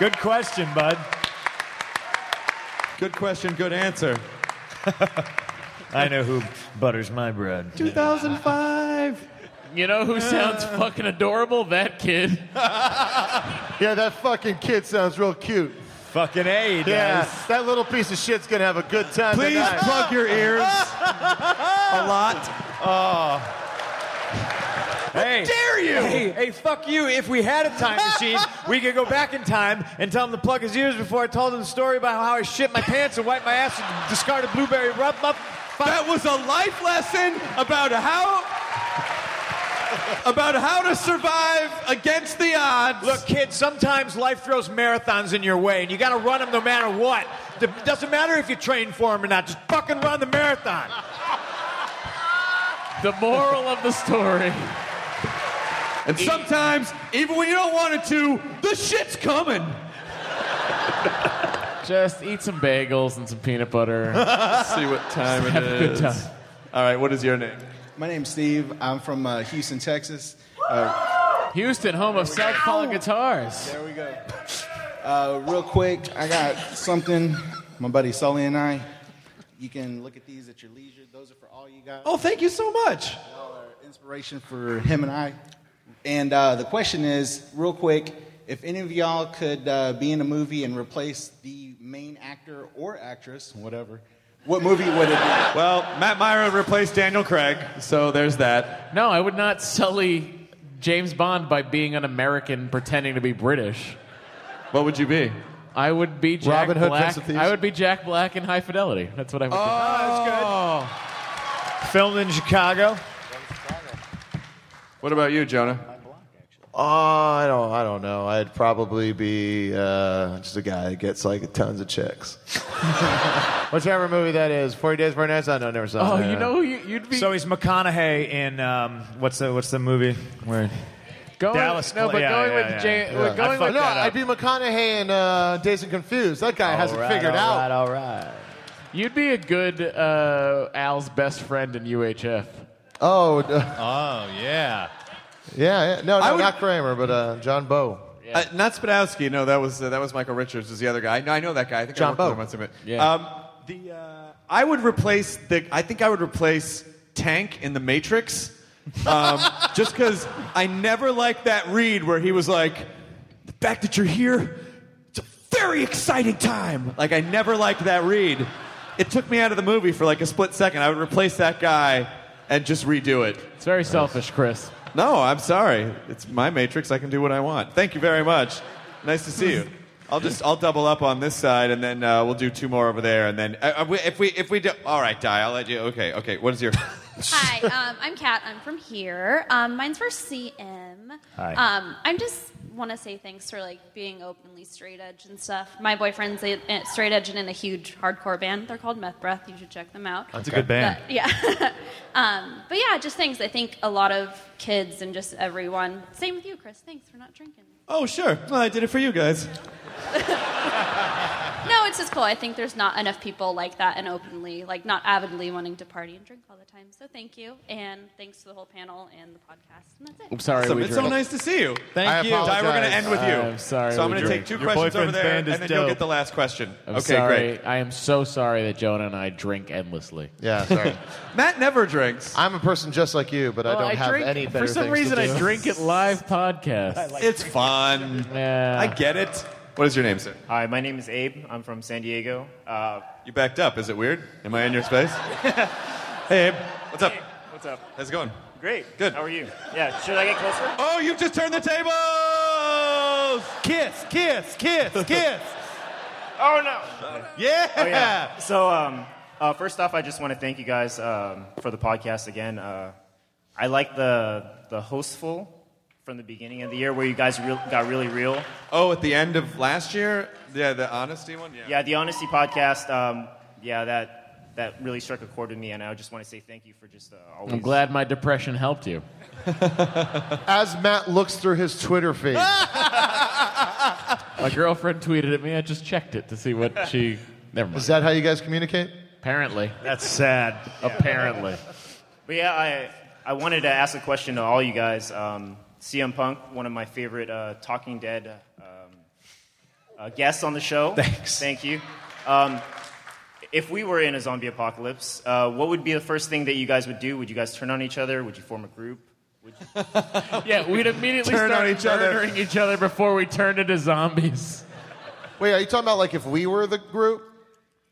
S8: Good question, bud.
S2: Good question, good answer.
S8: I know who butters my bread.
S2: 2005.
S5: You know who sounds fucking adorable? That kid.
S3: Yeah, that fucking kid sounds real cute.
S8: Fucking A,
S3: Yeah,
S8: does.
S3: that little piece of shit's gonna have a good time.
S2: Please
S3: tonight.
S2: plug your ears a lot.
S3: Oh.
S8: Hey,
S3: dare you?
S8: Hey, hey, fuck you. If we had a time machine, we could go back in time and tell him to plug his ears before I told him the story about how I shit my pants and wiped my ass with discarded blueberry rub up.
S2: That was a life lesson about how about how to survive against the odds.
S8: Look, kid, sometimes life throws marathons in your way, and you got to run them no matter what. It doesn't matter if you train for them or not. Just fucking run the marathon.
S5: The moral of the story.
S2: And sometimes, even when you don't want it to, the shit's coming.
S5: Just eat some bagels and some peanut butter.
S2: See what time
S5: Just
S2: it
S5: have a good
S2: is.
S5: time.
S2: All right, what is your name?
S11: My name's Steve. I'm from uh, Houston, Texas. Uh,
S5: Houston, home of Southpaw Guitars.
S11: There we go. uh, real quick, I got something. My buddy Sully and I. You can look at these at your leisure. Those are for all you guys.
S2: Oh, thank you so much.
S11: Inspiration for him and I. And uh, the question is, real quick, if any of y'all could uh, be in a movie and replace the main actor or actress, whatever, what movie would it be?
S2: Well, Matt Myra replaced Daniel Craig, so there's that.
S5: No, I would not sully James Bond by being an American pretending to be British.
S2: What would you be?
S5: I would be Jack
S2: Robin Hood, Prince
S5: Black.
S2: of Thieves?
S5: I would be Jack Black in High Fidelity. That's what I would
S2: Oh,
S8: that's good. Filmed in Chicago.
S2: What about you, Jonah?
S6: Oh, I don't. I don't know. I'd probably be uh, just a guy that gets like tons of chicks. Whichever movie that is, Forty Days, Forty Nights. I don't never
S5: Oh,
S6: saw. it.
S5: who you'd be.
S8: Uh, So he's McConaughey in um, what's the what's the movie where?
S5: Going,
S8: Dallas.
S5: no, but
S8: yeah,
S5: going
S8: yeah,
S5: with
S8: yeah,
S5: Jay-
S8: yeah.
S5: we're going
S8: I
S5: with-
S8: fucked
S3: No,
S8: that up.
S3: I'd be McConaughey and uh, Days and Confused. That guy hasn't figured out.
S8: All right.
S5: You'd be a good uh, Al's best friend in UHF.
S8: oh
S3: Oh,
S8: yeah.
S3: yeah, yeah.
S2: I
S3: No,
S2: would-
S3: no,
S6: Not Kramer, but uh, John Bo.
S2: Uh, not Spadowski. No, that was uh, that was Michael Richards. Was the other guy? No, I know that guy. I think
S6: John
S2: I worked with
S6: Bo.
S2: him once a bit.
S6: Yeah.
S2: Um, the uh, I would replace the. I think I would replace Tank in the Matrix, um, just because I never liked that read where he was like, "The fact that you're here, it's a very exciting time." Like I never liked that read. It took me out of the movie for like a split second. I would replace that guy and just redo it. It's
S5: very selfish, Chris.
S2: No, I'm sorry. It's my matrix. I can do what I want. Thank you very much. Nice to see you. I'll just I'll double up on this side, and then uh, we'll do two more over there, and then uh, uh, we- if we if we do all right, Di, I'll let you. Okay, okay. What is your?
S4: Hi, um, I'm Kat. I'm from here. Um, mine's for CM.
S2: Hi.
S4: Um, I just want to say thanks for like being openly straight edge and stuff. My boyfriend's a, a straight edge and in a huge hardcore band. They're called Meth Breath. You should check them out.
S8: That's a good band.
S4: But, yeah. um, but yeah, just thanks. I think a lot of kids and just everyone. Same with you, Chris. Thanks for not drinking.
S2: oh sure. Well, I did it for you guys.
S4: No, it's just cool. I think there's not enough people like that and openly, like not avidly wanting to party and drink all the time. So thank you, and thanks to the whole panel and the podcast. And that's it.
S5: I'm sorry.
S2: Awesome.
S5: we
S2: It's
S5: drank.
S2: so nice to see you.
S5: Thank
S2: I
S5: you.
S2: Di, we're going to end with you.
S5: I'm sorry.
S2: So I'm
S5: we
S2: going to take
S5: drank.
S2: two questions over there, and then you'll get the last question.
S5: I'm
S2: okay,
S5: sorry.
S2: great.
S5: I am so sorry that Jonah and I drink endlessly.
S6: Yeah, sorry.
S2: Matt never drinks.
S6: I'm a person just like you, but I
S5: Well,
S6: don't have
S5: drink-
S6: any better
S5: For some
S6: things to
S5: reason,
S6: do.
S5: I drink at live podcasts.
S2: it's fun.
S5: Yeah.
S2: I get it. What is your name, sir?
S25: Hi, my name is Abe. I'm from San Diego. Uh,
S2: You backed up. Is it weird? Am I in your space? hey, Abe. What's up?
S25: what's up?
S2: How's it going?
S25: Great.
S2: Good.
S25: How are you? Yeah. Should I get closer?
S2: Oh, you just turned the tables!
S25: Kiss, kiss, kiss, kiss. oh no.
S2: Yeah.
S25: Oh, yeah. So um, Uh, first off, I just want to thank you guys um, for the podcast again. Uh, I like the the hostful from the beginning of the year where you guys real got really real.
S2: Oh, at the end of last year, yeah, the honesty one. Yeah.
S25: Yeah, the Honesty podcast. Um, yeah, that that really struck a chord with me, and I just want to say thank you for just uh, always.
S5: I'm glad my depression helped you.
S13: As Matt looks through his Twitter feed,
S5: My girlfriend tweeted at me. I just checked it to see what she. Never mind.
S13: is that how you guys communicate?
S5: Apparently.
S25: That's sad.
S5: Apparently.
S25: But yeah, I I wanted to ask a question to all you guys. Um, CM Punk, one of my favorite uh, Talking Dead um, uh, guests on the show. Thanks. Thank you. Um, if we were in a zombie apocalypse, uh, what would be the first thing that you guys would do? Would you guys turn on each other? Would you form a group?
S5: yeah, we'd immediately
S25: Turn
S5: start
S25: on each other.
S5: murdering each other before we turned into zombies.
S13: Wait, are you talking about like if we were the group,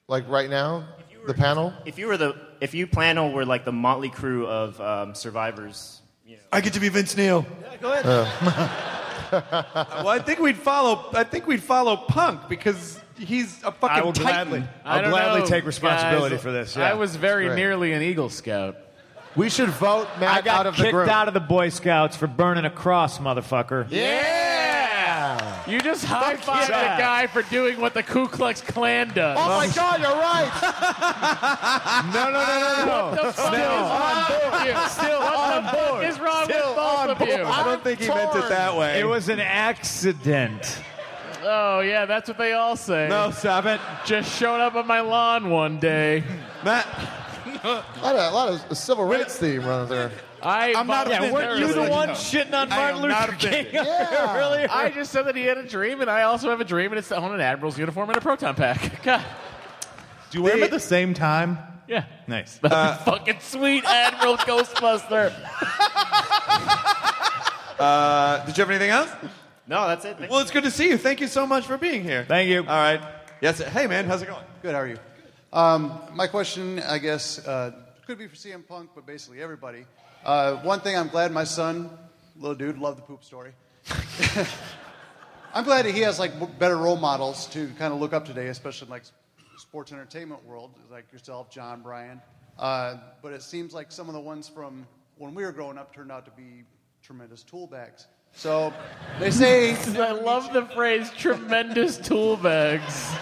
S13: like right now, the panel?
S25: If you were the if you panel were like the motley crew of um, survivors,
S2: I get to be Vince Neil.
S25: go ahead.
S2: well, I think we'd follow. I think we'd follow Punk because he's a fucking
S8: I will
S2: titan.
S8: gladly- I'll gladly take responsibility for this, yeah.
S5: I was very
S8: It's great.
S5: nearly an Eagle Scout.
S13: We should vote
S8: I got kicked out of the Boy Scouts for burning a cross, motherfucker.
S5: Yeah! You just high fived
S8: yeah.
S5: a guy for doing what the Ku Klux Klan does.
S13: Oh my God, you're right.
S8: no, no, no,
S5: no, no. What the fuck is wrong with you?
S8: Still
S5: what
S8: on
S5: the
S8: board.
S5: Fuck is wrong
S8: Still
S5: with both
S8: on
S5: of
S8: board.
S5: you?
S8: Oh, I don't think he meant it that way. It was an accident.
S5: Oh yeah, that's what they all say. No,
S2: stop it.
S5: Just showed up on my lawn one day.
S2: Matt,
S13: a lot of, a lot of civil rights theme running there.
S5: I
S13: I'm not
S5: voluntarily-
S13: offended. Weren't you the one shitting on I Martin am not Luther King offended. Yeah. earlier?
S5: I just said that he had a dream, and I also have a dream, and it's to own an admiral's uniform and a proton pack. God,
S8: Do you wear them at the same time?
S5: Yeah.
S8: Nice.
S7: Uh,
S5: fucking sweet admiral Ghostbuster.
S2: uh, did you have anything else?
S25: No, that's it.
S2: Well, it's good to see you. Thank you so much for being here.
S8: Thank you. All
S2: right. Yes. Hey, man, how's it going?
S7: Good. How are you? Um, my question, I guess, uh, could be for CM Punk, but basically everybody. Uh, one thing I'm glad my son, little dude, loved the poop story. I'm glad that he has like w- better role models to kind of look up today, especially in like s- sports entertainment world, like yourself, John, Brian. Uh, but it seems like some of the ones from when we were growing up turned out to be tremendous tool bags. So they say
S5: I love the phrase "tremendous tool bags."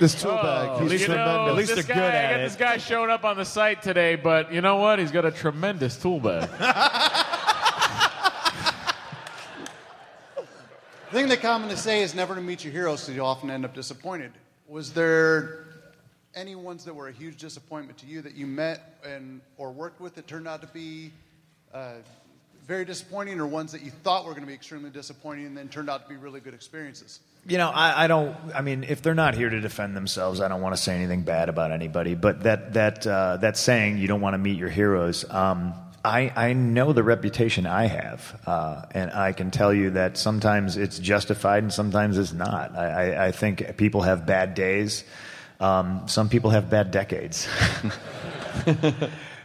S13: This tool bag.
S5: Oh,
S13: he's
S5: you
S13: tremendous.
S5: know, this guy, I got this guy showing up on the site today, but you know what? He's got a tremendous tool bag.
S7: The thing they commonly say is never to meet your heroes, so you often end up disappointed. Was there any ones that were a huge disappointment to you that you met and or worked with that turned out to be uh, very disappointing, or ones that you thought were going to be extremely disappointing and then turned out to be really good experiences?
S8: You know, I, I don't. I mean, if they're not here to defend themselves, I don't want to say anything bad about anybody. But that that uh, that saying, you don't want to meet your heroes. Um, I I know the reputation I have, uh, and I can tell you that sometimes it's justified and sometimes it's not. I, I, I think people have bad days. Um, some people have bad decades.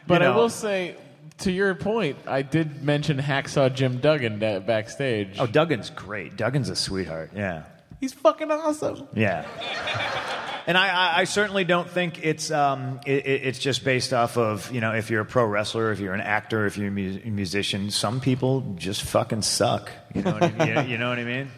S5: But
S8: You
S5: I
S8: know.
S5: will say, to your point, I did mention Hacksaw Jim Duggan da- backstage.
S8: Oh, Duggan's great. Duggan's a sweetheart. Yeah.
S5: He's fucking awesome.
S8: Yeah. And I, I, I certainly don't think it's um, it, it- it's just based off of you know if you're a pro wrestler, if you're an actor, if you're a mu- musician. Some people just fucking suck. You know what I mean? You, you know what I mean?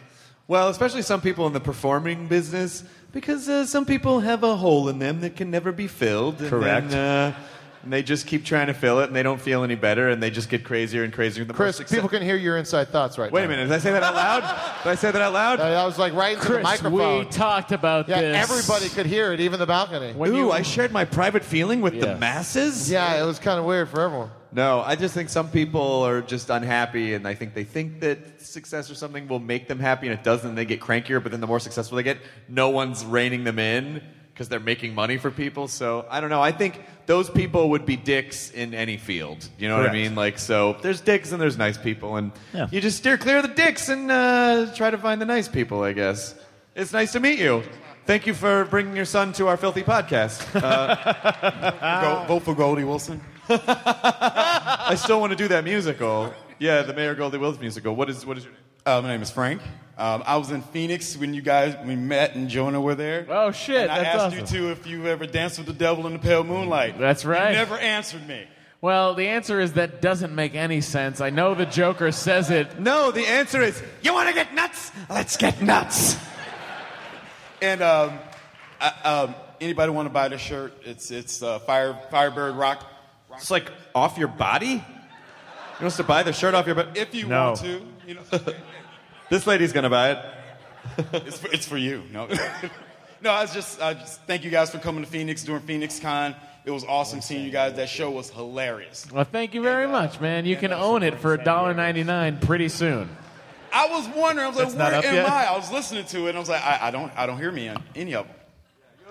S2: Well, especially some people in the performing business, because uh, some people have a hole in them that can never be filled. and
S8: Correct.
S2: then, uh, and they just keep trying to fill it, and they don't feel any better, and they just get crazier and crazier. The
S13: Chris,
S2: more success-
S13: people can hear your inside thoughts right
S2: Wait
S13: now.
S2: a minute. Did I say that out loud? Did I say that out loud?
S13: I was like right into the microphone.
S5: talked about
S13: yeah, everybody could hear it, even the balcony.
S2: Ooh, I shared my private feeling with the masses.
S13: Yeah, it was kind of weird for everyone.
S2: No, I just think some people are just unhappy, and I think they think that success or something will make them happy, and it doesn't. And they get crankier, but then the more successful they get, no one's reining them in because they're making money for people. So I don't know. I think those people would be dicks in any field. You know what I
S12: Correct.
S2: mean? Like, so there's dicks and there's nice people, and
S12: Yeah.
S2: you just steer clear of the dicks and uh, try to find the nice people. I guess it's nice to meet you. Thank you for bringing your son to our filthy podcast. Uh, go, vote for Goldie Wilson. I still want to do that musical. Yeah, the Mayor Goldie Wilson musical. What is what is your name?
S14: Uh, my name is Frank.
S11: Um, I was in Phoenix when you guys, when Matt and Jonah were there. Oh
S5: shit!
S11: And I
S5: that's
S11: asked
S5: awesome.
S11: you two if you ever danced with the devil in the pale moonlight.
S5: That's right.
S11: You never answered me.
S5: Well, the answer is that doesn't make any sense. I know the Joker says it.
S11: No, the answer is you want to get nuts.
S5: Let's get nuts.
S11: And um, I, um, anybody want to buy this shirt? It's it's uh, Fire Firebird Rock. It's like off your body.
S2: He wants to buy the shirt off your butt.
S11: If you
S2: No.
S11: want to, you know.
S2: This lady's gonna buy it.
S11: it's, for, it's for you. No, no. I was just, I just thank you guys for coming to Phoenix during Phoenix Con. It was awesome seeing you guys. That show was hilarious.
S5: Well, thank you very much, man. You can own it for $1.99 pretty soon.
S11: I was wondering. I was
S5: That's
S11: like,
S5: not
S11: where
S5: up
S11: am
S5: yet?
S11: I? I was listening to it. and I was like, I, I don't, I don't hear me in any of them.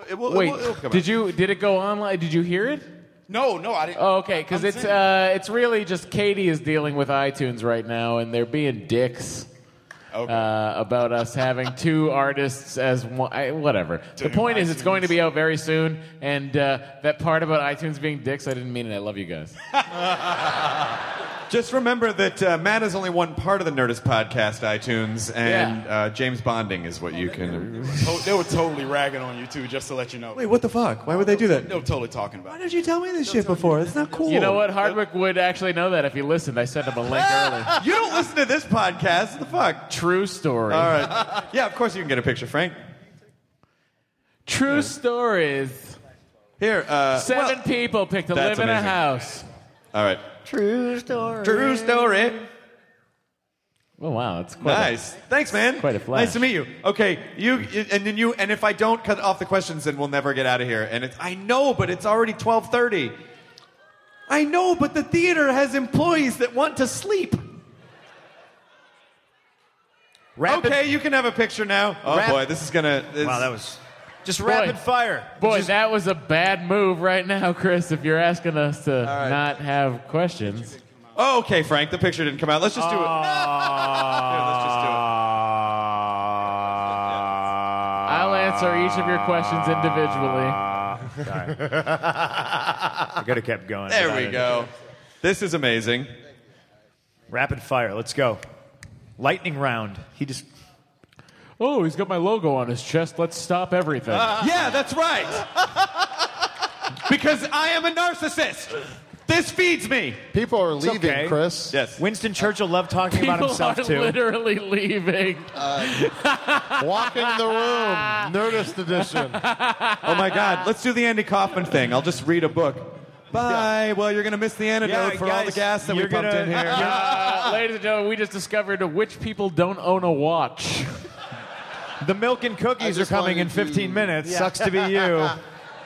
S11: It will- it
S5: Wait,
S11: will- it'll come
S5: did
S11: out.
S5: you did it go online? Did you hear it?
S11: No, no, I didn't.
S5: Oh, okay, because
S11: I'm
S5: it's
S11: saying-
S5: uh, it's really just Katie is dealing with iTunes right now, and they're being dicks. Uh, about us having two artists as one, I, whatever. the point is, it's going to be out very soon, and uh, that part about iTunes being dicks, I didn't mean it. I love you guys.
S2: Just remember that uh, Matt is only one part of the Nerdist podcast, iTunes, and uh, James Bonding is what you can.
S11: To- they were totally ragging on you too, just to let you know.
S2: Wait, what the fuck? Why would they do that?
S11: They were totally talking about.
S2: Why did you tell me this shit before? It's not cool.
S5: You know what? Hardwick would actually know that if he listened. I sent him a link early.
S2: you don't listen to this podcast. What the fuck?
S5: True story.
S2: All right. Yeah, of course you can get a picture, Frank.
S5: True stories.
S2: Here, uh,
S5: seven
S2: well,
S5: people picked to
S2: that's
S5: live in a
S2: amazing.
S5: house.
S2: All right.
S5: True story.
S2: True story.
S5: Oh wow, it's quite a-
S2: Nice. Thanks, man. Quite a
S5: flash.
S2: Nice to meet you. Okay, you and then you and if I don't cut off the questions, then we'll never get out of here. And it's I know, but it's already twelve thirty. I know, but the theater has employees that want to sleep. okay, you can have a picture now. Oh
S5: Rap-
S2: boy, this is gonna. This,
S5: Wow, that
S2: was
S5: Just
S2: rapid
S5: fire. Boy, that was a bad move right now, Chris, if you're asking us to not have questions. Uh,
S2: Oh, okay, Frank. The picture didn't come out. Let's just do it.
S5: I'll answer each of your questions individually.
S8: I could have kept going.
S2: There we go. This is amazing.
S8: Rapid fire. Let's go. Lightning round. He just.
S5: Oh, he's got my logo on his chest. Let's stop everything.
S2: Uh, yeah, that's right. because I am a narcissist. This feeds me.
S8: People are
S2: leaving, Chris.
S8: Yes. Winston Churchill loved talking
S2: People
S8: about himself
S2: are
S8: too.
S5: literally leaving.
S13: Uh,
S8: walking the room.
S2: Nerdist edition. oh my God! Let's do the Andy Kaufman thing. I'll just read a book. Bye. Well, you're gonna miss the antidote
S5: Yeah,
S2: for all the
S5: guys,
S2: gas that we
S5: you're
S2: pumped
S5: gonna-
S2: in here.
S5: Uh, ladies and gentlemen, we just discovered which people don't own a watch.
S8: The milk and cookies are coming in 15 minutes. Sucks to be you.
S26: I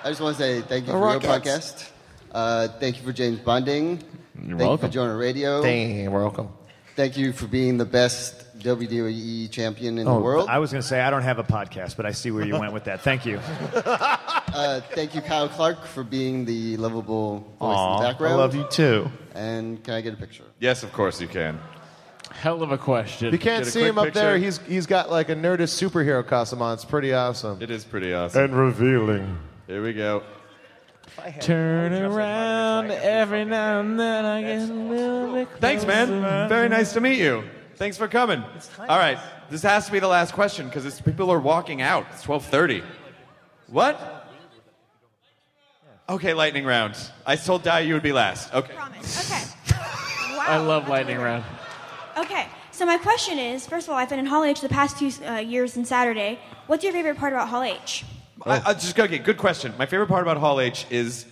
S26: just want to say thank you
S8: The
S26: for your
S8: Rockets.
S26: podcast. Uh, thank you for James Bonding. thank you
S8: welcome.
S26: for Jonah Radio.
S8: Dang, welcome.
S26: Thank you for being the best WWE champion in the world.
S8: I was going to say I don't have a podcast, but I see where you went with that. Thank you.
S26: uh, thank you, Kyle Clark, for being the lovable voice in
S8: Aw,
S26: the
S8: I
S26: background.
S8: love you too.
S26: And can I get a picture?
S2: Yes, of course you can.
S5: Hell of a question.
S26: You
S6: You can't see him up there. He's he's got like a nerdist superhero costume on. It's pretty awesome.
S2: It is pretty awesome.
S6: And revealing.
S2: Here we go.
S5: Turn around every now and then. I get a little bit
S2: Thanks, man. Very nice to meet you. Thanks for coming. All right, this has to be the last question because people are walking out. It's twelve thirty. What? Okay, lightning round. I told Di you would be last. Okay.
S27: Okay. Wow.
S5: I love lightning round.
S27: Okay. So my question is, first of all, I've been in Hall H the past few uh, years and Saturday. What's your favorite part about Hall H?
S2: I, I just okay. Good question. My favorite part about Hall H is,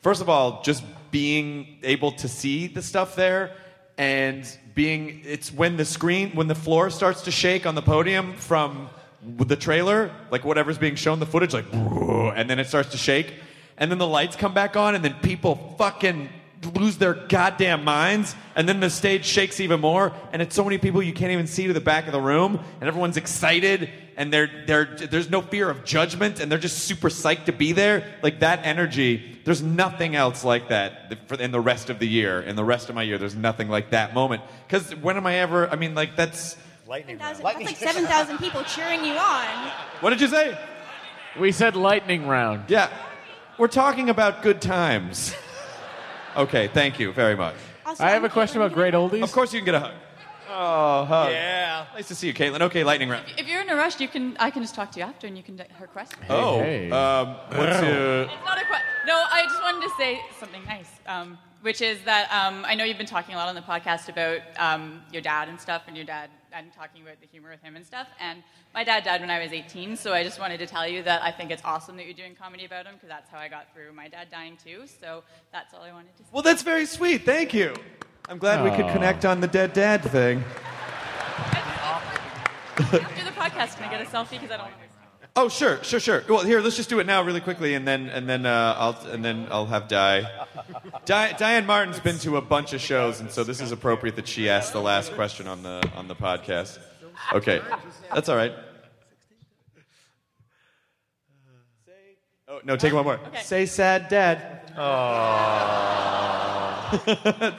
S2: first of all, just being able to see the stuff there, and being it's when the screen when the floor starts to shake on the podium from the trailer, like whatever's being shown, the footage, like, and then it starts to shake, and then the lights come back on, and then people fucking lose their goddamn minds and then the stage shakes even more and it's so many people you can't even see to the back of the room and everyone's excited and they're, they're, there's no fear of judgment and they're just super psyched to be there like that energy there's nothing else like that th- for- in the rest of the year in the rest of my year there's nothing like that moment because when am i ever i mean like that's
S27: Lightning round. That's like 7,000 people cheering you on.
S2: what did you say
S5: we said lightning round
S2: yeah we're talking about good times okay thank you very much
S27: Also,
S5: I have a question about great oldies. Of
S2: course you can get a hug. Oh, hug.
S8: Yeah.
S2: Nice to see you, Caitlin. Okay, lightning round.
S20: If you're in a rush, you can. I can just talk to you after, and you can get her question.
S2: oh, um, what's your?
S20: It's not a question. No, I just wanted to say something nice, um, which is that um, I know you've been talking a lot on the podcast about um, your dad and stuff, and your dad, and talking about the humor with him and stuff. And my dad died when I was 18, so I just wanted to tell you that I think it's awesome that you're doing comedy about him because that's how I got through my dad dying too. So that's all I wanted to say.
S2: Well, that's very sweet. Thank you. I'm glad we could
S13: Aw.
S2: connect on the dead dad thing.
S20: After the podcast, can I get a selfie? Because I don't. want to
S2: Oh, sure, sure, sure. Well, here, let's just do it now, really quickly, and then and then uh, I'll and then I'll have Di. Di- Diane Martin's been to a bunch of shows, and so this is appropriate that she asked the last question on the on the podcast. Okay, that's all right. Oh no, take one more. Say sad dad. Oh.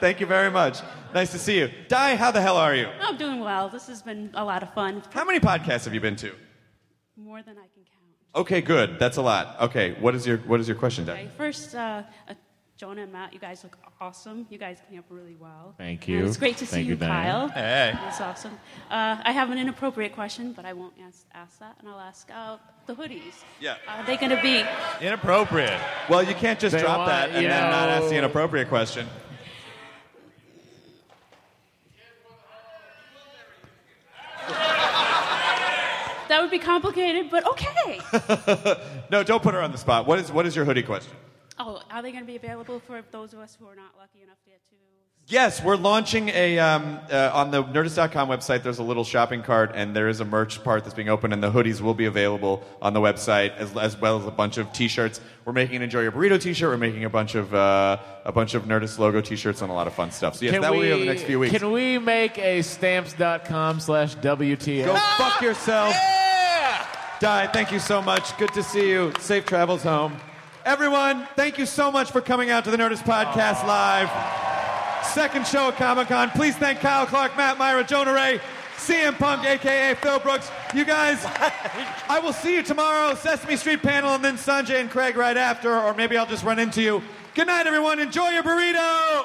S2: Thank you very much. Nice to see you, Di. How the hell are you?
S15: I'm doing well. This has been a lot of fun.
S2: How many podcasts have you been to?
S15: More than I can.
S2: Okay, good. That's a lot. Okay, what is your what is your question, Di?
S15: Okay, first, uh, uh, Jonah and Matt, you guys look awesome. You guys came up really well.
S2: Thank
S15: And
S2: you.
S15: it's great to see
S2: Thank
S15: you,
S2: you,
S15: Kyle.
S2: Diane. Hey.
S15: That's awesome. Uh, I have an inappropriate question, but I won't ask, ask that, and I'll ask uh, the hoodies.
S2: Yeah.
S15: Are they going to be?
S2: Inappropriate. Well, you can't just
S3: They
S2: drop
S3: want,
S2: that and
S3: you
S2: then not ask the
S3: know-
S2: inappropriate question.
S15: That would be complicated, but okay.
S2: no, don't put her on the spot. What is what is your hoodie question?
S15: oh, are they going to be available for those of us who are not lucky enough to get to?
S2: Yes, we're launching a um, uh, on the Nerdist.com website. There's a little shopping cart, and there is a merch part that's being opened, and the hoodies will be available on the website as, as well as a bunch of T-shirts. We're making an Enjoy Your Burrito T-shirt. We're making a bunch of uh, a bunch of Nerdist logo T-shirts and a lot of fun stuff. So yes,
S5: Can
S2: that will be over
S5: we-
S2: the next few weeks.
S5: Can we make a stamps.com slash WTF?
S2: Go fuck yourself. Di, thank you so much. Good to see you. Safe travels home. Everyone, thank you so much for coming out to the Nerdist Podcast Live. Second show at Comic Con. Please thank Kyle Clark, Matt Myra, Jonah Ray, CM Punk, aka Phil Brooks. You guys, I will see you tomorrow, Sesame Street panel, and then Sanjay and Craig right after, or maybe I'll just run into you. Good night, everyone. Enjoy your burrito.